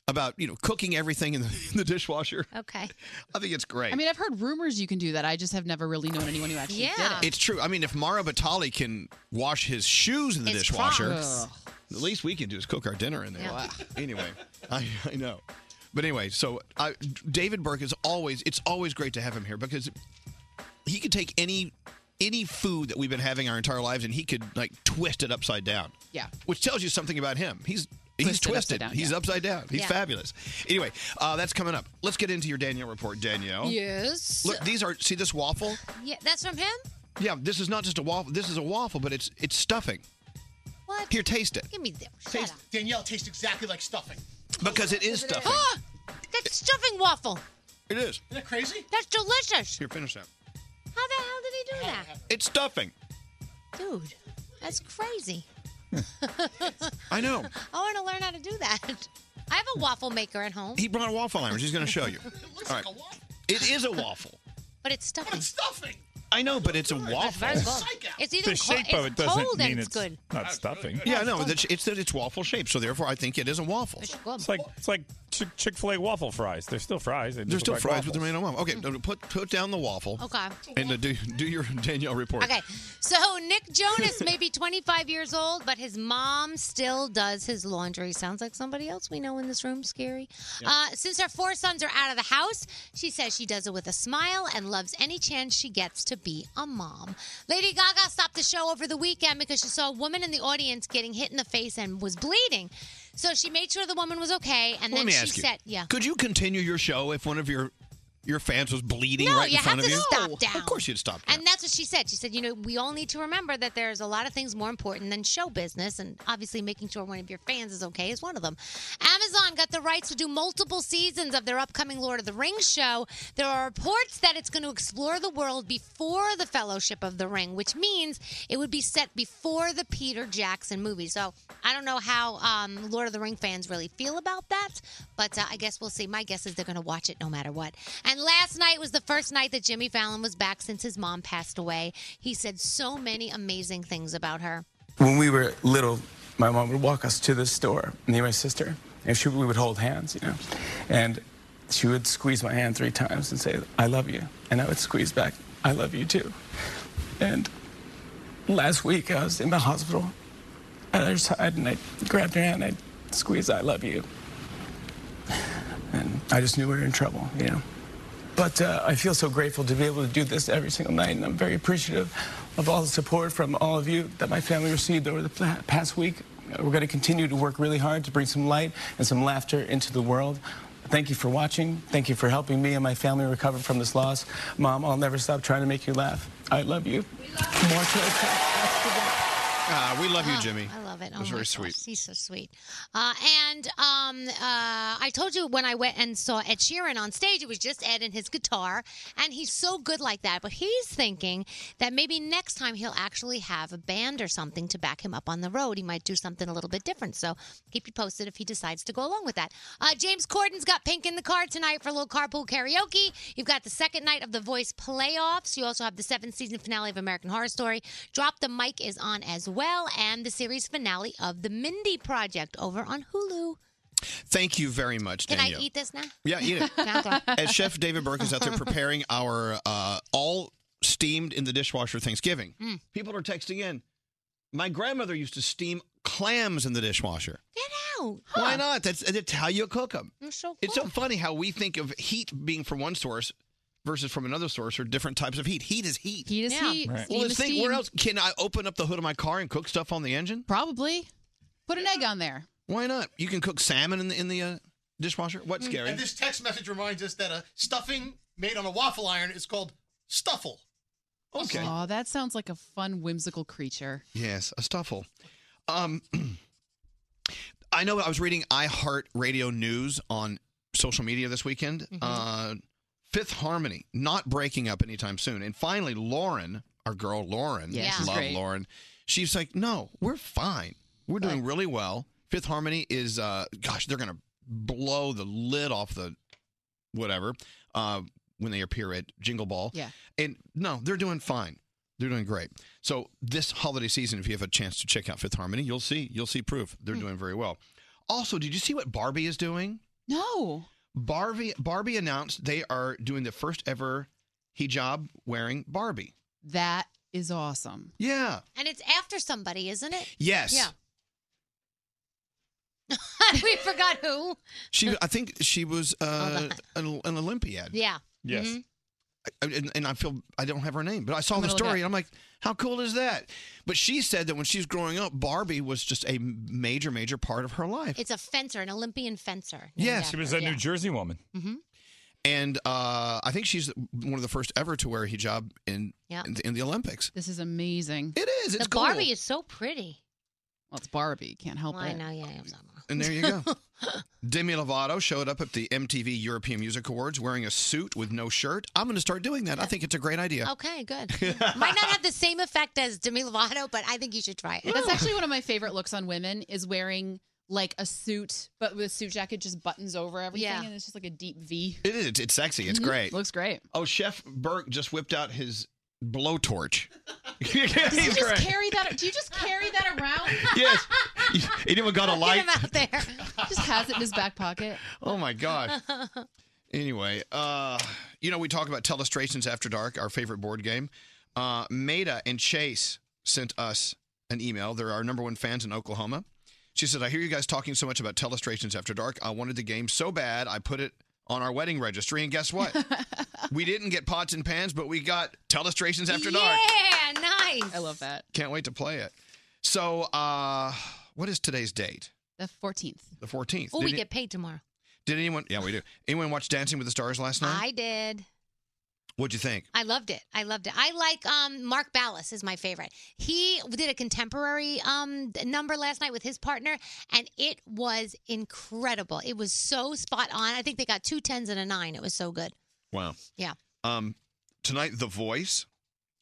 about you know cooking everything in the, in the dishwasher. okay. [laughs] I think it's great. I mean, I've heard rumors you can do that. I just have never really known anyone who actually did it. it's true. I mean, if Mara Batali can wash his shoes in the It's dishwasher, Crocs. the least we can do is cook our dinner in there. Yeah. Wow. Anyway, I, I know. But anyway, so I, David Burke is always it's always great to have him here because he could take any any food that we've been having our entire lives and he could like twist it upside down. Yeah. Which tells you something about him. He's he's Twisted upside twisted. down, he's yeah. upside down. He's Yeah. fabulous. Anyway, uh, that's coming up. Let's get into your Danielle report, Danielle. Yes. Look, these are see this waffle? Yeah, that's from him. Yeah, this is not just a waffle. This is a waffle, but it's it's stuffing. What? Here, taste it. Give me that. Shut up. Danielle tastes exactly like stuffing. Because it is stuffing. Ah, that's stuffing waffle. It is. Isn't that crazy? That's delicious. Here, finish that. How the hell did he do that, It's stuffing. dude? That's crazy. I know. I want to learn how to do that. [laughs] I have a waffle maker at home, He brought a waffle iron. He's going to show [laughs] you. All right. It is a waffle. but it's stuffing. stuffing. I know, but it's a waffle. Very good. It's either The co- shape of it's it doesn't cold mean and it's, it's- good. Uh, Not stuffing. Yeah, I know. It's, it's it's waffle shaped, so therefore I think it is a waffle. It's like it's like Chick Fil A waffle fries. They're still fries. They They're just still look like fries, but they're waffles. made on waffle. Okay, Hmm. put put down the waffle. Okay. And uh, do do your [laughs] Danielle report. Okay. So Nick Jonas may be 25 years old, but his mom still does his laundry. Sounds like somebody else we know in this room. Scary. Uh, since her four sons are out of the house, she says she does it with a smile and loves any chance she gets to be a mom. Lady Gaga stopped the show over the weekend because she saw a woman in the audience getting hit in the face and was bleeding. So she made sure the woman was okay, and Well, then let me she ask you. said, "Yeah." Could you continue your show if one of your your fans was bleeding No, right you in front have of to you? Oh, stop down. Of course you'd stop. And that's what she said. She said, you know, we all need to remember that there's a lot of things more important than show business, and obviously making sure one of your fans is okay is one of them. Amazon got the rights to do multiple seasons of their upcoming Lord of the Rings show. There are reports that it's going to explore the world before the Fellowship of the Ring, which means it would be set before the Peter Jackson movie. So I don't know how um, Lord of the Ring fans really feel about that, but uh, I guess we'll see. My guess is they're going to watch it no matter what. And last night was the first night that Jimmy Fallon was back since his mom passed away. He said so many amazing things about her. When we were little, my mom would walk us to the store, me and my sister, and she, we would hold hands, you know. And she would squeeze my hand three times and say, I love you. And I would squeeze back, I love you too. And last week I was in the hospital at her side and I grabbed her hand and I squeezed, I love you. And I just knew we were in trouble, you know. But uh, I feel so grateful to be able to do this every single night, and I'm very appreciative of all the support from all of you that my family received over the pla- past week. Uh, We're going to continue to work really hard to bring some light and some laughter into the world. Thank you for watching. Thank you for helping me and my family recover from this loss. Mom, I'll never stop trying to make you laugh. I love you. More to the come. Ah, we love you, Oh, Jimmy. I love it. It Oh was my very gosh, sweet. He's so sweet. Uh, and um, uh, I told you when I went and saw Ed Sheeran on stage, it was just Ed and his guitar, and he's so good like that. But he's thinking that maybe next time he'll actually have a band or something to back him up on the road. He might do something a little bit different. So keep you posted if he decides to go along with that. Uh, James Corden's got Pink in the car tonight for a little carpool karaoke. You've got the second night of The Voice playoffs. You also have the seventh season finale of American Horror Story. Drop the Mic is on as well, and the series finale of The Mindy Project over on Hulu. Thank you very much, Can Danielle. I eat this [laughs] now? Yeah, eat it. Sounds good. As Chef David Burke is out there preparing our uh, all steamed in the dishwasher Thanksgiving, Hmm. Mm. people are texting in. My grandmother used to steam clams in the dishwasher. Get out. Why not? That's that's how you cook them. They're so It's so funny how we think of heat being from one source versus from another source or different types of heat. Heat is heat. Heat is Yeah. heat. Right. Well, Steam let's is think. steam. Where else can I open up the hood of my car and cook stuff on the engine? Probably. Put an egg on there. Why not? You can cook salmon in the in the uh, dishwasher? What's Hmm. scary? And this text message reminds us that a stuffing made on a waffle iron is called stuffle. Okay. Aw, that sounds like a fun, whimsical creature. Yes, a stuffle. Um, [clears throat] I know I was reading iHeartRadio News on social media this weekend. Mm-hmm. Uh, Fifth Harmony not breaking up anytime soon. And finally, Lauren, our girl Lauren, Yeah, she's love great. Lauren, she's like, no, we're fine. We're doing really well. Fifth Harmony is, uh, gosh, they're going to blow the lid off the whatever uh, when they appear at Jingle Ball. Yeah. And no, they're doing fine. They're doing great. So this holiday season, if you have a chance to check out Fifth Harmony, you'll see you'll see proof they're Hmm. doing very well. Also, did you see what Barbie is doing? No. Barbie Barbie announced they are doing the first ever hijab wearing Barbie. That is awesome. Yeah. And it's after somebody, isn't it? Yes. Yeah. [laughs] we forgot who. She I think she was Oh, uh, an, an Olympiad. Yeah. Yes. Mhm. I- and, and I feel I don't have her name, but I saw I'm the gonna look it story up. and I'm like, how cool is that? But she said that when she was growing up, Barbie was just a major, major part of her life. It's a fencer, an Olympian fencer. Yeah, named she was after- a New yeah. Jersey woman. Mm-hmm. Mhm. And uh, I think she's one of the first ever to wear a hijab in Yeah. in, the, in the Olympics. This is amazing. It is. the Barbie is so pretty. Well, it's Barbie. Can't help Well, it. I know. Yeah, yeah, I'm sorry. And there [laughs] you go. Demi Lovato showed up at the MTV European Music Awards wearing a suit with no shirt. I'm going to start doing that. I think it's a great idea. Okay, good. [laughs] Might not have the same effect as Demi Lovato, but I think you should try it. That's actually one of my favorite looks on women is wearing like a suit, but with a suit jacket just buttons over everything, Yeah. and it's just like a deep [laughs] V. It is. It's sexy. It's Mhm. great. Looks great. Oh, Chef Burke just whipped out his blowtorch. [laughs] He's Does he just great. carry that? Do you just carry that around? Yes. He even got a light. out there. [laughs] just has it in his back pocket. Oh [laughs] my god. Anyway, uh, you know we talk about Telestrations After Dark, our favorite board game. Uh, Maida and Chase sent us an email. They're our number one fans in Oklahoma. She said, "I hear you guys talking so much about Telestrations After Dark. I wanted the game so bad. I put it on our wedding registry, and guess [laughs] what? we didn't get pots and pans, but we got Telestrations After Dark. Yeah, nice. I love that. Can't wait to play it. So, uh, what is today's date? The 14th. The fourteenth. Oh, we get paid tomorrow. Did anyone? Yeah, we do. Anyone watch Dancing with the Stars last night? I did. What'd you think? I loved it. I loved it. I like um, Mark Ballas is my favorite. He did a contemporary um, d- number last night with his partner, and it was incredible. It was so spot on. I think they got two tens and a nine. It was so good. Wow. Yeah. Um, tonight The Voice,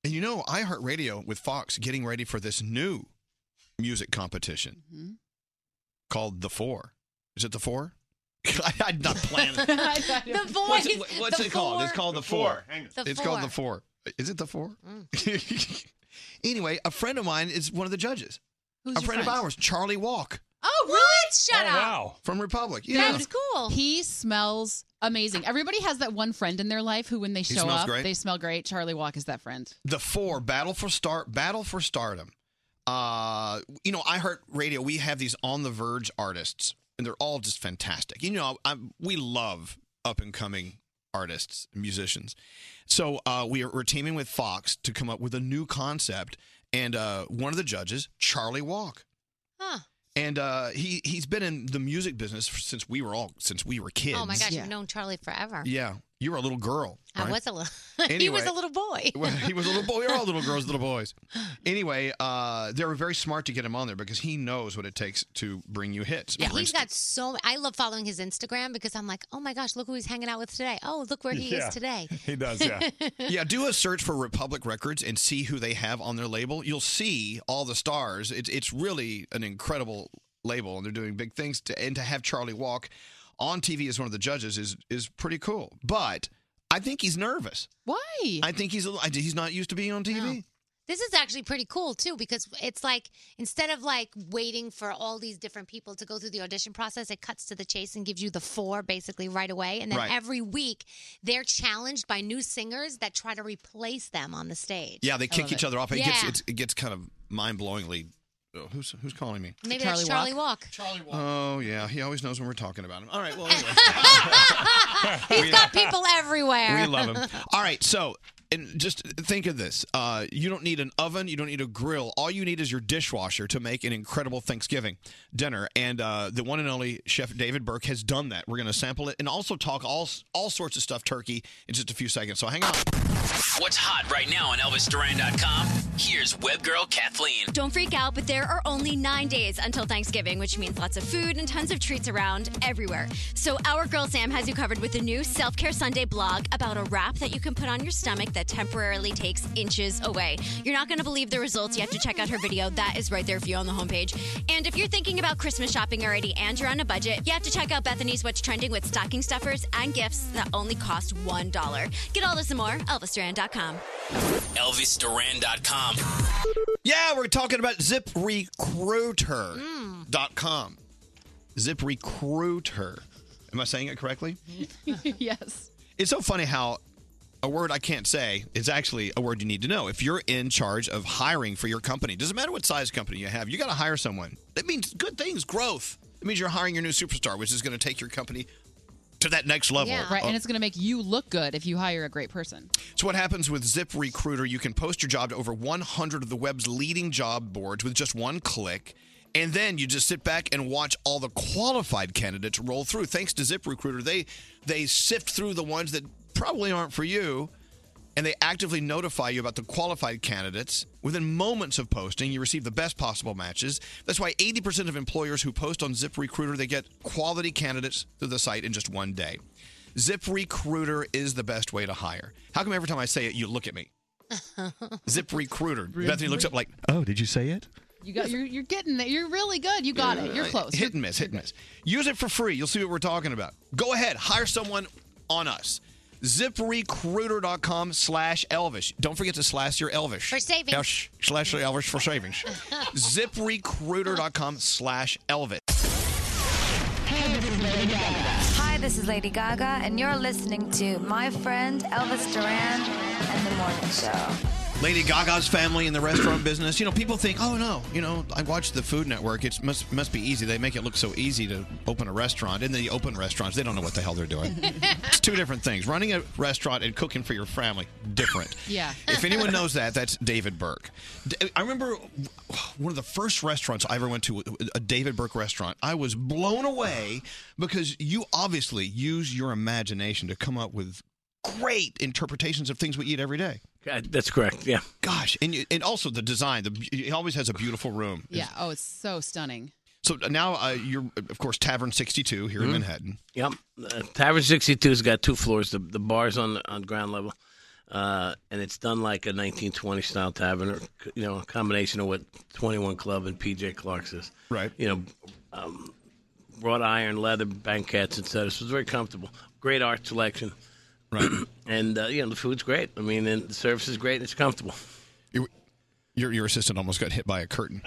and you know iHeartRadio with Fox getting ready for this new music competition Hmm? Mm-hmm. called The Four. Is it The Four? [laughs] I, I'm not [laughs] planning. the voice. What's it, what's the it called? It's four. called The, Four. The it's Four. called The Four. Is it The Four? [laughs] anyway, a friend of mine is one of the judges. Who's a your friend, friend? of ours, Charlie Walk Oh, really? Shut up. from Republic. Yeah. That's cool. He smells amazing. Everybody has that one friend in their life who, when they show smells up, great. they smell great. Charlie Walk is that friend. [laughs] The four battle for star battle for stardom. Uh, you know, iHeartRadio. We have these on the verge artists, and they're all just fantastic. You know, I, we love up and coming artists, musicians. So uh, we are, we're teaming with Fox to come up with a new concept, and uh, one of the judges, Charlie Walk, Huh. and uh, he he's been in the music business since we were all since we were kids. Oh my gosh, you've known Charlie forever. Yeah, you were a little girl. I right? was a little. [laughs] he was Anyway. a little boy. Well, [laughs] he was a little boy. We We're all little girls, little boys. Anyway, uh, they were very smart to get him on there because he knows what it takes to bring you hits. Yeah, For he's instance- got so. I love following his Instagram because I'm like, oh my gosh, look who he's hanging out with today. Oh, look where he Yeah. is today. [laughs] He does, [laughs] yeah. yeah, do a search for Republic Records and see who they have on their label. You'll see all the stars. It's it's really an incredible label, and they're doing big things. To, and to have Charlie Walk on TV as one of the judges is is pretty cool. But I think he's nervous. Why? I think he's a, li- I- he's not used to being on TV. This is actually pretty cool too because it's like instead of like waiting for all these different people to go through the audition process, it cuts to the chase and gives you the four basically right away. And then Right. every week they're challenged by new singers that try to replace them on the stage. Yeah, they I kick love each it. other off. It yeah. gets it's, it gets kind of mind blowingly. Oh, who's who's calling me? Maybe that's Charlie Walk. Charlie Oh yeah, he always knows when we're [laughs] talking about him. Oh, All right, well, anyway. He's got people everywhere. [laughs] we love him. All right, so And just think of this: uh, you don't need an oven, you don't need a grill. All you need is your dishwasher to make an incredible Thanksgiving dinner. And uh, the one and only Chef David Burke has done that. We're going to sample it and also talk all all sorts of stuff turkey in just a few seconds. So hang on. What's hot right now on ElvisDuran.com? Here's web girl Kathleen. Don't freak out, but there are only nine days until Thanksgiving, which means lots of food and tons of treats around everywhere. So, our girl Sam has you covered with a new Self Care Sunday blog about a wrap that you can put on your stomach that temporarily takes inches away. You're not going to believe the results. You have to check out her video. That is right there for you on the homepage. And if you're thinking about Christmas shopping already and you're on a budget, you have to check out Bethany's What's Trending with stocking stuffers and gifts that only cost $1. Get all this and more, ElvisDuran.com. ElvisDuran.com. Yeah, we're talking about Mm. ZipRecruiter.com. ZipRecruiter. Am I saying it correctly? Mm-hmm. yes. It's so funny how a word I can't say is actually a word you need to know. If you're in charge of hiring for your company, doesn't matter what size company you have, you got to hire someone. That means good things, growth. It means you're hiring your new superstar, which is going to take your company to that next level. Yeah. Right, Uh, and it's going to make you look good if you hire a great person. so what happens with ZipRecruiter, you can post your job to over 100 of the web's leading job boards with just one click. And then you just sit back and watch all the qualified candidates roll through. Thanks to ZipRecruiter, they they sift through the ones that probably aren't for you and they actively notify you about the qualified candidates. Within moments of posting, you receive the best possible matches. That's why 80% of employers who post on ZipRecruiter, they get quality candidates through the site in just one day. ZipRecruiter is the best way to hire. How come every time I say it, you look at me? ZipRecruiter. Bethany looks up like, Oh, did you say it? You got you're, you're getting there. You're really good. You got it. You're Uh, [laughs] close. Hit and miss, hit and miss. Use it for free. You'll see what we're talking about. Go ahead, hire someone on us. ZipRecruiter.com slash Elvish. Don't forget to slash your Elvish. For savings. Elsh- slash your Elvish for savings. [laughs] ZipRecruiter.com slash Elvish. Hi, this is Lady Gaga, and you're listening to my friend Elvis Duran and the Morning Show. Lady Gaga's family in the restaurant business. You know, people think, oh no, you know, I watch the Food Network. It must must be easy. They make it look so easy to open a restaurant, and they open restaurants. They don't know what the hell [laughs] they're doing. it's two different things. Running a restaurant and cooking for your family, different. Yeah. If anyone knows that, that's David Burke. D- I remember one of the first restaurants I ever went to, a David Burke restaurant. I was blown away because you obviously use your imagination to come up with great interpretations of things we eat every day. Uh, That's correct. Yeah. Gosh, and you- and also the design. The he always has a beautiful room. Yeah. Oh, it's so stunning. So now uh, you're of course Tavern 62 here in Mhm. Manhattan. Yep. Uh, Tavern 62's got two floors. The, the bar's on on ground level. Uh, and it's done like a 1920 style tavern, or, you know, a combination of what 21 Club and PJ Clark's is. Right. You know, um, wrought iron, leather, banquettes, et cetera. So it's very comfortable. Great art selection. Right. [clears throat] and, uh, you know, the food's great. I mean, and the service is great and it's [laughs] comfortable. [laughs] Your your assistant almost got hit by a curtain.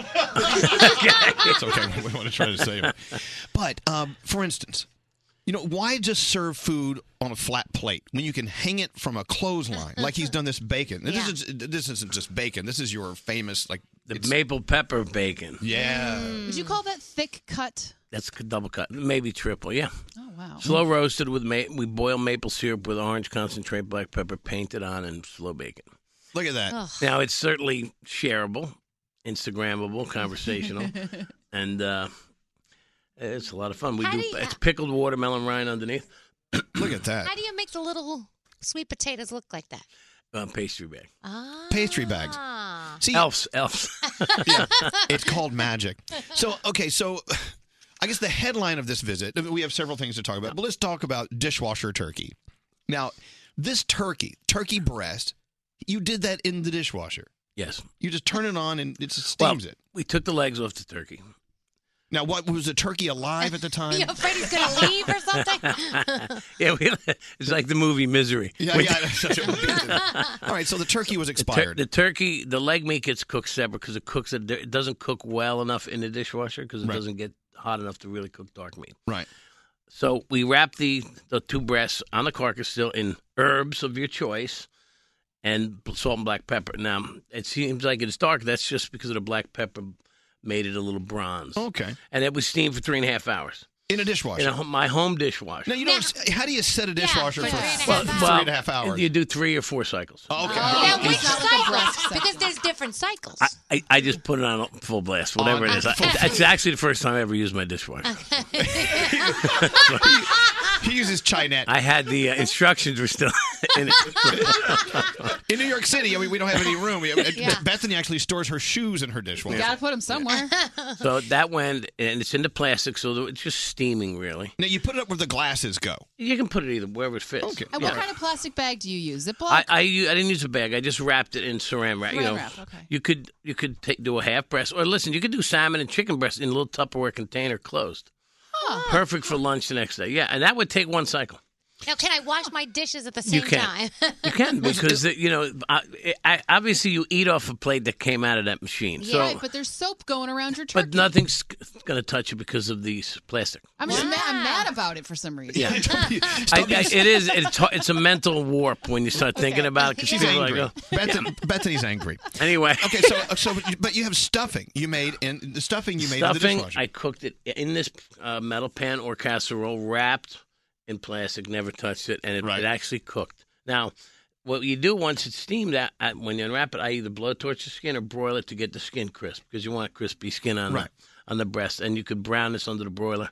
It's okay. [laughs] We want to try to save it. But um, for instance, you know why just serve food on a flat plate when you can hang it from a clothesline like he's done this bacon. This Yeah. is this isn't just bacon. This is your famous like The maple pepper bacon. Yeah. Would you call that thick cut? That's a double cut, maybe triple. Yeah. Oh wow. Slow roasted with ma- we boil maple syrup with orange concentrate, black pepper, painted on, and slow bacon. Look at that. Now it's certainly shareable, Instagrammable, conversational, [laughs] and uh, it's a lot of fun. We How do, do you- it's pickled watermelon rind underneath. Look at that How do you make the little sweet potatoes look like that? uh, pastry bag. Ah. pastry bags. See, elves, elves. [laughs] yeah, it's called magic. So, okay, so I guess the headline of this visit, I mean, we have several things to talk about, but let's talk about dishwasher turkey. Now, this turkey, turkey breast, you did that in the dishwasher. Yes. You just turn it on and it steams Well, it. We took the legs off the turkey. Now, what was the turkey alive [laughs] at the time? You afraid he's going [laughs] to leave or something? [laughs] yeah, we, it's like the movie Misery. Yeah, With- yeah. All right, so the turkey was The tur- expired. The, turkey, the leg meat gets cooked separate because it cooks it. It doesn't cook well enough in the dishwasher because it Right. doesn't get hot enough to really cook dark meat. Right. So we wrap the the two breasts on the carcass still in herbs of your choice and b- salt and black pepper. Now it seems like it's dark. That's just because of the black pepper made it a little bronze. Okay. And it was steamed for three and a half hours. in a dishwasher. In a, home- my home dishwasher. No, you don't. How do you set a dishwasher like for three and a well, half three Well, and a half hours? Oh, You do three or four cycles. okay. Now, which Not like a cycle? breast [laughs] section. Because there's different cycles. I, I, I just put it on full blast, whatever On it is. I, full it's actually the first time I ever used my dishwasher. [laughs] [laughs] he uses Chinet. I had the uh, instructions were still [laughs] in it. [laughs] In New York City, I mean, we don't have any room. We- Yeah. Bethany actually stores her shoes in her You dishwasher. gotta put them somewhere. so that went, and it's into plastic, so it's just steaming really. Now you put it up where the glasses go. You can put it either wherever it fits. Okay. And what kind of plastic bag do you use? Ziploc? I, I u- I didn't use a bag. I just wrapped it in saran wrap. you Saran know, wrap, okay. you could you could take, do a half breast, or listen, you could do salmon and chicken breast in a little Tupperware container closed. Oh, Perfect for lunch the next day. Yeah, and that would take one cycle. Now, can I wash my dishes at the same You can. time? [laughs] You can because uh, you know I, I, obviously you eat off a plate that came out of that machine. yeah, so, right, but there's soap going around your turkey. but nothing's going to touch it because of these plastic. I'm just mad, I'm mad about it for some reason. [laughs] Yeah. I, I, it is. It's, har- it's a mental warp when you [laughs] start thinking about it. 'cause She's people are angry. like, oh. Bethany, Bethany's angry. [laughs] Anyway. Okay, so uh, so but you have stuffing you made in the stuffing you made in the stuffing. dishwasher. I cooked it in this uh, metal pan or casserole, wrapped in plastic, never touched it, and it, it actually cooked. Now, what you do once it's steamed out, I- when you unwrap it, I either blowtorch the skin or broil it to get the skin crisp because you want crispy skin on Right. the, on the breast, and you could brown this under the broiler.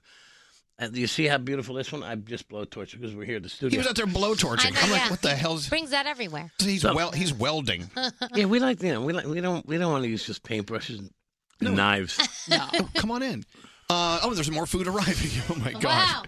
And do you see how beautiful this one? I just blowtorch it because we're here at the studio. He was out there blowtorching. I'm like, what the hell's? Brings that everywhere. He's So- well, he's welding. [laughs] yeah, we like you know, we like we don't we don't want to use just paintbrushes and knives. No, Oh, come on in. Uh, oh, there's more food arriving. [laughs] Oh my gosh.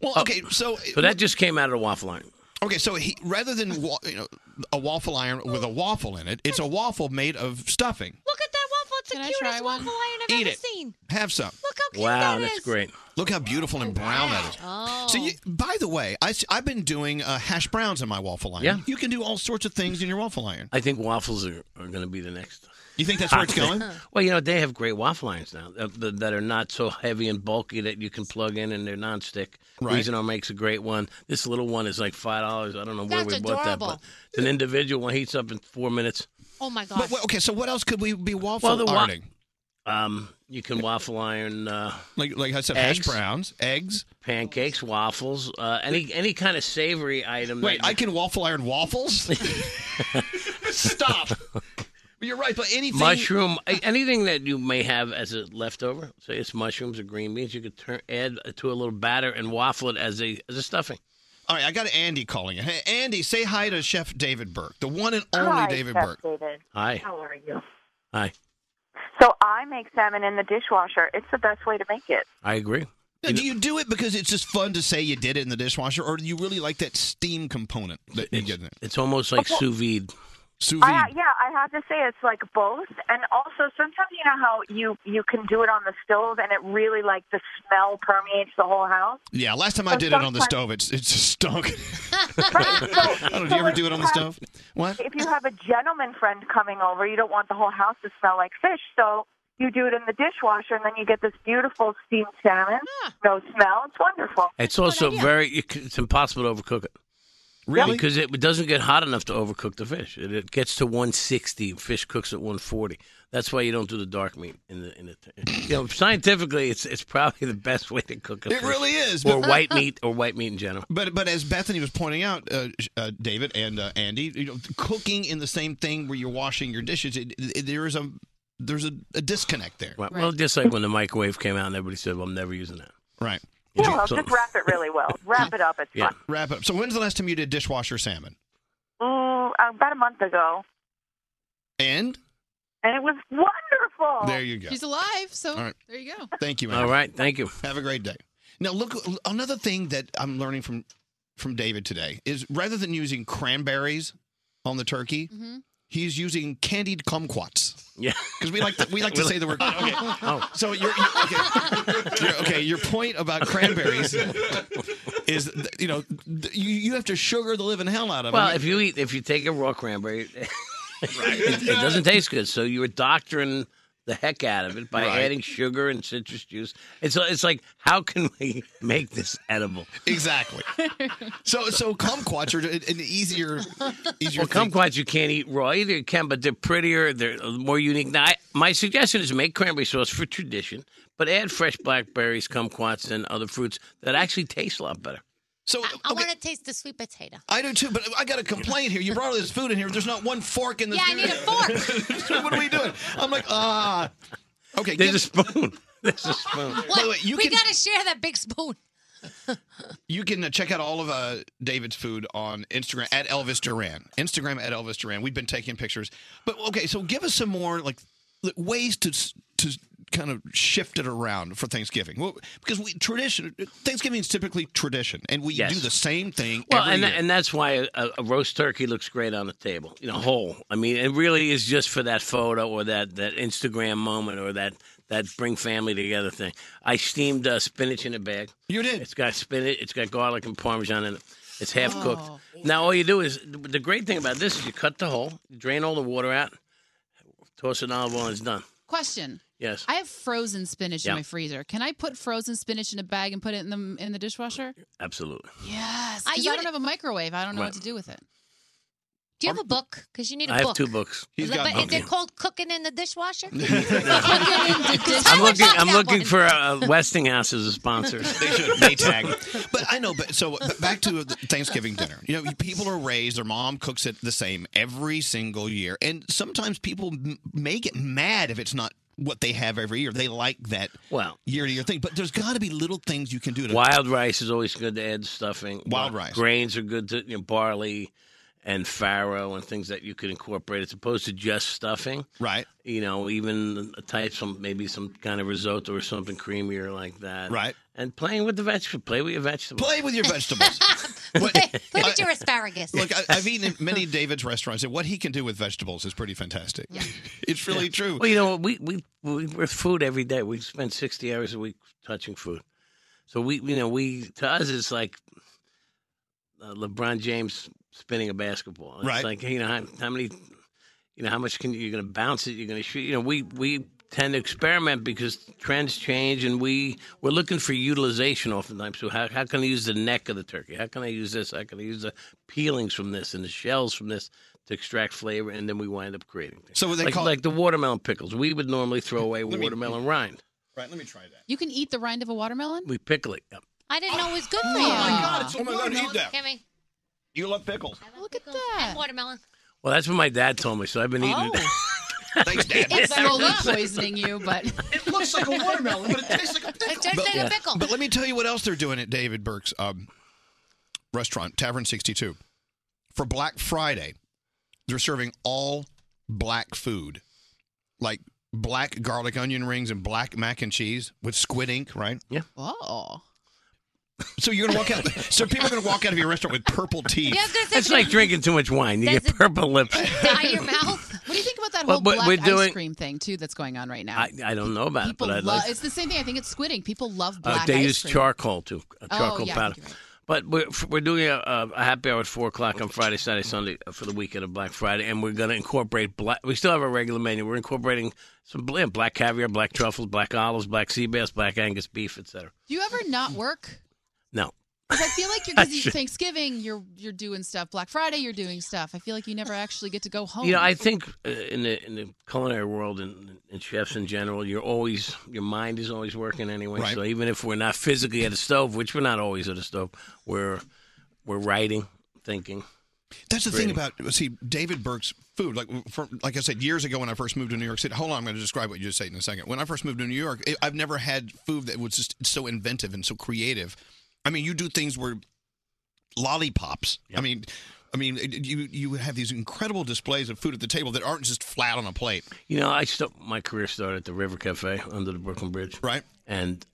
Well, okay, so Oh. So that just came out of the waffle iron. okay, so he, rather than wa- you know a waffle iron with a waffle in it, it's a waffle made of stuffing. Look at that waffle. It's the Can I try cutest one? waffle iron I've Eat ever it. seen. Have some. Look how cute Wow, that that's is. great. Look how beautiful and brown that is. Oh. So, you, by the way, I, have been doing uh, hash browns in my waffle iron. Yeah. You can do all sorts of things in your waffle iron. I think waffles are, are going to be the next. You think that's where it's going? well, you know they have great waffle irons now uh, th- that are not so heavy and bulky that you can plug in and they're nonstick. Right. Reasonar makes a great one. This little one is like five dollars. I don't know where That's we bought that, but adorable. it's an individual one heats up in four minutes. Oh my But, gosh. wha- okay, so what else could we be waffle Well, the wa- ironing? Um, you can waffle iron. Uh, like like I said, hash eggs. browns, eggs. Pancakes, waffles, uh, any any kind of savory item. Wait, that I can waffle [laughs] iron waffles? Stop. You're right, but anything. mushroom a- anything that you may have as a leftover say it's mushrooms or green beans you could turn add to a little batter and waffle it as a as a stuffing All right, I got Andy calling in. Hey, Andy, say hi to Chef David Burke, the one and only Hi, David Chef Burke. David. Hi. How are you? hi So I make salmon in the dishwasher. It's the best way to make it. i agree Now, do you do it because it's just fun to say you did it in the dishwasher, or do you really like that steam component that you get in it? it's almost like Well- sous vide sous I, yeah, I have to say it's like both, and also sometimes you know how you you can do it on the stove, and it really like the smell permeates the whole house. Yeah, last time I So did it on the sometimes- stove, it's it just stunk. [laughs] [laughs] Right, I don't know, do you ever do it on the stove? What? If you have a gentleman friend coming over, you don't want the whole house to smell like fish, so you do it in the dishwasher, and then you get this beautiful steamed salmon. No smell. It's wonderful. it's also very you c- it's impossible to overcook it Really? because it doesn't get hot enough to overcook the fish it, it gets to 160 fish cooks at 140 that's why you don't do the dark meat in the in the you know scientifically it's it's probably the best way to cook a It fish. really is, [laughs] or but- white meat or white meat in general But but as Bethany was pointing out, uh, uh, David and uh, Andy, you know, cooking in the same thing where you're washing your dishes, it, it, there is a there's a, a disconnect there. Right. Uh, Well, just like when the microwave came out and everybody said, "Well, I'm never using that." Right. You Yeah, know, well, so- just wrap it [laughs] really well. Wrap it up. It's yeah. Wrap it up. So when's the last time you did dishwasher salmon? Ooh, Mm, uh, about a month ago, And and it was wonderful. there you go. She's alive, so All right. there you go. Thank you. All right. Thank you. Have a great day. Now look, another thing that I'm learning from from David today is rather than using cranberries on the turkey, he's using candied kumquats. [laughs] Yeah, because we like to, we [laughs] like to say the word. Okay. Oh. So you're, you okay. Your- okay. Your point about cranberries [laughs] is th- you know th- you you have to sugar the living hell out of Well, them. if you eat, if you take a raw cranberry, [laughs] it, it doesn't taste good. So you were doctoring the heck out of it by Right. adding sugar and citrus juice. It's it's like, how can we [laughs] make this edible? exactly. So so kumquats are an easier easier. [laughs] Well, thing. kumquats you can't eat raw either. uh, You can, but they're prettier. They're more unique. Now, I, my suggestion is make cranberry sauce for tradition, But add fresh blackberries, kumquats, and other fruits that actually taste a lot better. So I want to taste the sweet potato. I do too, but I got a complaint here. You brought all this food in here. There's not one fork in this. Yeah, I need a [laughs] fork. what are we doing? I'm like, ah. Okay, there's a spoon. [laughs] There's a Oh. spoon. What? the way, you we can- gotta share that big spoon. You can uh, check out all of uh, David's food on Instagram at Elvis Duran. Instagram at Elvis Duran. We've been taking pictures, but okay. So give us some more like li- ways to s- to s- kind of shift it around for Thanksgiving. Well, because we tradition Thanksgiving is typically tradition, and we Yes. do the same thing Well, every and, year. and that's why a, a roast turkey looks great on the table, you know, whole. I mean, it really is just for that photo or that, that Instagram moment or that, that bring family together thing. I steamed uh, spinach in a bag. You did. It's got spinach. It's got garlic and parmesan in it. It's half cooked. Oh. Now all you do is the great thing about this is you cut the hole, drain all the water out, toss an olive oil, and it's done. Question. Yes. I have frozen spinach Yeah. in my freezer. Can I put frozen spinach in a bag and put it in the in the dishwasher? Absolutely. Yes. 'cause I don't have a microwave. I don't know Right. what to do with it. Do you have a book? Because you need a I have book. two books. He's But got is books. it called cooking in the dishwasher? I'm looking. bought I'm that looking one. for uh, Westinghouse as a sponsor. [laughs] They should Maytag. but I know. But so but back to the Thanksgiving dinner. You know, people are raised. Their mom cooks it the same every single year, and sometimes people m- may get mad if it's not what they have every year. They like that well year to year thing. But there's got to be little things you can do to Wild rice is always good to add stuffing. Wild Bar- rice. Grains are good to you know, barley and farro and things that you could incorporate as opposed to just stuffing. Right. You know, even type some maybe some kind of risotto or something creamier like that. Right. And playing with the vegetable. Play with your vegetables. Play with your vegetables. Look at your asparagus. Look, I, I've eaten at many of David's restaurants, and what he can do with vegetables is pretty fantastic. It's really true. Well, you know, we we we we're food every day. We spend sixty hours a week touching food, so we you know we to us it's like uh, LeBron James spinning a basketball. It's Right. Like you know how, how many, you know how much can you, you're going to bounce it? You're going to shoot. You know we we tend to experiment because trends change and we we're looking for utilization oftentimes. So how how can I use the neck of the turkey? How can I use this? How can I use the peelings from this and the shells from this? To extract flavor, and then we wind up creating. Things. So they like, call- like the watermelon pickles. We would normally throw [laughs] away watermelon rind. Right, let me try that. You can eat the rind of a watermelon. We pickle it. I didn't know it was good for Oh, you. my God, [laughs] it's a Oh, my God, watermelon. eat that. Kimmy, You love pickles. look at that. And watermelon. Well, that's what my dad told me, so I've been eating it. Oh. [laughs] Thanks, Dad. It's slowly poisoning you, [laughs] but it [laughs] looks like a watermelon, but it tastes like a pickle. It tastes like a pickle. but let me tell you what else they're doing at David Burke's um, restaurant, Tavern 62. For Black Friday, they're serving all black food, like black garlic onion rings and black mac and cheese with squid ink, right? Yeah. Oh. So you're gonna walk out. so people are gonna walk out of your restaurant with purple teeth. Yeah, I was gonna say- It's like drinking too much wine. [laughs] You Does get purple lips. dye your mouth. What do you think about that Well, whole but black we're doing- ice cream thing too? That's going on right now. I, I don't know about it, People but I love. like. It's the same thing. I think it's squidding. People love Uh, black. they ice use cream. charcoal too, uh, Oh, charcoal yeah, I powder. think But we're f- we're doing a, a a happy hour at four o'clock on Friday, Saturday, Sunday uh, for the weekend of Black Friday, and we're going to incorporate black. We still have our regular menu. We're incorporating some bl- yeah, black caviar, black truffles, black olives, black sea bass, black Angus beef, etc. Do you ever not work? No, 'Cause I [laughs] feel like you're because Thanksgiving, you're you're doing stuff. Black Friday, you're doing stuff. I feel like you never actually get to go home. You Oh. know, I think uh, in the in the culinary world and, and chefs in general, you're always your mind is always working anyway. Right. So even if we're not physically at a stove, which we're not always at a stove, we're we're writing, thinking. That's the thing creating. about see David Burke's food. Like for, like I said years ago when I first moved to New York City. Hold on, I'm going to describe what you just said in a second. When I first moved to New York, I- I've never had food that was just so inventive and so creative. I mean, you do things where lollipops. I mean, I mean, it- you you have these incredible displays of food at the table that aren't just flat on a plate. You know, I st- my career started at the River Cafe under the Brooklyn Bridge, right? And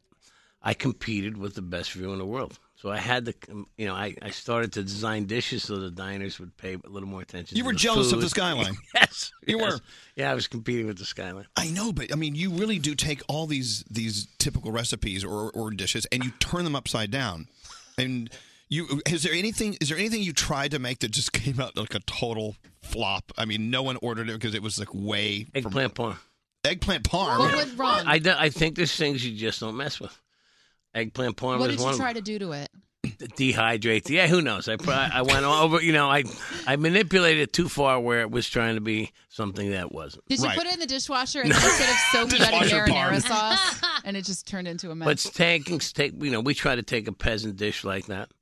I competed with the best view in the world. So I had to, com- you know, I, I started to design dishes so the diners would pay a little more attention. You to were the jealous of food. the skyline. [laughs] yes, You yes. were. Yeah, I was competing with the skyline. I know, but I mean, you really do take all these these typical recipes or, or dishes and you turn them upside down. And you is there anything is there anything you tried to make that just [laughs] came out like a total flop? I mean, no one ordered it because it was like way eggplant parm. Eggplant parm. I, do- I think there's things you just don't mess with. Eggplant parm what is did one. you of try them. to do to it? dehydrates. Yeah, who knows? I pro- I went over. You know, I I manipulated it too far where it was trying to be something that wasn't. Did you put it in the [laughs] dishwasher and instead of soap you got a marinara sauce, and it just turned into a mess? But it's taking take you know we try to take a peasant dish like that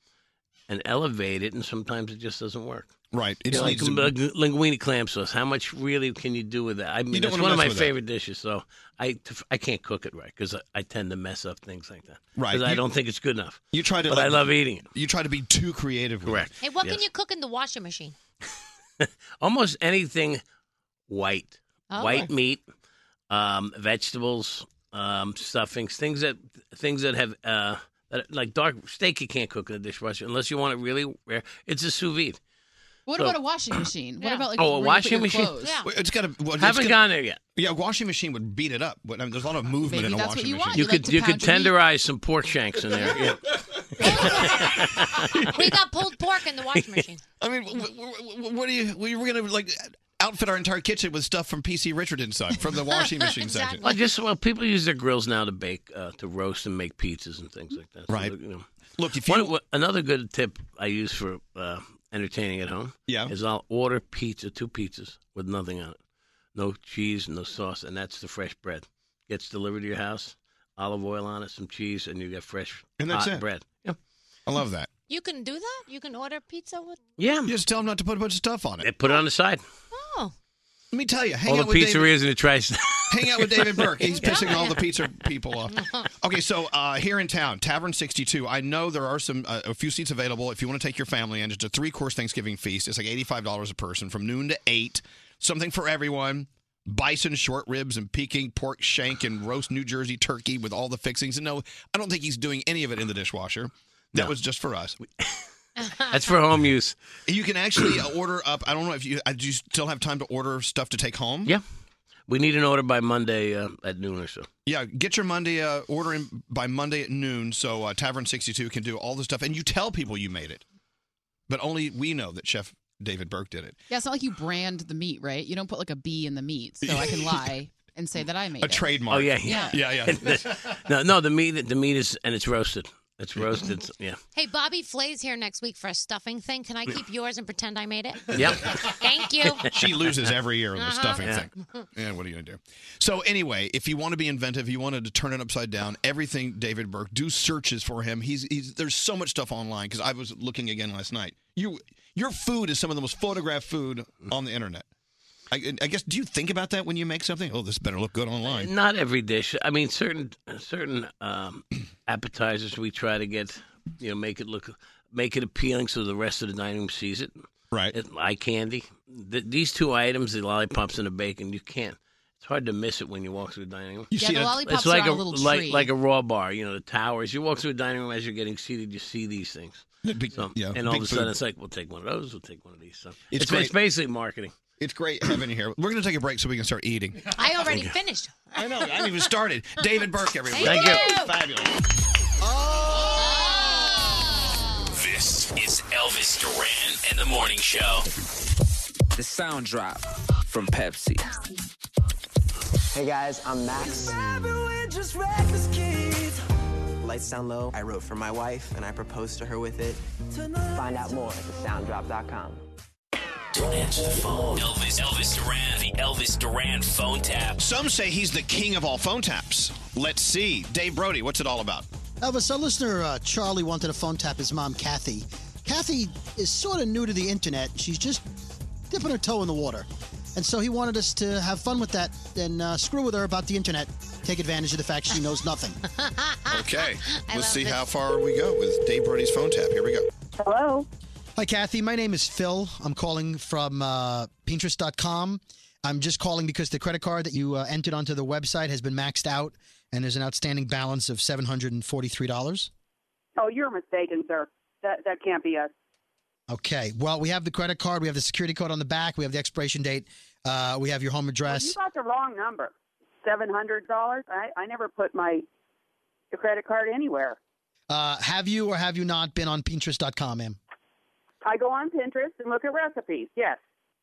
and elevate it, and sometimes it just doesn't work. Right. It It's just like needs to- lingu- linguine clam sauce. How much really can you do with that? I mean, it's don't wanna one of mess my with that. favorite dishes, so I I can't cook it right because I, I tend to mess up things like that. Right. Because I You- don't think it's good enough. You try to. But like, I love eating it. You try to be too creative. Correct. Hey, what Yes. can you cook in the washing machine? [laughs] almost anything white, Oh. white meat, um, vegetables, um, stuffings, things that things that have uh, that, like dark steak. You can't cook in the dishwasher unless you want it really rare. It's a sous vide. What So- about a washing machine? What about like oh, a where you put washing your machine? clothes? Well, It's got to. Well, it's Haven't gotta- gone there yet. Yeah, a washing machine would beat it up. But I mean, there's a lot of movement in a washing machine. You could you could tenderize some pork shanks in there. [laughs] Yeah. [laughs] [laughs] we got pulled pork in the washing machine. I mean, wh- wh- wh- what are you? We were gonna like outfit our entire kitchen with stuff from PC Richard inside from the [laughs] [laughs] washing machine section. Well, just well, people use their grills now to bake, uh, to roast and make pizzas and things like that. Right. you know. Look, if One- one- another good tip I use for uh, entertaining at home, Yeah. is I'll order pizza, two pizzas with nothing on it, no cheese, no sauce, and that's the fresh bread. Gets delivered to your house, olive oil on it, some cheese, and you get fresh And that's hot it. bread. Yeah, I love that. You can do that? You can order pizza with. Yeah, just tell them not to put a bunch of stuff on it. They put it on the side. Oh. Let me tell you, hang All out the with David, pizzerias in the trash. hang out with David Burke. He's pissing all the pizza people off. Okay, so uh, here in town, Tavern 62. I know there are some uh, a few seats available if you want to take your family in. It's a three course Thanksgiving feast. It's like eighty five dollars a person from noon to eight. Something for everyone. Bison short ribs and Peking pork shank and roast New Jersey turkey with all the fixings. And no, I don't think he's doing any of it in the dishwasher. That was just for us. [laughs] That's for home use. You can actually uh, order up. I don't know if you uh, do. You still have time to order stuff to take home? Yeah. We need an order by Monday uh, at noon or so. Yeah, get your Monday uh, order in by Monday at noon, so uh, Tavern sixty two can do all the stuff, and you tell people you made it, but only we know that Chef David Burke did it. Yeah, it's not like you brand the meat, right? You don't put like a bee in the meat, so I can lie and say that I made A it. trademark. Oh yeah, yeah, [laughs] no, no, the meat, the meat is and it's roasted. It's roasted. Yeah. Hey, Bobby Flay's here next week for a stuffing thing. Can I keep yours and pretend I made [laughs] it? Yep. Thank you. Mm. [laughs] she loses every year on the Uh-huh. stuffing Yeah. thing. Yeah, what are you gonna do? So anyway, if you want to be inventive, you wanted to turn it upside down. Everything David Burke, do searches for him. He's, he's there's so much stuff online because I was looking again last night. You your food is some of the most photographed food on the internet. I, I guess. Do you think about that when you make something? Oh, this better look good online. Not every dish. I mean, certain certain um, [clears throat] appetizers we try to get, you know, make it look, make it appealing so the rest of the dining room sees it. Right. eye candy. Th- these two items, the lollipops and the bacon, you can't. It's hard to miss it when you walk through the dining room. You Yeah, see the it. lollipops it's are like on a, a little like tree. like a raw bar. You know, the towers. You walk through a dining room as you're getting seated, you see these things. So, yeah, and all big of a sudden, food. it's like we'll take one of those, we'll take one of these. So It's it's, great. it's basically marketing. It's great having you here. We're going to take a break so we can start eating. I already [laughs] finished. I know. I haven't even started. David Burke, everyone. Thank you. Fabulous. This is Elvis Duran and the Morning Show. The sound drop from Pepsi. Hey guys, I'm Max. Lights down low. I wrote for my wife and I proposed to her with it. Find out more at thesounddrop.com. Don't answer the phone. Elvis, Elvis Duran, the Elvis Duran phone tap. Some say he's the king of all phone taps. Let's see. Dave Brody, what's it all about? Elvis, our listener uh, Charlie wanted to phone tap his mom, Kathy. Kathy is sort of new to the internet. She's just dipping her toe in the water. And so he wanted us to have fun with that and uh, screw with her about the internet. Take advantage of the fact she knows nothing. Okay. Let's see how far we go with Dave Brody's phone tap. Here we go. Hello. Hi, Kathy. My name is Phil. I'm calling from uh, Pinterest.com. I'm just calling because the credit card that you uh, entered onto the website has been maxed out, and there's an outstanding balance of $743. Oh, you're mistaken, sir. That that can't be us. Okay. Well, we have the credit card. We have the security code on the back. We have the expiration date. Uh, we have your home You address. got the wrong number. Seven hundred dollars. I I never put my credit card anywhere. Uh, have you or have you not been on Pinterest.com, ma'am? I go on Pinterest and look at recipes. Yes.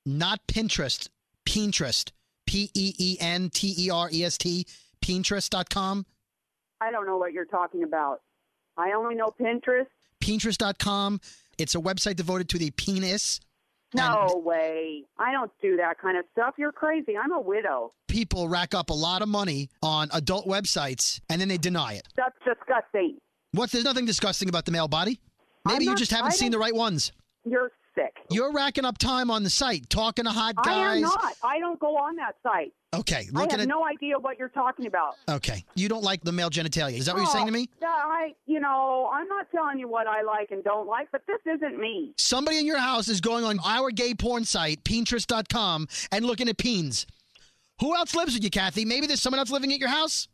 Not Pinterest. Pinterest. P E E N T E R E S T. Pinterest.com. I don't know what you're talking about. I only know Pinterest. Pinterest.com. It's a website devoted to the penis. No way. I don't do that kind of stuff. You're crazy. I'm a widow. People rack up a lot of money on adult websites and then they deny it. That's disgusting. What? There's nothing disgusting about the male body. Maybe I'm you not- just I haven't seen the don't- right ones. You're sick. You're racking up time on the site, talking to hot guys. I am not. I don't go on that site. Okay, I looking have at. no idea what you're talking about. okay, you don't like the male genitalia. Is that what you're saying to Oh, me? that I, you know, I'm not telling you what I like and don't like, but this isn't me. Somebody in your house is going on our gay porn site, Pinterest.com, and looking at peens. Who else lives with you, Kathy? Maybe there's someone else living at your house?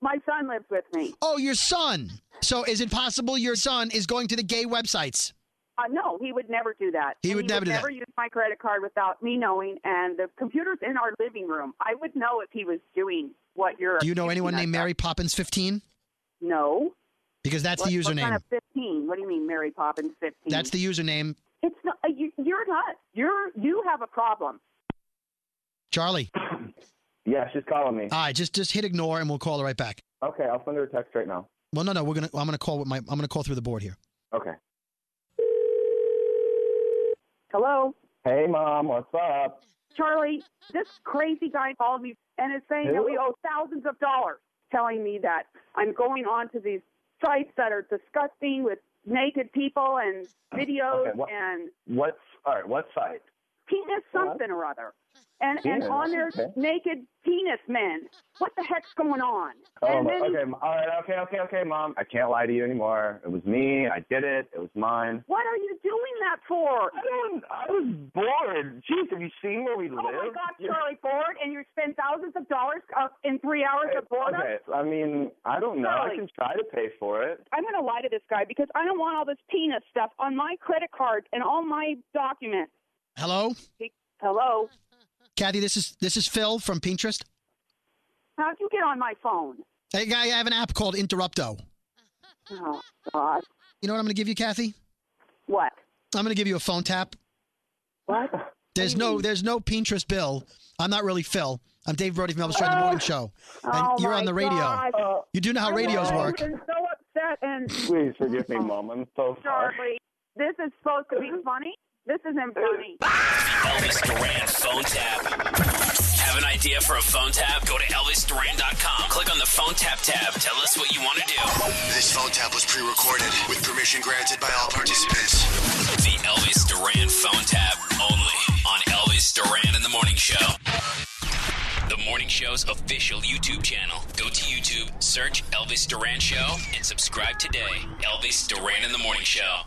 My son lives with me. Oh, your son. So is it possible your son is going to the gay websites? Uh, no, he would never do that. He And would never do that. never use my credit card without me knowing. And the computer's in our living room. I would know if he was doing what you're. Do you know anyone named accusing Mary Poppins 15? No. Because that's us- the what- username. What kind of fifteen? What do you mean, Mary Poppins fifteen? That's the username. It's not. uh, You, you're not. You're. You have a problem. [clears throat] Charlie. Yeah, she's calling me. All right, just just hit ignore and we'll call her right back. Okay, I'll send her a text right now. Well, no, no, we're gonna. I'm gonna call with my. I'm gonna call through the board here. Okay. Hello, Hey, mom, what's up? Charlie. This crazy guy called me and is saying that Who? we owe thousands of dollars. Telling me that I'm going on to these sites that are disgusting with naked people and videos Okay, what- and What's all right? What site? penis something or other. And Penis, and on there's okay. naked penis men. What the heck's going on? Oh, and my- then okay. m- All right. Okay. Okay. Okay, mom. I can't lie to you anymore. It was me. I did it. It was mine. what are you doing that for? I, was Bored. Jeez, have you seen where we Oh my live? God, Charlie, bored, and you spend thousands of dollars uh, in three hours of boredom. Okay. I mean, I don't know. I can try to pay for it. I'm going to lie to this guy because I don't want all this penis stuff on my credit card and all my documents. Hello, He- Hello, Kathy. This is this is Phil from Pinterest. how'd you get on my phone? Hey, guy, I have an app called Interrupto. Oh God. You know what I'm gonna give you, Kathy? What? I'm gonna give you a phone tap. What? There's no there's no Pinterest bill. I'm not really Phil. I'm Dave Brody from Elvis Duran, the [laughs] morning show, and Oh, you're my on the radio. God. You do know how I radios know, work. I'm so upset and Please forgive [laughs] me, mom. I'm so sorry. Charlie, this is supposed to be funny. This isn't funny. Elvis Duran phone tap. Have an idea for a phone tap? Go to ElvisDuran.com. Click on the phone tap tab. Tell us what you want to do. This phone tap was pre-recorded with permission granted by all participants. The Elvis Duran phone tap only on Elvis Duran and the Morning Show. The Morning Show's official YouTube channel. Go to YouTube, search Elvis Duran Show, and subscribe today. Elvis Duran and the Morning Show.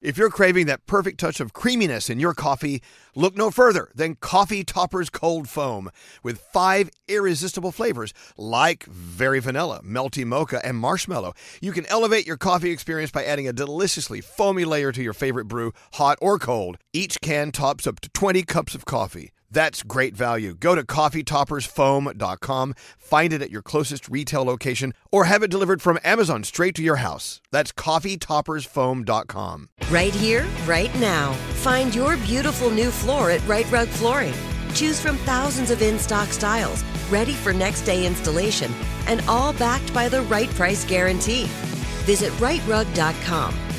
If you're craving that perfect touch of creaminess in your coffee, look no further than Coffee Topper's Cold Foam with five irresistible flavors like very vanilla, melty mocha, and marshmallow. You can elevate your coffee experience by adding a deliciously foamy layer to your favorite brew, hot or cold. Each can tops up to 20 cups of coffee. That's great value. Go to coffeetoppersfoam.com, find it at your closest retail location, or have it delivered from Amazon straight to your house. That's coffeetoppersfoam.com. Right here, right now. Find your beautiful new floor at Right Rug Flooring. Choose from thousands of in stock styles, ready for next day installation, and all backed by the right price guarantee. Visit rightrug.com.